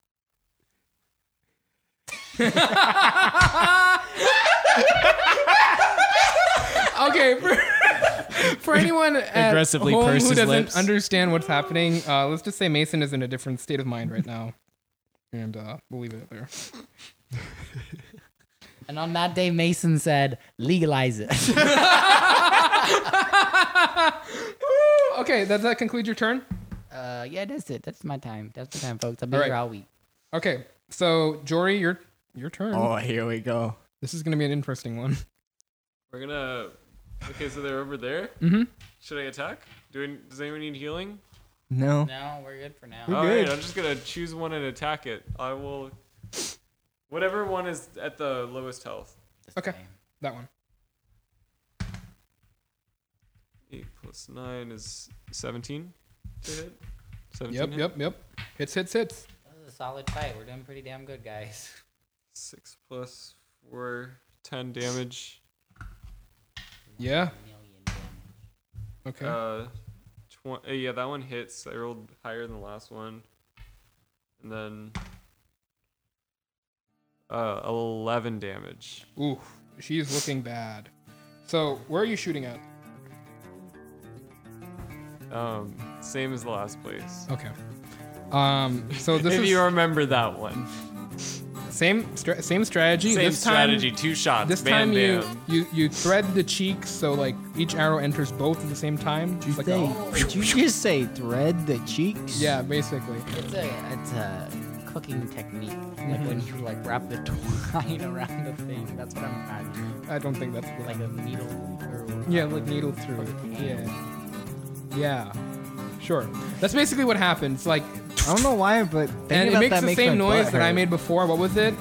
Okay, for, for anyone at
Aggressively
home
purse
who
his
doesn't
lips.
understand what's happening, uh, let's just say Mason is in a different state of mind right now, and uh, we'll leave it there.
And on that day, Mason said, legalize it.
Woo! okay, does that conclude your turn?
uh, yeah, that's it. That's my time. That's the time, folks. I'll be
All
here
right.
all week.
Okay, so Jory, your your turn.
here we go.
This is gonna be an interesting one.
We're gonna. Okay, so they're over there.
Mm-hmm.
Should I attack? Do we, does anyone need healing?
No.
No, we're good for now.
All
good.
I'm just gonna choose one and attack it. I will. Whatever one is at the lowest health.
This
Okay.
way.
That one.
Eight plus nine is seventeen. To hit. Seventeen.
Yep,
hit?
yep, yep. Hits, hits, hits.
This is a solid fight. We're doing pretty damn good, guys.
Six plus four, ten damage.
Yeah.
Million damage.
Okay.
Uh, tw- uh, yeah, that one hits. I rolled higher than the last one, and then uh, eleven damage.
Ooh, she's looking bad. So, where are you shooting at?
Um, same as the last place.
Okay. Um. So this
if
is
you remember that one,
same stra- same strategy.
same
this time,
strategy, two shots.
This
bam,
time you,
bam.
you you thread the cheeks so like each arrow enters both at the same time. Just like a-
did you just say thread the cheeks?
yeah, basically.
It's a it's a cooking technique. Like when you like wrap the twine around the thing. That's what I'm imagining.
I don't think that's what
Like a needle or
Yeah, like needle through. it. Yeah. Yeah. Sure. That's basically what happens. Like,
I don't know why, but
and
thinking
it
about
makes
that
the
my
same
butt
noise that I
hurt.
made before. What was it?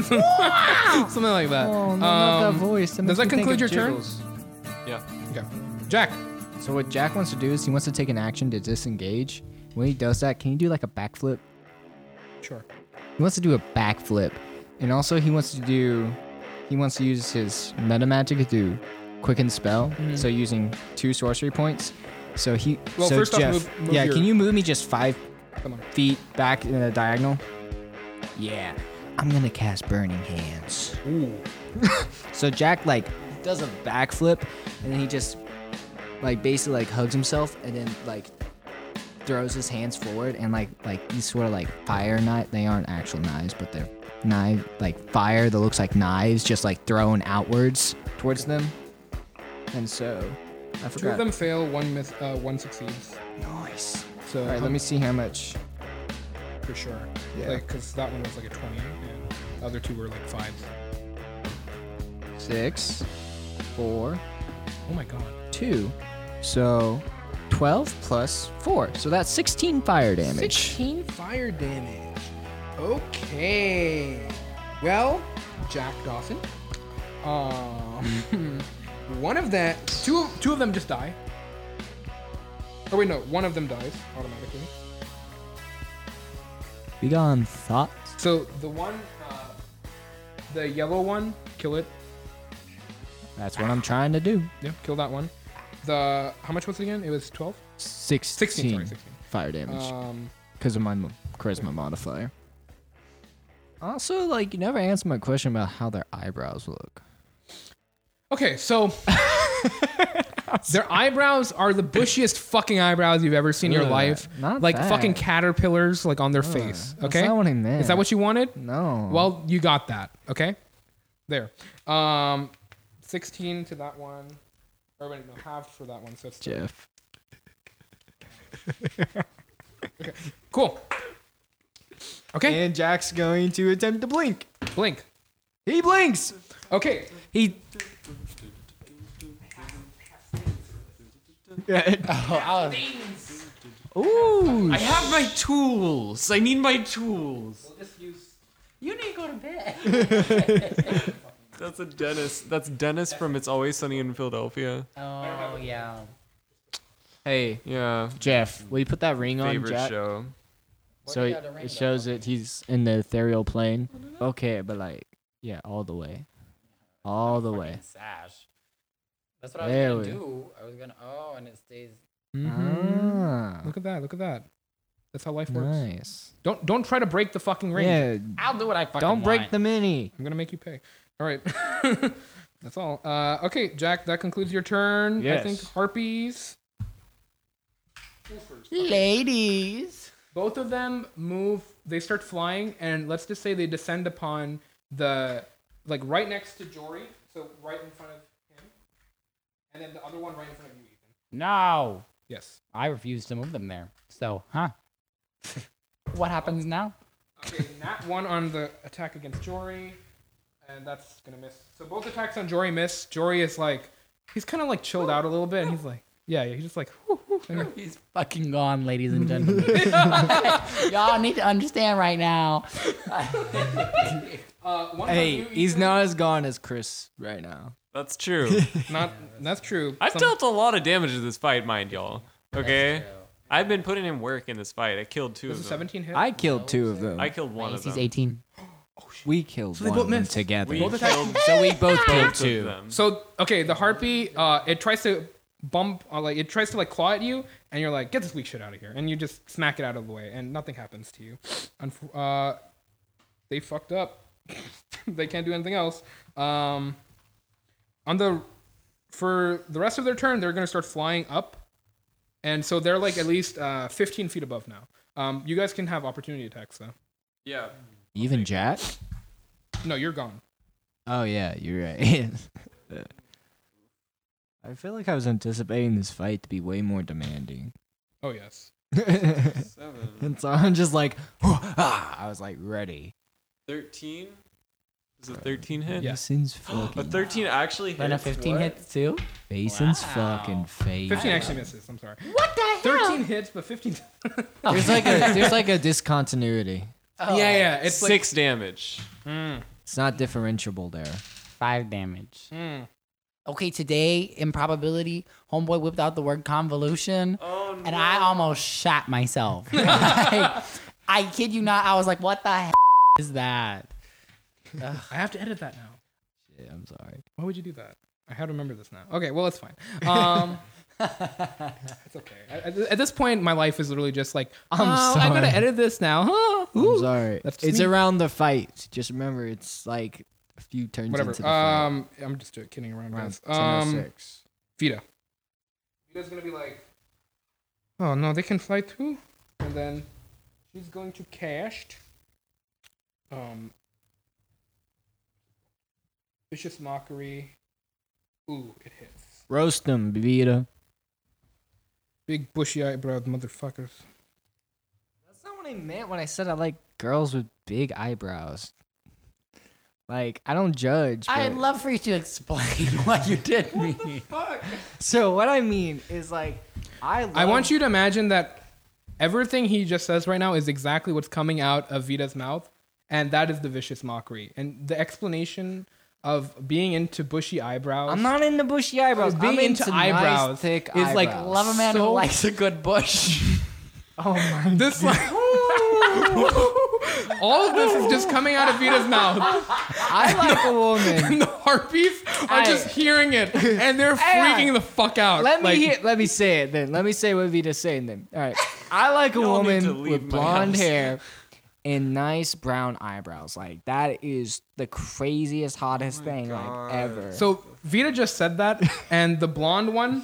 Something like that.
Oh, no, not that
Um,
voice.
does
makes
that
me think
conclude your
of
turn?
Jiggles.
yeah.
Okay. Jack.
So what Jack wants to do is he wants to take an action to disengage. When he does that, can you do like a backflip?
Sure.
He wants to do a backflip, and also he wants to do. He wants to use his meta magic to do quicken spell. So using two sorcery points. So he.
Mm-hmm. Well,
so
first off,
Jeff,
move- move
yeah,
your-
can you move me just five
Come on.
feet back in a diagonal? Yeah, I'm gonna cast Burning Hands. Ooh. so Jack like does a backflip, and then he just like basically like hugs himself, and then like throws his hands forward and like like these sort of like fire knife they aren't actual knives but they're knife like fire that looks like knives just like thrown outwards towards them and so i
Two of
forgot
them fail. One miss. Uh, one succeeds.
nice
So
All right, let me see how much.
for sure.
Yeah.
Like, cause that one was like a twenty, and the other two were like fives.
Six, four,
Oh my god.
two. So 12 plus four. So that's 16 fire damage.
16 fire damage. Okay. Well, Jack Dawson. Um, one of that, two, two of them just die. Oh wait, no, one of them dies automatically.
Be gone, thoughts.
So the one, uh, the yellow one, kill it.
That's what I'm trying to do.
Yeah, kill that one. The how much was it again? It was twelve.
16,
sorry, 16.
fire damage
Um,
because of my mo- charisma modifier. Also, like, you never answered my question about how their eyebrows look.
Okay, so their eyebrows are the bushiest fucking eyebrows you've ever seen in your
Ugh,
life.
not
like
that.
fucking caterpillars like on their face.
That's
Okay.
not what I meant.
Is that what you wanted?
No.
Well, you got that. Okay. There. Um sixteen to that one. Or wait, no, half for that one. So it's
Jeff.
cool. Okay.
And Jack's going to attempt to blink.
Blink.
He blinks.
Okay.
He.
Oh, I have my tools. I need my tools.
You need to go to bed.
That's a Dennis. That's Dennis from It's Always Sunny in Philadelphia.
Oh yeah.
Hey,
Yeah,
Jeff, will you put that ring on
favorite
Jack?
show.
So it, it shows that he's in the ethereal plane. Okay, but like, yeah, all the way. All the way.
Sash. That's what I was
There
gonna
we-
do. I was gonna. Oh, and it stays.
Ah,
Mm-hmm. Look at that. Look at that. That's how life works.
nice.
Don't don't try to break the fucking ring.
Yeah,
I'll do what I fucking
don't break
the.
the mini.
I'm gonna make you pay. All right. That's all. Uh, okay, Jack. That concludes your turn. I
Yes.
think harpies.
Ladies.
Both of them move. They start flying, and let's just say they descend upon the like right next to Jory, so right in front of him, and then the other one right in front of you, Ethan.
No,
Yes.
I refuse to move them there. So, huh? what happens now?
Okay, that one on the attack against Jory, and that's gonna miss. So both attacks on Jory miss. Jory is like, he's kind of like chilled out a little bit, and he's like, yeah, yeah he's just like, whew, whew, and he-
He's fucking gone, ladies and gentlemen. Y'all need to understand right now.
uh, one
Hey,
on you,
he's
Ethan.
not as gone as Chris right now.
That's true.
Not that's true.
I've
Some-
dealt a lot of damage to this fight, mind y'all. Okay, I've been putting in work in this fight. I killed two
This
of
is
them.
17 hit.
I killed two of them.
I killed one of
He's
them.
18.
we killed one
both
of them
missed.
together.
We
Both
killed
attacks-
both
so we both killed
of
two.
them.
so okay, the harpy uh it tries to bump uh, like it tries to like claw at you and you're like get this weak shit out of here and you just smack it out of the way and nothing happens to you. Unf- uh they fucked up. they can't do anything else. Um on the for the rest of their turn they're going to start flying up. And so they're like at least uh 15 feet above now. Um you guys can have opportunity attacks though.
Yeah.
Even Jack?
No, you're gone.
Oh yeah, you're right. I feel like I was anticipating this fight to be way more demanding.
Oh yes.
and so I'm just like, ah, I was like ready.
13? Is a 13 hit?
Yeah.
Basin's
A
fucking
13 actually hits.
Then a 15
what?
hits too.
Basin's
Wow.
fucking face.
15 actually misses. I'm sorry.
What the hell?
13 hits, but 15.
There's like a there's like a discontinuity.
Yeah, yeah. It's
Six damage.
It's not differentiable there.
Five damage.
Mm.
Okay, today in probability, homeboy whipped out the word convolution,
Oh no.
and I almost shot myself. Like, I kid you not. I was like, "What the hell is that?"
I have to edit that now.
Shit, I'm sorry.
Why would you do that? I had to remember this now. Okay, well, it's fine. Um, it's okay. At, at this point, my life is literally just like, oh,
I'm
I gotta
sorry.
edit this now. Huh?
I'm
Ooh.
sorry.
That's just
It's
me.
around the fight. Just remember, it's like a few turns
Whatever.
into the fight.
Um, I'm just doing- kidding around,
Around
guys.
10
Um,
or 6.
Vita. Vita's gonna be like, oh no, they can fly too. And then she's going to cast. Um. Vicious mockery. Ooh, it hits.
Roast them, Vita.
Big bushy eyebrows, motherfuckers.
I meant when I said I like girls with big eyebrows. Like I don't judge.
I'd
but-
love for you to explain what you did mean.
so what I mean is like I. Love,
I want you to imagine that everything he just says right now is exactly what's coming out of Vita's mouth, and that is the vicious mockery. And the explanation of being into bushy eyebrows.
I'm not into bushy eyebrows.
being
I'm into, eyebrows. Nice, thick
is like
eyebrows.
Love a man who
So-
likes a good bush.
this like all of this is just coming out of Vita's mouth,
I like a woman.
and the harpies are
Hey.
just hearing it, and they're
Hey,
freaking the fuck out.
Let me
Like,
hear, let me say it then. Let me say what Vita's saying then. All right. I like a
Y'all need to
woman
leave
with
my
blonde
house.
hair and nice brown eyebrows. Like that is the craziest, hottest thing like ever.
So Vita just said that, and the blonde one,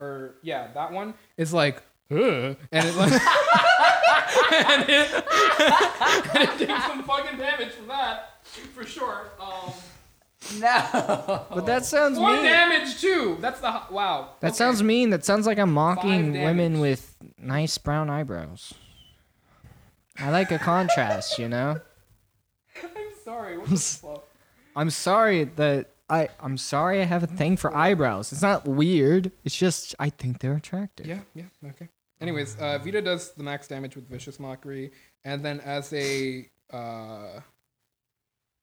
or yeah, that one is like, "Ugh," and it like, and it, and it did some fucking damage from that, for sure. Um,
but that sounds
more
mean.
damage too. That's the ho- wow.
That sounds mean. That sounds like I'm mocking
Five
women
damage.
with nice brown eyebrows. I like a contrast, you know.
Sorry, what the fuck?
I'm sorry that I I'm sorry I have a thing for eyebrows. It's not weird. It's just I think they're attractive.
Yeah, yeah, okay. Anyways, uh, Vita does the max damage with vicious mockery, and then as a uh,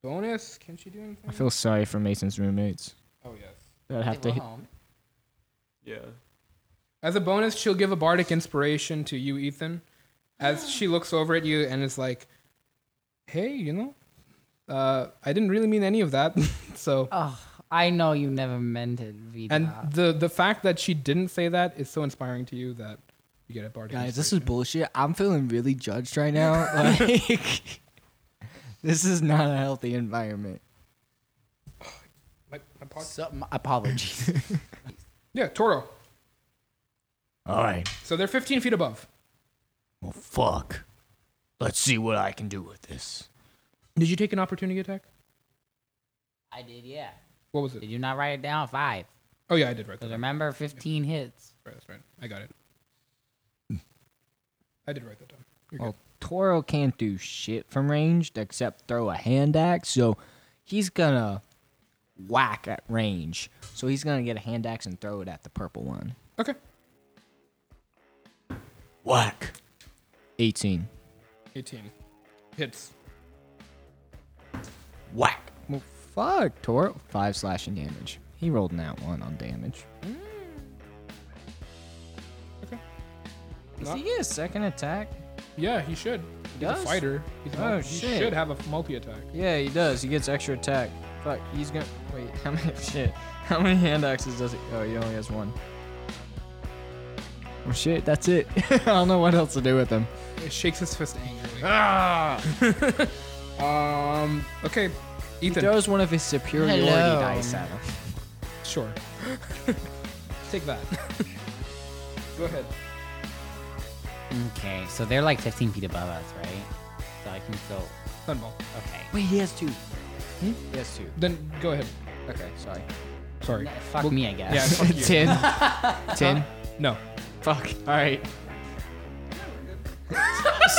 bonus, can she do
I
anything?
feel sorry for Mason's roommates
Oh yes.
that have to.
Well,
hit-
home.
Yeah.
As a bonus, she'll give a bardic inspiration to you, Ethan, as she looks over at you and is like, "Hey, you know, uh, I didn't really mean any of that." so,
Oh, I know you never meant it, Vita.
and the the fact that she didn't say that is so inspiring to you that you get a bardic.
Guys, this is
inspiration.
bullshit. I'm feeling really judged right now. Like this is not a healthy environment.
my, my pod-
so, my apologies.
yeah, Toro.
All right.
So they're 15 feet above.
Well, fuck. Let's see what I can do with this.
Did you take an opportunity attack?
I did, yeah.
What was
Did
it?
you not write it down? Five.
Oh yeah, I did write that.
Because
down.
remember, 15 hits.
Right, That's right. I got it. I did write that down. You're
Well, Toro can't do shit from ranged except throw a hand axe, so he's gonna whack at range. So he's gonna get a hand axe and throw it at the purple one.
good. Okay.
Whack. 18.
18 hits.
Whack. Well, fuck, Toro. Five slashing damage. He rolled an out one on damage.
Okay.
Does
Not-
he get a second attack?
Yeah, he should. He's
does?
a fighter. He's a
Oh,
multi- He
shit.
should have a multi attack.
Yeah, he does. He gets extra attack. Fuck, he's gonna. Wait, how many. Shit. How many hand axes does he. Oh, he only has one. Well, shit, that's it. I don't know what else to do with him.
It shakes his fist angrily. Ah! um. Okay,
He
Ethan.
throws one of his superiority
Hello.
dice at him.
Sure. Take that. Go ahead.
Okay, so they're like 15 feet above us, right? So I can still.
Thunball.
Okay.
Wait, he has two. He has two.
Then go ahead.
Okay, sorry.
Sorry.
N- Fuck me, I guess.
Yeah. Fuck you.
Ten. Ten.
No.
Fuck. All right.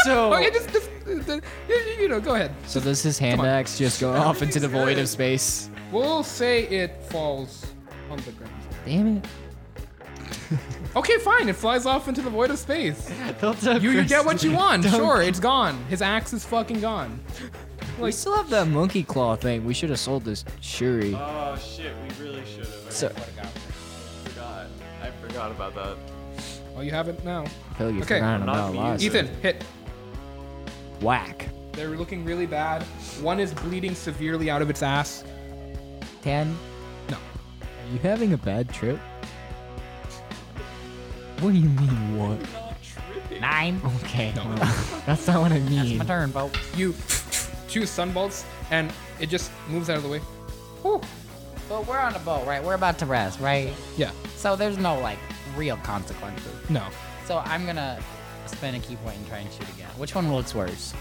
so.
Okay, Oh, just, just uh, you- you know, go ahead.
So does his hand
on.
axe just go off into the void of space?
We'll say it falls on the ground.
Damn it.
Okay, fine. It flies off into the void of space.
Don't tell
You, you
Chris.
get what you want. Sure, it's gone. His axe is fucking gone.
We still have that monkey claw thing. We should have sold this Shuri.
Oh shit, we really should have. I
So-
forgot. I forgot about that.
Well, Oh, you have it now.
Hell, you
Okay.
forgot
I'm not
about
gonna
Lazarus.
use it.
Ethan, hit.
Whack.
They're looking really bad. One is bleeding severely out of its ass.
10.
No.
Are you having a bad trip? What do you mean, what?
9.
Okay. That's not what I mean.
My turn, Bo.
You two sunbolts, and it just moves out of the way. Whew.
But we're on a boat, right? We're about to rest, right?
Yeah.
So there's no, like, real consequences.
No.
So I'm gonna spend a key point and try and shoot again. Which one looks worse?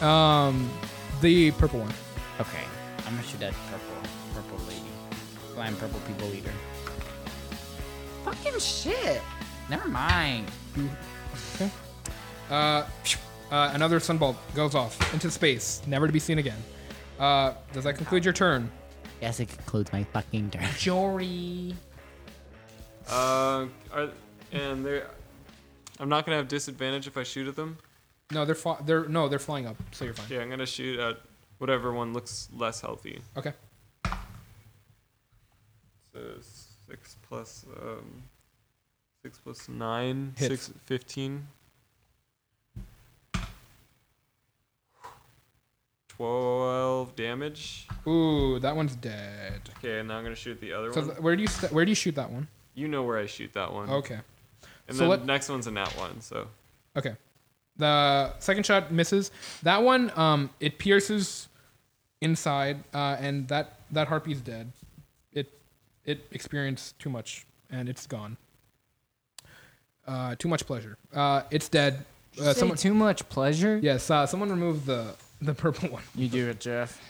Um, the purple one.
Okay, I'm gonna shoot that purple, purple lady, flying purple people leader. Fucking shit! Never mind.
Okay. Uh, uh, another sunbolt goes off into space, never to be seen again. Uh, does that conclude your turn?
Yes, it concludes my fucking turn.
Jory.
Uh, are, and they're. I'm not gonna have disadvantage if I shoot at them.
No, they're fa- they're no, they're flying up, so you're fine.
Yeah, I'm gonna shoot at whatever one looks less healthy.
Okay.
So six plus um, six plus nine,
Hits.
six fifteen. Twelve damage.
Ooh, that one's dead.
Okay, and now I'm gonna shoot the other
So
one.
th- where do you st- where do you shoot that one?
you know where I shoot that one.
Okay,
And
Oh, so
then
what-
next one's a nat one. So
okay. The second shot misses. That one, um, it pierces inside, uh, and that that harpy's dead. It it experienced too much, and it's gone. Uh, too much pleasure. Uh, it's dead. Uh, someone,
too much pleasure.
yes, uh, someone removed the the purple one.
You do it, Jeff.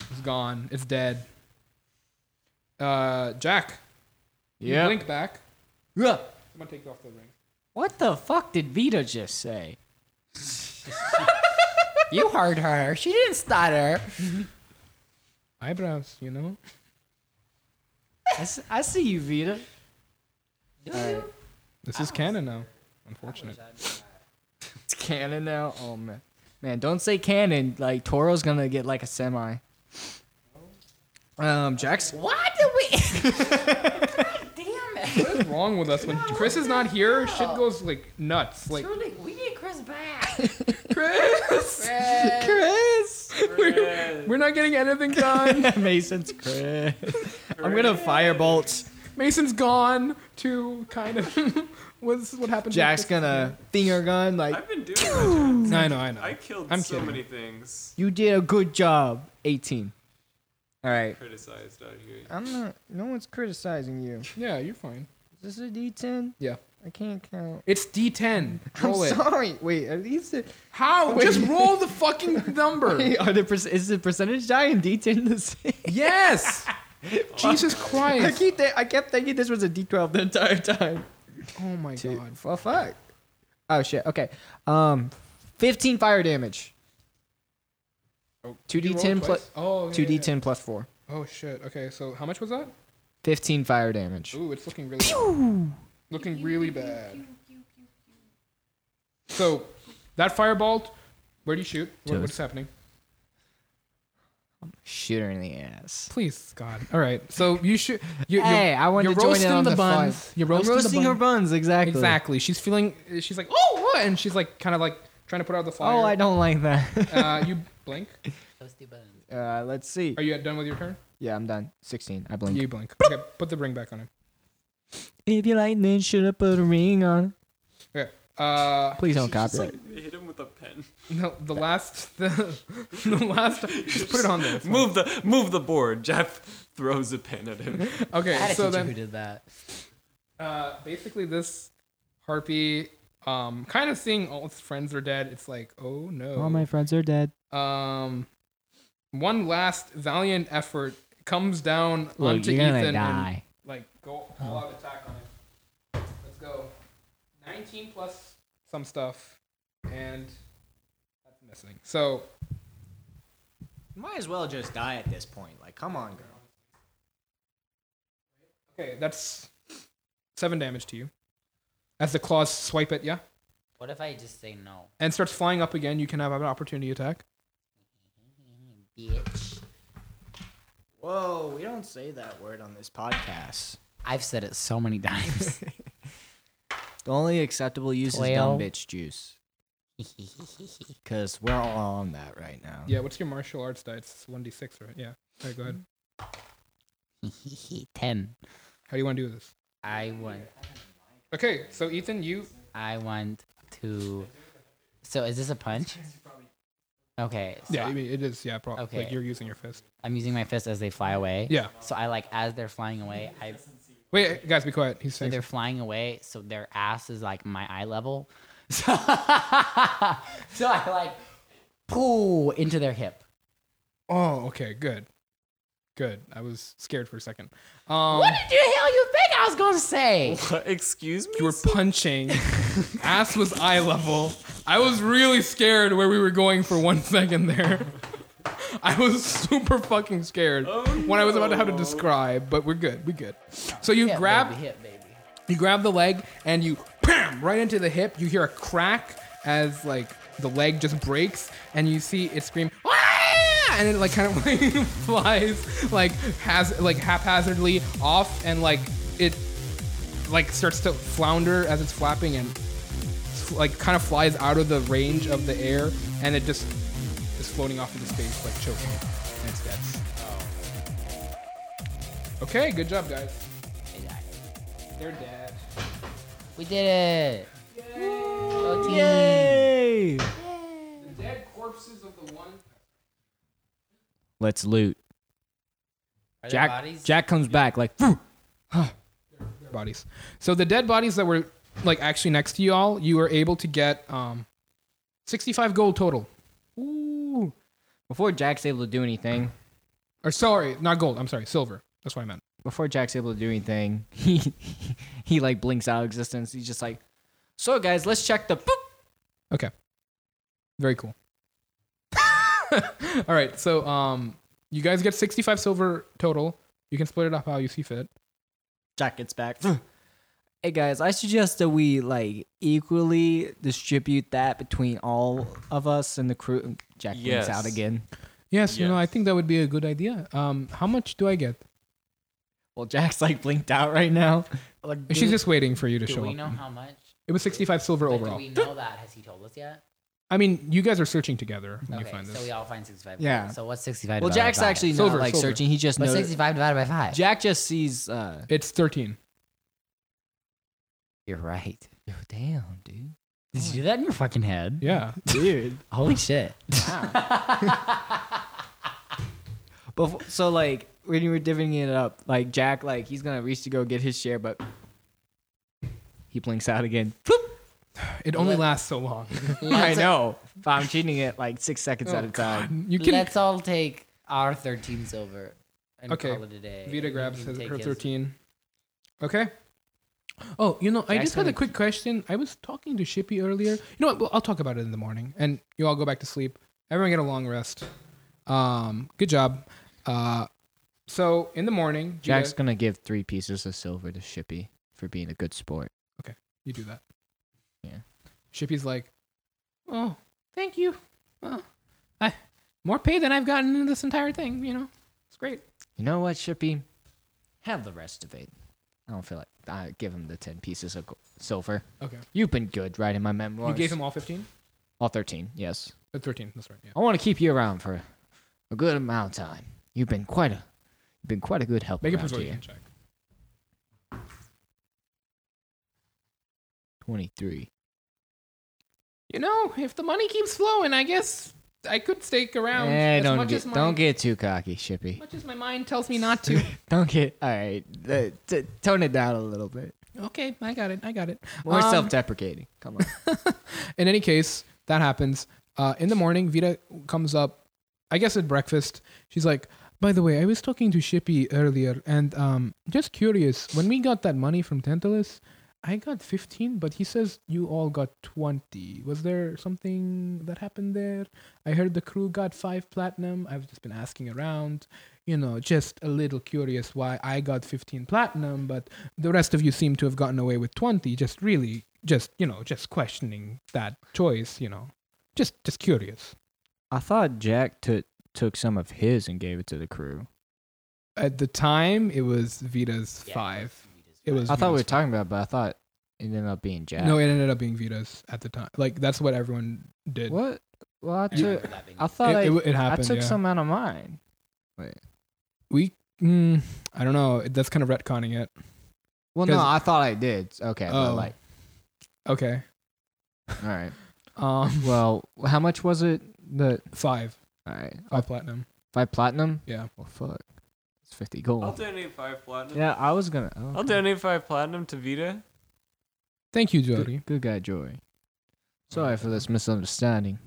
It's gone. It's dead. Uh, Jack. you
Yep.
Blink back.
Ugh.
I'm gonna take off the ring.
What the fuck did Vito just say?
you heard her. She didn't stutter.
Eyebrows, you know.
I, s- I see you, Vito.
This is canon now. Unfortunate.
It's canon now. Oh man, man, don't say canon. Like Toro's gonna get like a semi. Um, Jack's.
Why did we? God damn it!
What is wrong with us? When Chris is not here, shit goes like nuts. Like
Truly, we need Chris back.
Chris.
we're not getting anything done.
Mason's Chris. I'm gonna firebolt.
Mason's gone too. Kind of. What's what happened? to
Jack's
Chris?
gonna finger gun. Like
I've been doing. that, Jack.
I know. I know.
I killed
I'm
so
kidding.
many things.
you did a good job. 18. All right.
Criticized out here.
I'm not. No one's criticizing you.
Yeah, you're fine.
Is this a D10?
Yeah.
I can't count.
It's D10. Roll
I'm
it.
sorry. Wait, at least it,
How? Just roll the fucking number.
are the perc- is the percentage die and D10 the same?
yes. Jesus
I
Christ.
keep thi- I kept thinking this was a D12 the entire time.
Oh my god.
Well, fuck. Oh shit. Okay. Um, 15 fire damage. Two
You rolled
D10 plus
twice? Oh. yeah,
two
yeah, yeah.
D10 plus four.
Oh shit. Okay, so how much was that?
15 fire damage.
Ooh, it's looking really looking really bad. So that firebolt, where do you shoot? What,
Toes.
what's happening?
Shooter in the ass.
Please, God. All right. So you shoot. You,
Hey,
you're,
I want
you're
to join in
roasting
on
the
fun.
buns. You're
I'm
roasting the
roasting her
bun.
buns. Exactly.
exactly. She's feeling. She's like, oh, what? and she's like, kind of like trying to put out the fire.
Oh, I don't like that.
Uh, you blink.
uh, let's see.
Are you done with your turn?
Yeah, I'm done. 16. I blink.
You blink. Okay, put the ring back on him.
If you lightning, should have put a ring on.
Okay. Uh,
Please don't
Just
copy it.
like hit him with a pen.
no, the last, the, the last. Just put it on there.
Move the move the board. Jeff throws a pen at him.
Okay,
I had a
so
teacher
then
who did that.
Uh, basically, this harpy, um, kind of seeing all its friends are dead. It's like, oh no.
All my friends are dead.
um, one last valiant effort comes down
Look,
onto
you're gonna
Ethan and
die. Oh.
like go all out attack on him. Let's go. 19 plus some stuff, and that's missing. So
Might as well just die at this point. Like, come on, girl.
okay, that's seven damage to you. As the claws swipe at you
What if I just say no,
and starts flying up again, you can have an opportunity attack.
bitch?
Whoa, we don't say that word on this podcast.
I've said it so many times.
The only acceptable use
Twelve.
is dumb bitch juice. Because we're all on that right now.
Yeah, what's your martial arts die? It's 1d6, right? Yeah. All right, go ahead.
Ten.
How do you want to do this?
I want.
Okay, so Ethan, you.
I want to. So is this a punch? Okay. So
Yeah, I mean, it is. Yeah, probably.
Okay.
Like you're using your fist.
I'm using my fist as they fly away.
Yeah.
So I like as they're flying away, I
Wait, guys, be quiet. He's
so
saying.
they're flying away, so their ass is like my eye level. So, so I like pull into their hip.
Oh, okay, good. Good. I was scared for a second. Um,
What did the hell you think I was gonna say?
Excuse me.
You were punching. Ass was eye level. I was really scared where we were going for one second there. I was super fucking scared when I was about to have to describe, but we're good. We good. So you grab
Baby, hit, baby.
you grab the leg and you bam right into the hip. You hear a crack as like the leg just breaks, and you see it scream. "Ah!" And it like kind of like flies like has like haphazardly off, and like it like starts to flounder as it's flapping, and like kind of flies out of the range of the air, and it just is floating off into space like choking, and it's dead. Okay, good job, guys. They're dead.
We did it. Go team.
The dead corpses of the one.
Let's loot.
Are there
Jack
bodies?
Jack comes back like "Phew."
bodies. So the dead bodies that were like actually next to you all, you were able to get um, 65 gold total.
Ooh. Before Jack's able to do anything,
Or sorry, not gold. I'm sorry, silver. That's what I meant.
before Jack's able to do anything, he he like blinks out of existence. He's just like, so guys, let's check the. Boop.
Okay. Very cool. all right, so um, you guys get 65 silver total. You can split it up how you see fit.
Jack gets back. Hey guys, I suggest that we like equally distribute that between all of us and the crew. Jack blinks out
Yes.
again.
Yes, you know, I
Yes.
think that would be a good idea. Um, how much do I get?
Well, Jack's like blinked out right now.
Like,
She's just waiting for you to
do
show
we
up.
know how much?
It was 65 silver
Like,
overall.
Do we know that? Has he told us yet?
I mean, you guys are searching together when you
Okay,
find this.
so we all find 65.
Yeah.
So what's 65?
Well,
divided
Jack's
by five?
actually
Silver,
not like
silver.
searching. He just
What's
knows.
65 divided by 5?
Jack just sees. uh
it's 13.
You're right. Yo, damn, dude. Did you do that in your fucking head?
Yeah.
dude.
Holy shit.
Before, so like when you were divvying it up, like Jack, like he's gonna reach to go get his share, but he blinks out again.
It only lasts so long.
I know, but I'm cheating it like six seconds at a time.
You can
Let's all take our 13 silver and
Okay.
call it a day.
Vita
You
grabs
can
his,
take
her
his-
13. Okay. Oh, you know, I just had a
Jackson-
quick question. I was talking to Shippy earlier. You know what? Well, I'll talk about it in the morning, and you all go back to sleep. Everyone get a long rest. Um, good job. Uh, so in the morning, you
Jack's
guys-
gonna give three pieces of silver to Shippy for being a good sport.
you do that.
Yeah.
Shippy's like, oh, thank you. Oh, I more pay than I've gotten in this entire thing. You know, it's great.
You know what, Shippy? Have the rest of it. I don't feel like I give him the ten pieces of go- silver.
Okay.
You've been good writing my
You
memoirs.
gave him all fifteen.
all thirteen. Yes.
Uh, Thirteen. That's right. Yeah.
I want to keep you around for a good amount of time. You've been quite a, you've been quite a good help
Make a
around
persuasion
here.
check.
Twenty-three.
you know, if the money keeps flowing, I guess I could stake around
Eh,
as
don't
much
get,
as my,
don't get too cocky, Shippy.
much as my mind tells me not to.
Don't get. All right, uh, t- tone it down a little bit.
okay, I got it. I got it.
More
Um,
self-deprecating. Come on.
In any case, that happens. Uh, in the morning, Vita comes up, I guess at breakfast. She's like, by the way, I was talking to Shippy earlier, and um, just curious, when we got that money from Tantalus, I got 15, but he says you all got 20. Was there something that happened there? I heard the crew got five platinum. I've just been asking around, you know, just a little curious why I got 15 platinum, but the rest of you seem to have gotten away with 20. Just really, just, you know, just questioning that choice, you know. Just, just curious.
I thought Jack took took some of his and gave it to the crew.
At the time, it was Vita's
Yeah.
five. It was.
I thought we were
Vita's
talking about, it, but I thought it ended up being Jack.
five. No, it ended up being Vita's at the time. Like that's what everyone did.
what? Well, I
I remember
took.
that being-
I thought
It-
I,
it- it
I
happened,
took
yeah.
some out of mine.
We. Mm, I don't know. That's kind of retconning it.
Well, no,
'Cause-
I thought I did. Okay,
Oh.
but like,
Okay.
all right.
Um.
Well, how much was it? The
Five.
all right,
Five platinum.
five platinum.
Yeah.
Well, fuck, it's fifty
I'll
gold.
donate five platinum.
Yeah, I was gonna. oh,
I'll
okay.
donate five platinum to Vita.
Thank you, Jody.
Good, good guy, Jory. Sorry for this misunderstanding.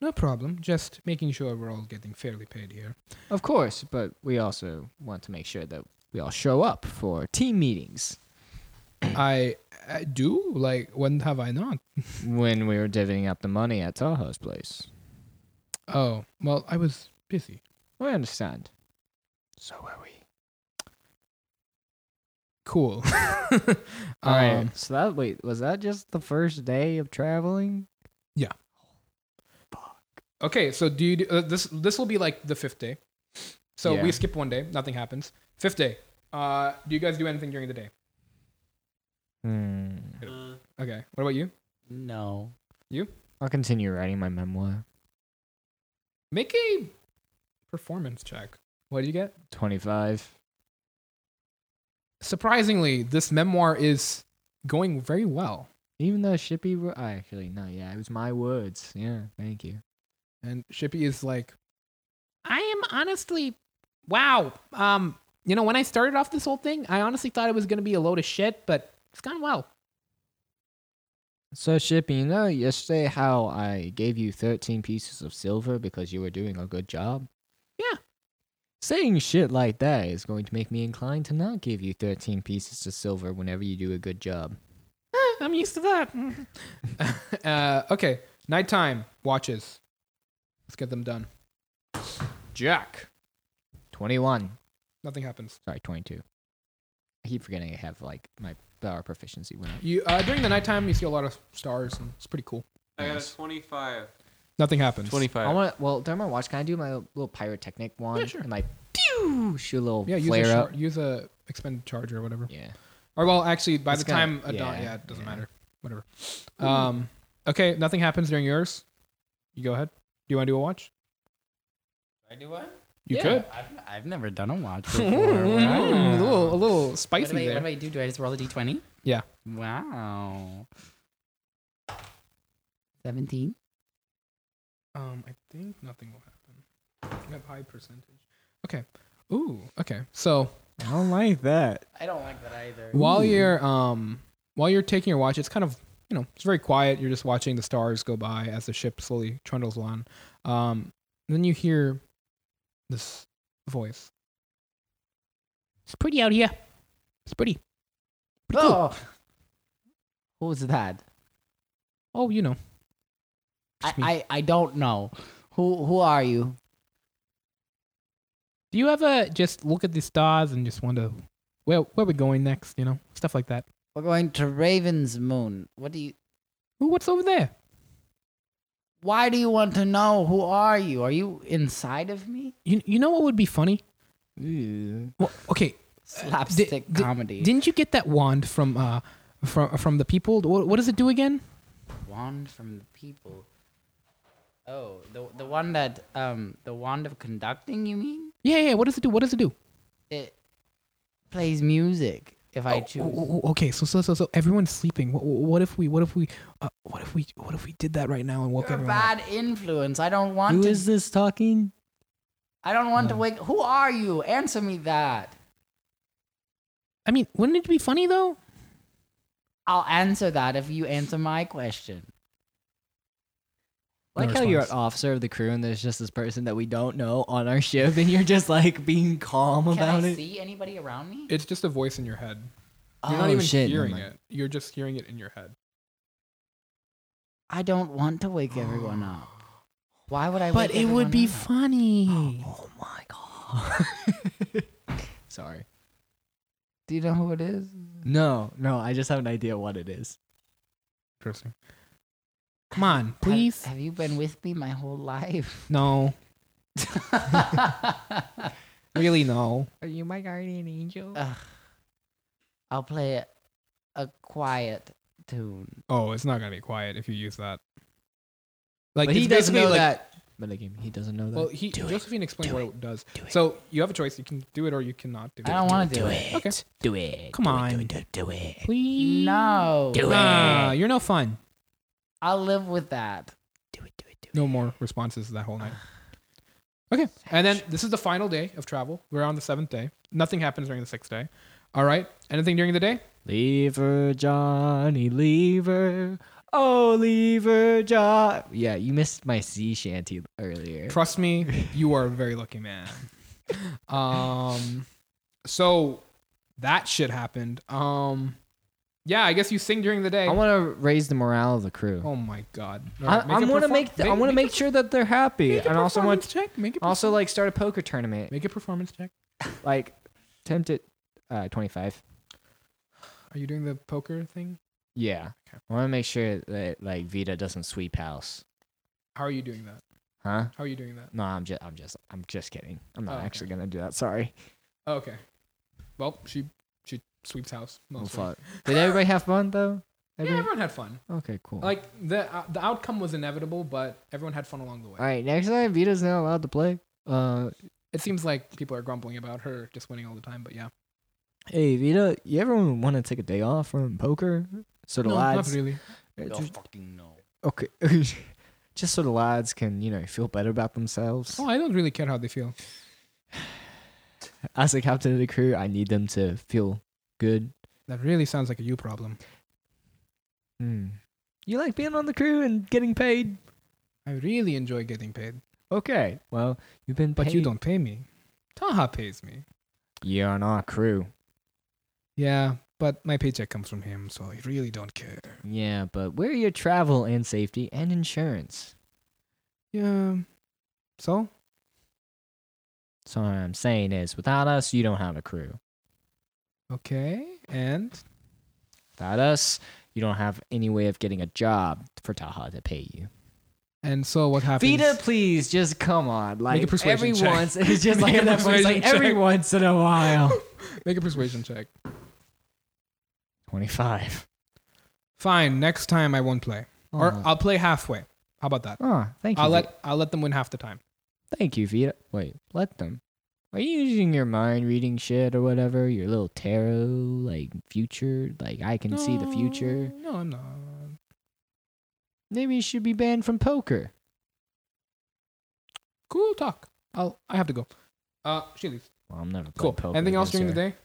No problem. Just making sure we're all getting fairly paid here.
Of course, but we also want to make sure that we all show up for team meetings
I, I do. Like, when have I not?
when we were divvying up the money at Tahoe's place.
Oh, well, I was busy.
I understand.
So were we. Cool.
All right.
Um,
So that wait, was that just the first day of traveling?
Okay, so do you do, uh, this? This will be like the fifth day. So
Yeah.
we skip one day, nothing happens. Fifth day. Uh, do you guys do anything during the day?
Hmm.
Okay. What about you?
No.
I'll continue writing my memoir.
Make a performance check. What do you get?
Twenty-five.
Surprisingly, this memoir is going very well,
Even though Shippy, wr- I actually no, yeah, it was my words. Yeah, thank you.
and Shippy is like, I am honestly, wow. Um, you know, when I started off this whole thing, I honestly thought it was gonna be a load of shit, but it's gone well.
So Shippy, you know yesterday how I gave you thirteen pieces of silver because you were doing a good job.
Yeah.
Saying shit like that is going to make me inclined to not give you thirteen pieces of silver whenever you do a good job.
I'm used to that. uh, okay, nighttime watches. Let's get them done. Jack.
Twenty-one.
Nothing happens.
Sorry, twenty-two. I keep forgetting I have like my power proficiency went up.
You uh, during the nighttime, you see a lot of stars, and it's pretty cool.
I got a 25.
Nothing happens.
25.
I want. Well, during my watch, can I do my little pyrotechnic one?
sure.
And like, pew, shoot a little
Yeah, use a
flare up.
char- use a expended charge or whatever.
Yeah.
Or well, actually, by
It's
the
gonna-
time a dawn-
yeah,
yeah, it doesn't
yeah.
matter. Whatever. Um. Okay, nothing happens during yours. You go ahead. Do you want to do a watch?
I do what?
You could.
I've, I've never done a watch
Mm, a
before.
little, a little
What
spicy
do, I,
there.
what do I do? Do I just roll a d20?
Yeah.
Wow. 17.
Um, I think nothing will happen. You have high percentage. Okay. Ooh. Okay. So
I don't like that.
I don't like that either.
while you're um while you're taking your watch, it's kind of you know it's very quiet. You're just watching the stars go by as the ship slowly trundles on. Um, then you hear this voice. It's pretty out here. It's pretty. pretty cool.
Oh. What was that?
Oh, you know.
I,
Just me.
I, I don't know. Who who are you?
Do you ever just look at the stars and just wonder where where we're going next? You know, stuff like that.
We're going to Raven's Moon. What do you?
Ooh, what's over there?
Why do you want to know? Who are you? Are you inside of me?
You you know what would be funny? Well, okay,
Slapstick
di-
comedy.
didn't you get that wand from uh from from the people? What, what does it do again?
wand from the people. Oh, the the one that um the wand of conducting. You mean
Yeah, yeah. What does it do? What does it do?
it plays music if I
Oh,
choose.
oh, oh, okay, so so so so everyone's sleeping. What, what if we what if we uh, what if we what if we did that right now and woke
You're a
everyone up?
bad influence. I don't want
Who
to.
is this talking?
I don't want to wake. Who are you? Answer me that.
I mean, wouldn't it be funny though?
I'll answer that if you answer my question.
Like
No
how you're an
response.
officer of the crew and there's just this person that we don't know on our ship and you're just like being calm
Can
about
I
it.
see anybody around me?
It's just a voice in your head.
You're not Oh, even shit, hearing never
it. You're just hearing it in your head.
I don't want to wake everyone up. Why would I?
But
wake
it would
everyone
be
up?
funny.
Oh my god. Sorry.
Do you know who it is?
No, no, I just have an idea what it is.
Interesting. Come on,
Have-
please.
Have, you been with me my whole life?
No,
I'll
really, no.
Are you my guardian angel?
play a quiet tune.
Oh, it's not gonna be quiet if you use that. Like
but he
it's
doesn't
basically
know
like-
that. But again, he doesn't know that.
Well, he Josephine explained what it, does. So you have a choice. You can do it or you cannot do it.
I don't want to do, it.
Okay.
Do it.
Come
do
on.
It, do it. Do it.
Please.
No.
Do it.
Nah, you're no fun.
I'll live with that.
Do it. Do it. Do it.
No more responses that whole night. Okay. And then this is the final day of travel. We're on the seventh day. Nothing happens during the sixth day. All right. Anything during the day?
Lever, Johnny, lever. Oliver John. Yeah, you missed my sea shanty earlier.
Trust me, you are a very lucky man. Um, so that shit happened. Um, yeah, I guess you sing during the day.
I want to raise the morale of the crew.
oh my god,
I, I
Alright, a
want to
perform-
make the, I want to make sure that they're happy,
make a
and also want
performance check. Make a
also like start a poker tournament,
make a performance check.
like tempt it, uh, twenty five.
Are you doing the poker thing?
Yeah, I want to make sure that like Vita doesn't sweep house,
How are you doing that?
huh?
How are you doing that?
No, I'm just, I'm just, I'm just kidding. I'm not
Oh, okay.
actually gonna do that. Sorry.
Oh, okay. Well, she she sweeps house
Oh,
mostly.
fuck. Did everybody have fun though?
yeah,
Everyone-
everyone had fun.
Okay, cool.
Like the uh, the outcome was inevitable, but everyone had fun along the way.
All right, next time Vita's not allowed to play. Uh,
It seems like people are grumbling about her just winning all the time, but yeah.
hey Vita, you ever want to take a day off from poker? So the
No, not
lads,
really.
uh,
Y'all
just-
fucking know.
okay, just so the lads can you know feel better about themselves.
Oh, I don't really care how they feel.
As the captain of the crew, I need them to feel good.
That really sounds like a you problem.
Hmm. You like being on the crew and getting paid?
I really enjoy getting paid,
Okay, well you've been,
but you
paid.
don't pay me. Taha pays me.
You're on our crew.
Yeah, but my paycheck comes from him, so I really don't care.
Yeah, but we're your travel and safety and insurance.
Yeah. So
So what I'm saying is, without us, you don't have a crew.
okay, and
Without us, you don't have any way of getting a job for Taha to pay you.
and so what happens?
Vita, please, just come on. Like
a persuasion
every
check.
once, it's just like,
Make a
every once,
persuasion
like every
check.
once in a while.
Make a persuasion check.
Twenty-five.
Fine. Next time I won't play, or I'll play halfway. How about that?
oh, Uh-huh. thank you.
I'll
Vi-
let I'll let them win half the time.
thank you, Vita. Wait, let them. Are you using your mind reading shit or whatever? Your little tarot, like future, like I can see the future.
No, I'm not.
Maybe you should be banned from poker.
Cool talk. I'll I have to go. Uh, she leaves.
Well, I'm never
Cool.
playing poker.
Anything else during
against
the day?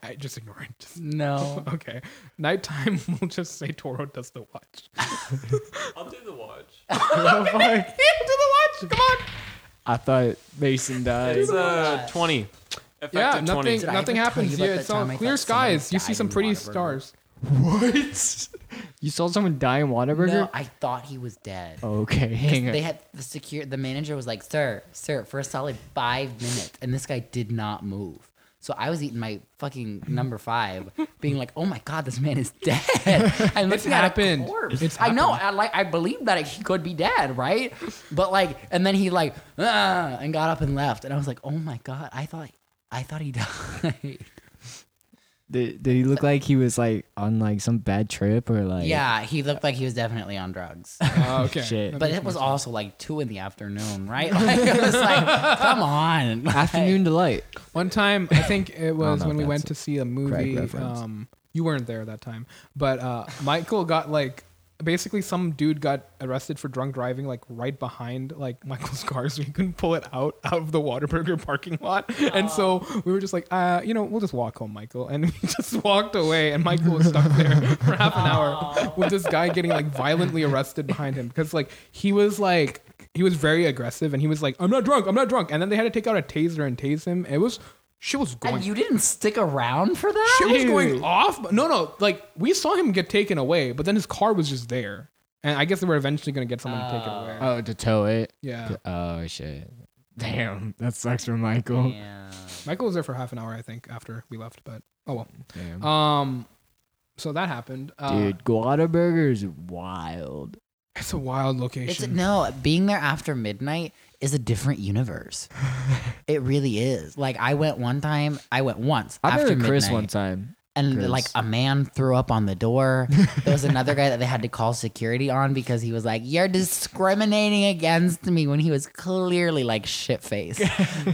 I just ignore it. Just-
No.
Okay. Nighttime, we'll just say Toro does the watch.
I'll do the watch.
her.
do the watch. Come on.
I thought Mason died.
It's uh, 20. Effective
Yeah,
20.
nothing.
Did I
Nothing
ever tell you
happens.
about
Yeah,
the
it's all
time I
clear
thought someone
skies. You see
died
some
in
pretty
Whataburger?
stars.
What? You saw someone die in Whataburger?
No, I thought he was dead.
Okay, hang on.
They had the secure. The manager was like, "Sir, sir," for a solid five minutes, and this guy did not move. So I was eating my fucking number five, being like, "Oh my god, this man is dead!" And looking at a
happened.
corpse.
It's
I know. I like. I believe that he could be dead, right? But like, and then he like, ah, and got up and left, and I was like, "Oh my god!" I thought, I thought he died.
Did, did he look like he was like on like some bad trip or like?
yeah, he looked like he was definitely on drugs.
Oh, okay.
Shit.
That
But
makes
it was also like two in the afternoon, right? Like, it was like, come on.
Afternoon delight.
One time, I think it was
know
when
if
we went
that's
to see a movie.
reference.
Um, you weren't there that time, but uh, Michael got like basically some dude got arrested for drunk driving like right behind like Michael's car, so he couldn't pull it out of the Waterburger parking lot. And so we were just like, uh, you know, we'll just walk home, Michael. And we just walked away, and Michael was stuck there for half an hour with this guy getting like violently arrested behind him because like he was like. He was very aggressive and he was like, I'm not drunk, I'm not drunk. And then they had to take out a taser and tase him. It was, she was going
And you didn't stick around for that?
shit was going off. But no, no, like we saw him get taken away, but then his car was just there, and I guess they were eventually gonna get someone to take it away.
Oh, to tow it.
yeah,
Oh shit. Damn, that sucks for Michael.
Yeah.
Michael was there for half an hour, I think, after we left. But oh
Damn.
well. Um, so that happened. Uh,
Dude, Guadaburger is wild.
it's a wild
It's
location.
no, being there after midnight is a different universe. it really is. Like I went one time, I went once
I
after
remember Chris
midnight,
one time.
and
Chris.
like a man threw up on the door. there was another guy that they had to call security on because he was like, "You're discriminating against me," when he was clearly like shit faced,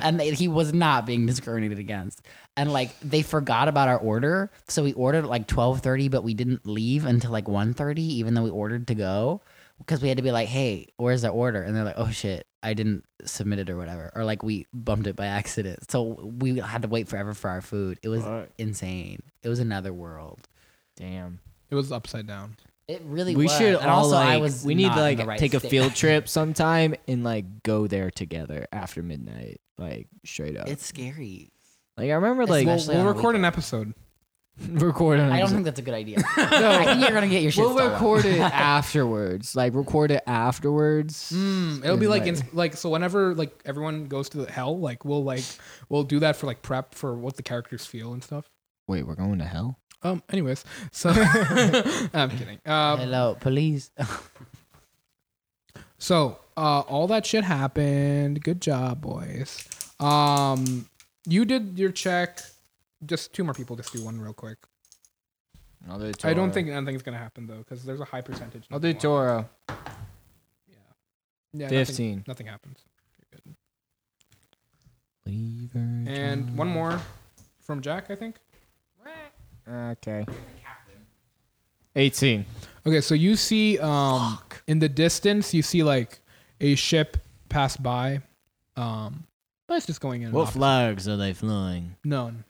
and they- he was not being discriminated against. And like they forgot about our order, so we ordered at like twelve thirty, but we didn't leave until like 1.30, even though we ordered to go because we had to be like, "Hey, where's our order?" And they're like, "Oh shit." I didn't submit it or whatever, or like we bumped it by accident. So we had to wait forever for our food. It was insane. It was another world.
Damn.
it was upside down.
It really
we
was.
should
and
all
also,
like
I was
we need
not
to
in
like
the right
take a
state.
field trip sometime and like go there together after midnight, like straight up.
It's scary.
like I remember
Well,
like
We'll,
Especially
we'll
on a
record an
weekend.
episode.
record.
I don't
it.
think that's a good idea. I think you're gonna get your shit.
We'll
stolen.
record it afterwards. Like record it afterwards.
Mm, it'll be
And,
like in, like so whenever like everyone goes to the hell, like we'll like we'll do that for like prep for what the characters feel and stuff.
wait, we're going to hell.
Um. Anyways, so I'm kidding. Um.
Hello, police.
So uh, all that shit happened. Good job, boys. Um, you did your check. Just two more people. Just do one real quick.
I'll do
I don't think anything's gonna happen though, because there's a high percentage.
I'll do Toro.
Yeah, nothing-
Fifteen.
Nothing happens.
Leave her
And
Mm.
one more from Jack, I think.
Okay. Eighteen.
Okay, so you see um in the distance you see like a ship pass by. Um but it's just going in. and
What
off.
flags are they flying?
None.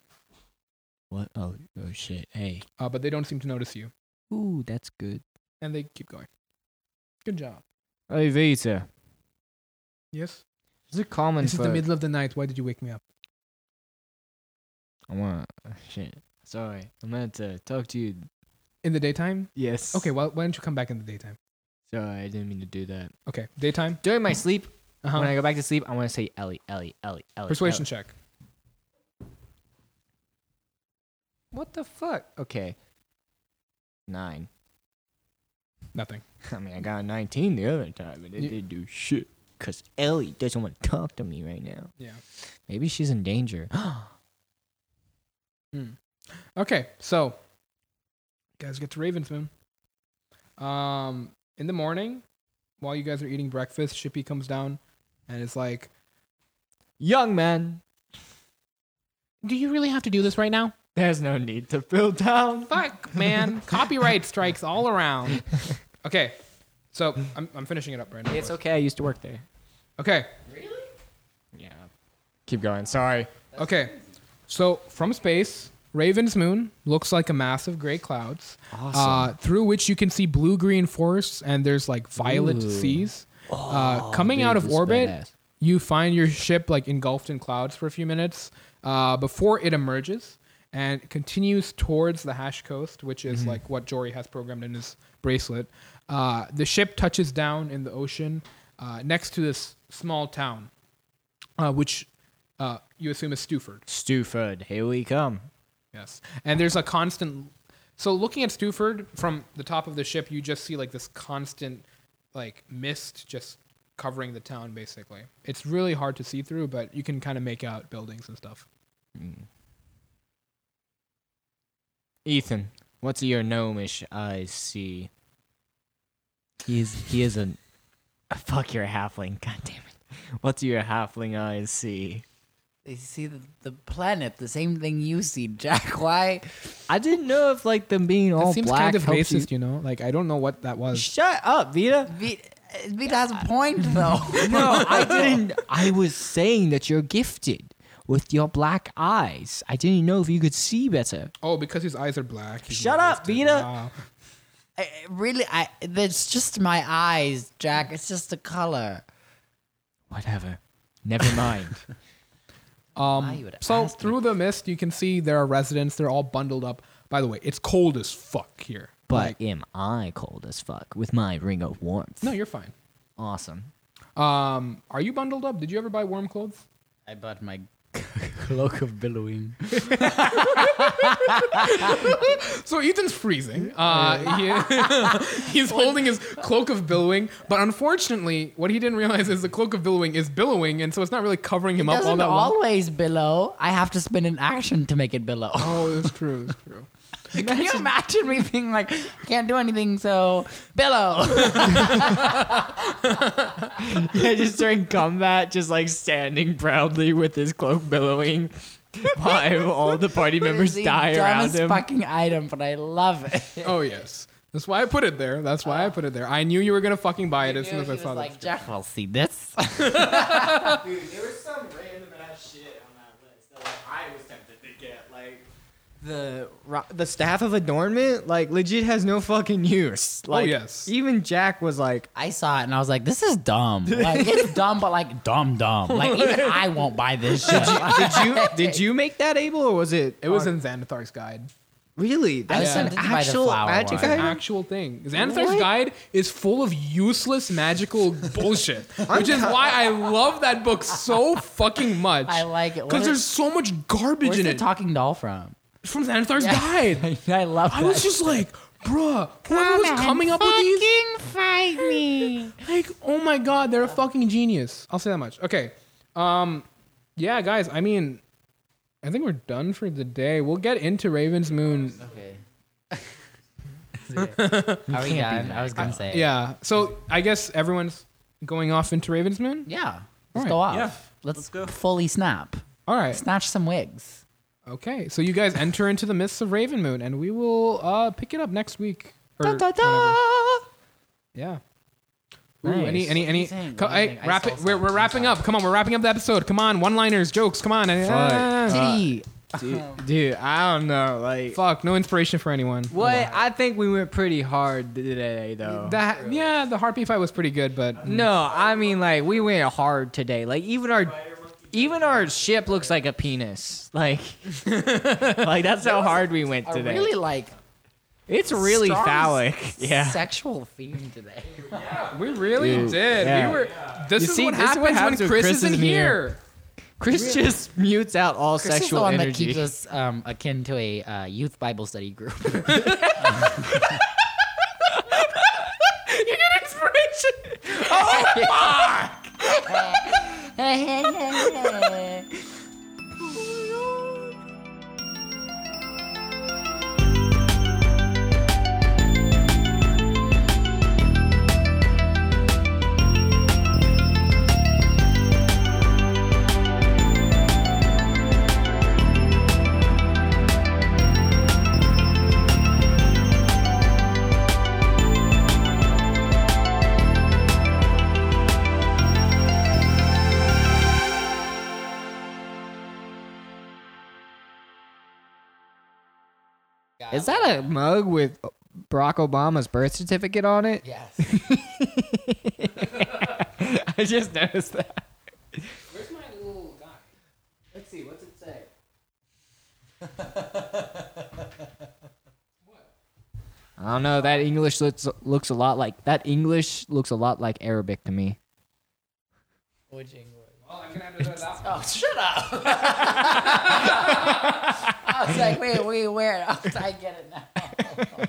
What? Oh, oh shit! Hey.
Uh, but they don't seem to notice you.
Ooh, that's good.
And they keep going. Good job.
Hey Vita,
Yes.
is it common
This is
for?
the middle of the night. Why did you wake me up?
I want oh, shit. Sorry, I meant to talk to you.
In the daytime?
Yes.
Okay, well why don't you come back in the daytime?
Sorry, I didn't mean to do that.
Okay. Daytime?
During my sleep,
Uh-huh.
when I go back to sleep, I want to say Ellie, Ellie, Ellie, Ellie.
Persuasion
Ellie.
check.
What the fuck? Okay. Nine.
Nothing.
I mean, I got a 19 the other time, but it
You-
didn't do shit. Because Ellie doesn't want to talk to me right now.
Yeah.
Maybe she's in danger.
Hmm. Okay, so guys get to Ravens Moon. Um, in the morning, while you guys are eating breakfast, Shippy comes down and is like,
Young man,
"Do you really have to do this right now?
there's no need to build down.
Fuck, man! Copyright strikes all around." Okay, so I'm I'm finishing it up right now.
It's okay. I used to work there.
Okay,
Yeah. Keep going. Sorry.
okay. So from space, Raven's moon looks like a mass of gray clouds, uh, through which you can see blue-green forests and there's like violet
Ooh.
seas. uh, coming out of orbit, you find your ship like engulfed in clouds for a few minutes uh, before it emerges and continues towards the hash coast, which is like what Jory has programmed in his bracelet. Uh, the ship touches down in the ocean uh, next to this small town, uh, which uh, you assume is Stuford.
Stuford, here we come.
Yes. And there's a constant. So looking at Stuford from the top of the ship, you just see like this constant, like mist just covering the town. Basically, it's really hard to see through, but you can kind of make out buildings and stuff.
Mm. Ethan, what's your gnomish eyes see? He is he is a, a fuck your halfling. God damn it! What's your halfling eyes see?
they see the, the planet, the same thing you see, Jack. Why?
I didn't know if like them being all
it seems
Oh, black
kind of
helps you-
racist, you... know. Like I don't know what that was.
Shut up, Vita.
Vita, Vita has a point though.
No, I didn't. I was saying that you're gifted with your black eyes. I didn't know if you could see better.
Oh, because his eyes are black. he's
Shut up,
racist. Ah,
Vita.
Wow.
I, really, I. That's just my eyes, Jack. It's just the color.
Whatever. Never mind.
Why you
Um,
would
so
ask me?
through the mist, you can see there are residents. They're all bundled up. By the way, it's cold as fuck here.
but am I cold as fuck with my ring of warmth?
No, you're fine.
Awesome.
Um, are you bundled up? Did you ever buy warm clothes?
I bought my cloak of billowing.
So Ethan's freezing. Uh, he- he's holding his cloak of billowing, but unfortunately, what he didn't realize is the cloak of billowing is billowing, and so it's not really covering him up all
Doesn't
that well.
always billow. I have to spend an action to make it billow.
Oh, it's true. It's true.
Can you imagine me being like, can't do anything, so billow?
Yeah, just during combat, just like standing proudly with his cloak billowing while all the party members
It's the
die around
dumbest
him.
fucking item, but I love it.
Oh yes, that's why I put it there. That's
Uh,
why I put it there. I knew you were gonna fucking buy it as soon as I
was
saw that.
like, Jack, will see this.
Dude, there was some random ass shit on that list that like I was tempted to get. Like the ro- the staff of adornment like legit has no fucking use. Like,
yes.
Even Jack was like,
I saw it and I was like, this is dumb. Like, it's dumb, but like dumb, dumb. Like, even I won't buy this shit.
"Did you did you make that Abel or was it?
It was in Xanathar's guide.
really
I
that's
sent
an
it to buy the
actual
flower
magic
one.
An
item.
actual thing. Xanathar's guide is full of useless magical bullshit, which is why I love that book so fucking much.
I like it. What
because
is-
there's so much garbage
Where's
in
the
it
talking doll from?
from Xanathar's guide.
I love
I
that.
was just like, bruh, whoever was coming up with these. fight me. Like, oh my god, they're a fucking genius. I'll say that much. Okay. Um, yeah, guys, I mean, I think we're done for the day. We'll get into Raven's Moon.
Okay. Are we done? I was gonna say.
Yeah. So I guess everyone's going off into Raven's Moon?
Yeah. Let's go off.
Yeah.
Let's,
Let's go.
fully snap.
All right.
Snatch some wigs.
Okay. So you guys enter into the mists of Raven Moon, and we will uh, pick it up next week. or
Da, da,
whenever.
da.
Yeah. Ooh,
Nice.
Any, any, any?
Amazing,
co- hey,
amazing. I
wrap
saw
it. We're, we're
something.
wrapping up. Come on, we're wrapping up the episode. Come on, one-liners, jokes. Come on. Ah,
Titty.
Dude, dude, I don't know. Like
fuck. No inspiration for anyone.
what? I think we went pretty hard today though.
That yeah, the harpy fight was pretty good, but
no, I mean like we went hard today. Like even our even our ship looks like a penis. Like like that's how hard we went
A
today.
really like
it's really
strong
phallic.
s-
Yeah.
Sexual theme today.
we really
Dude,
did.
yeah.
We were. This
You
is
see,
what
this is
happens
what happens when
when Chris,
Chris
isn't
isn't
here.
Chris just mutes out all
Chris is the
sexual
one that
energy.
keeps us um, akin to a uh, youth Bible study group.
Is that a mug with Barack Obama's birth certificate on it?
yes.
I just noticed that.
Where's my little guy? Let's see. What's it say?
I don't know. That English looks looks a lot like that English looks a lot like Arabic to me.
Which English?
Here.
Oh, shut up! I was like, wait, wait, where? I was like, I get it now.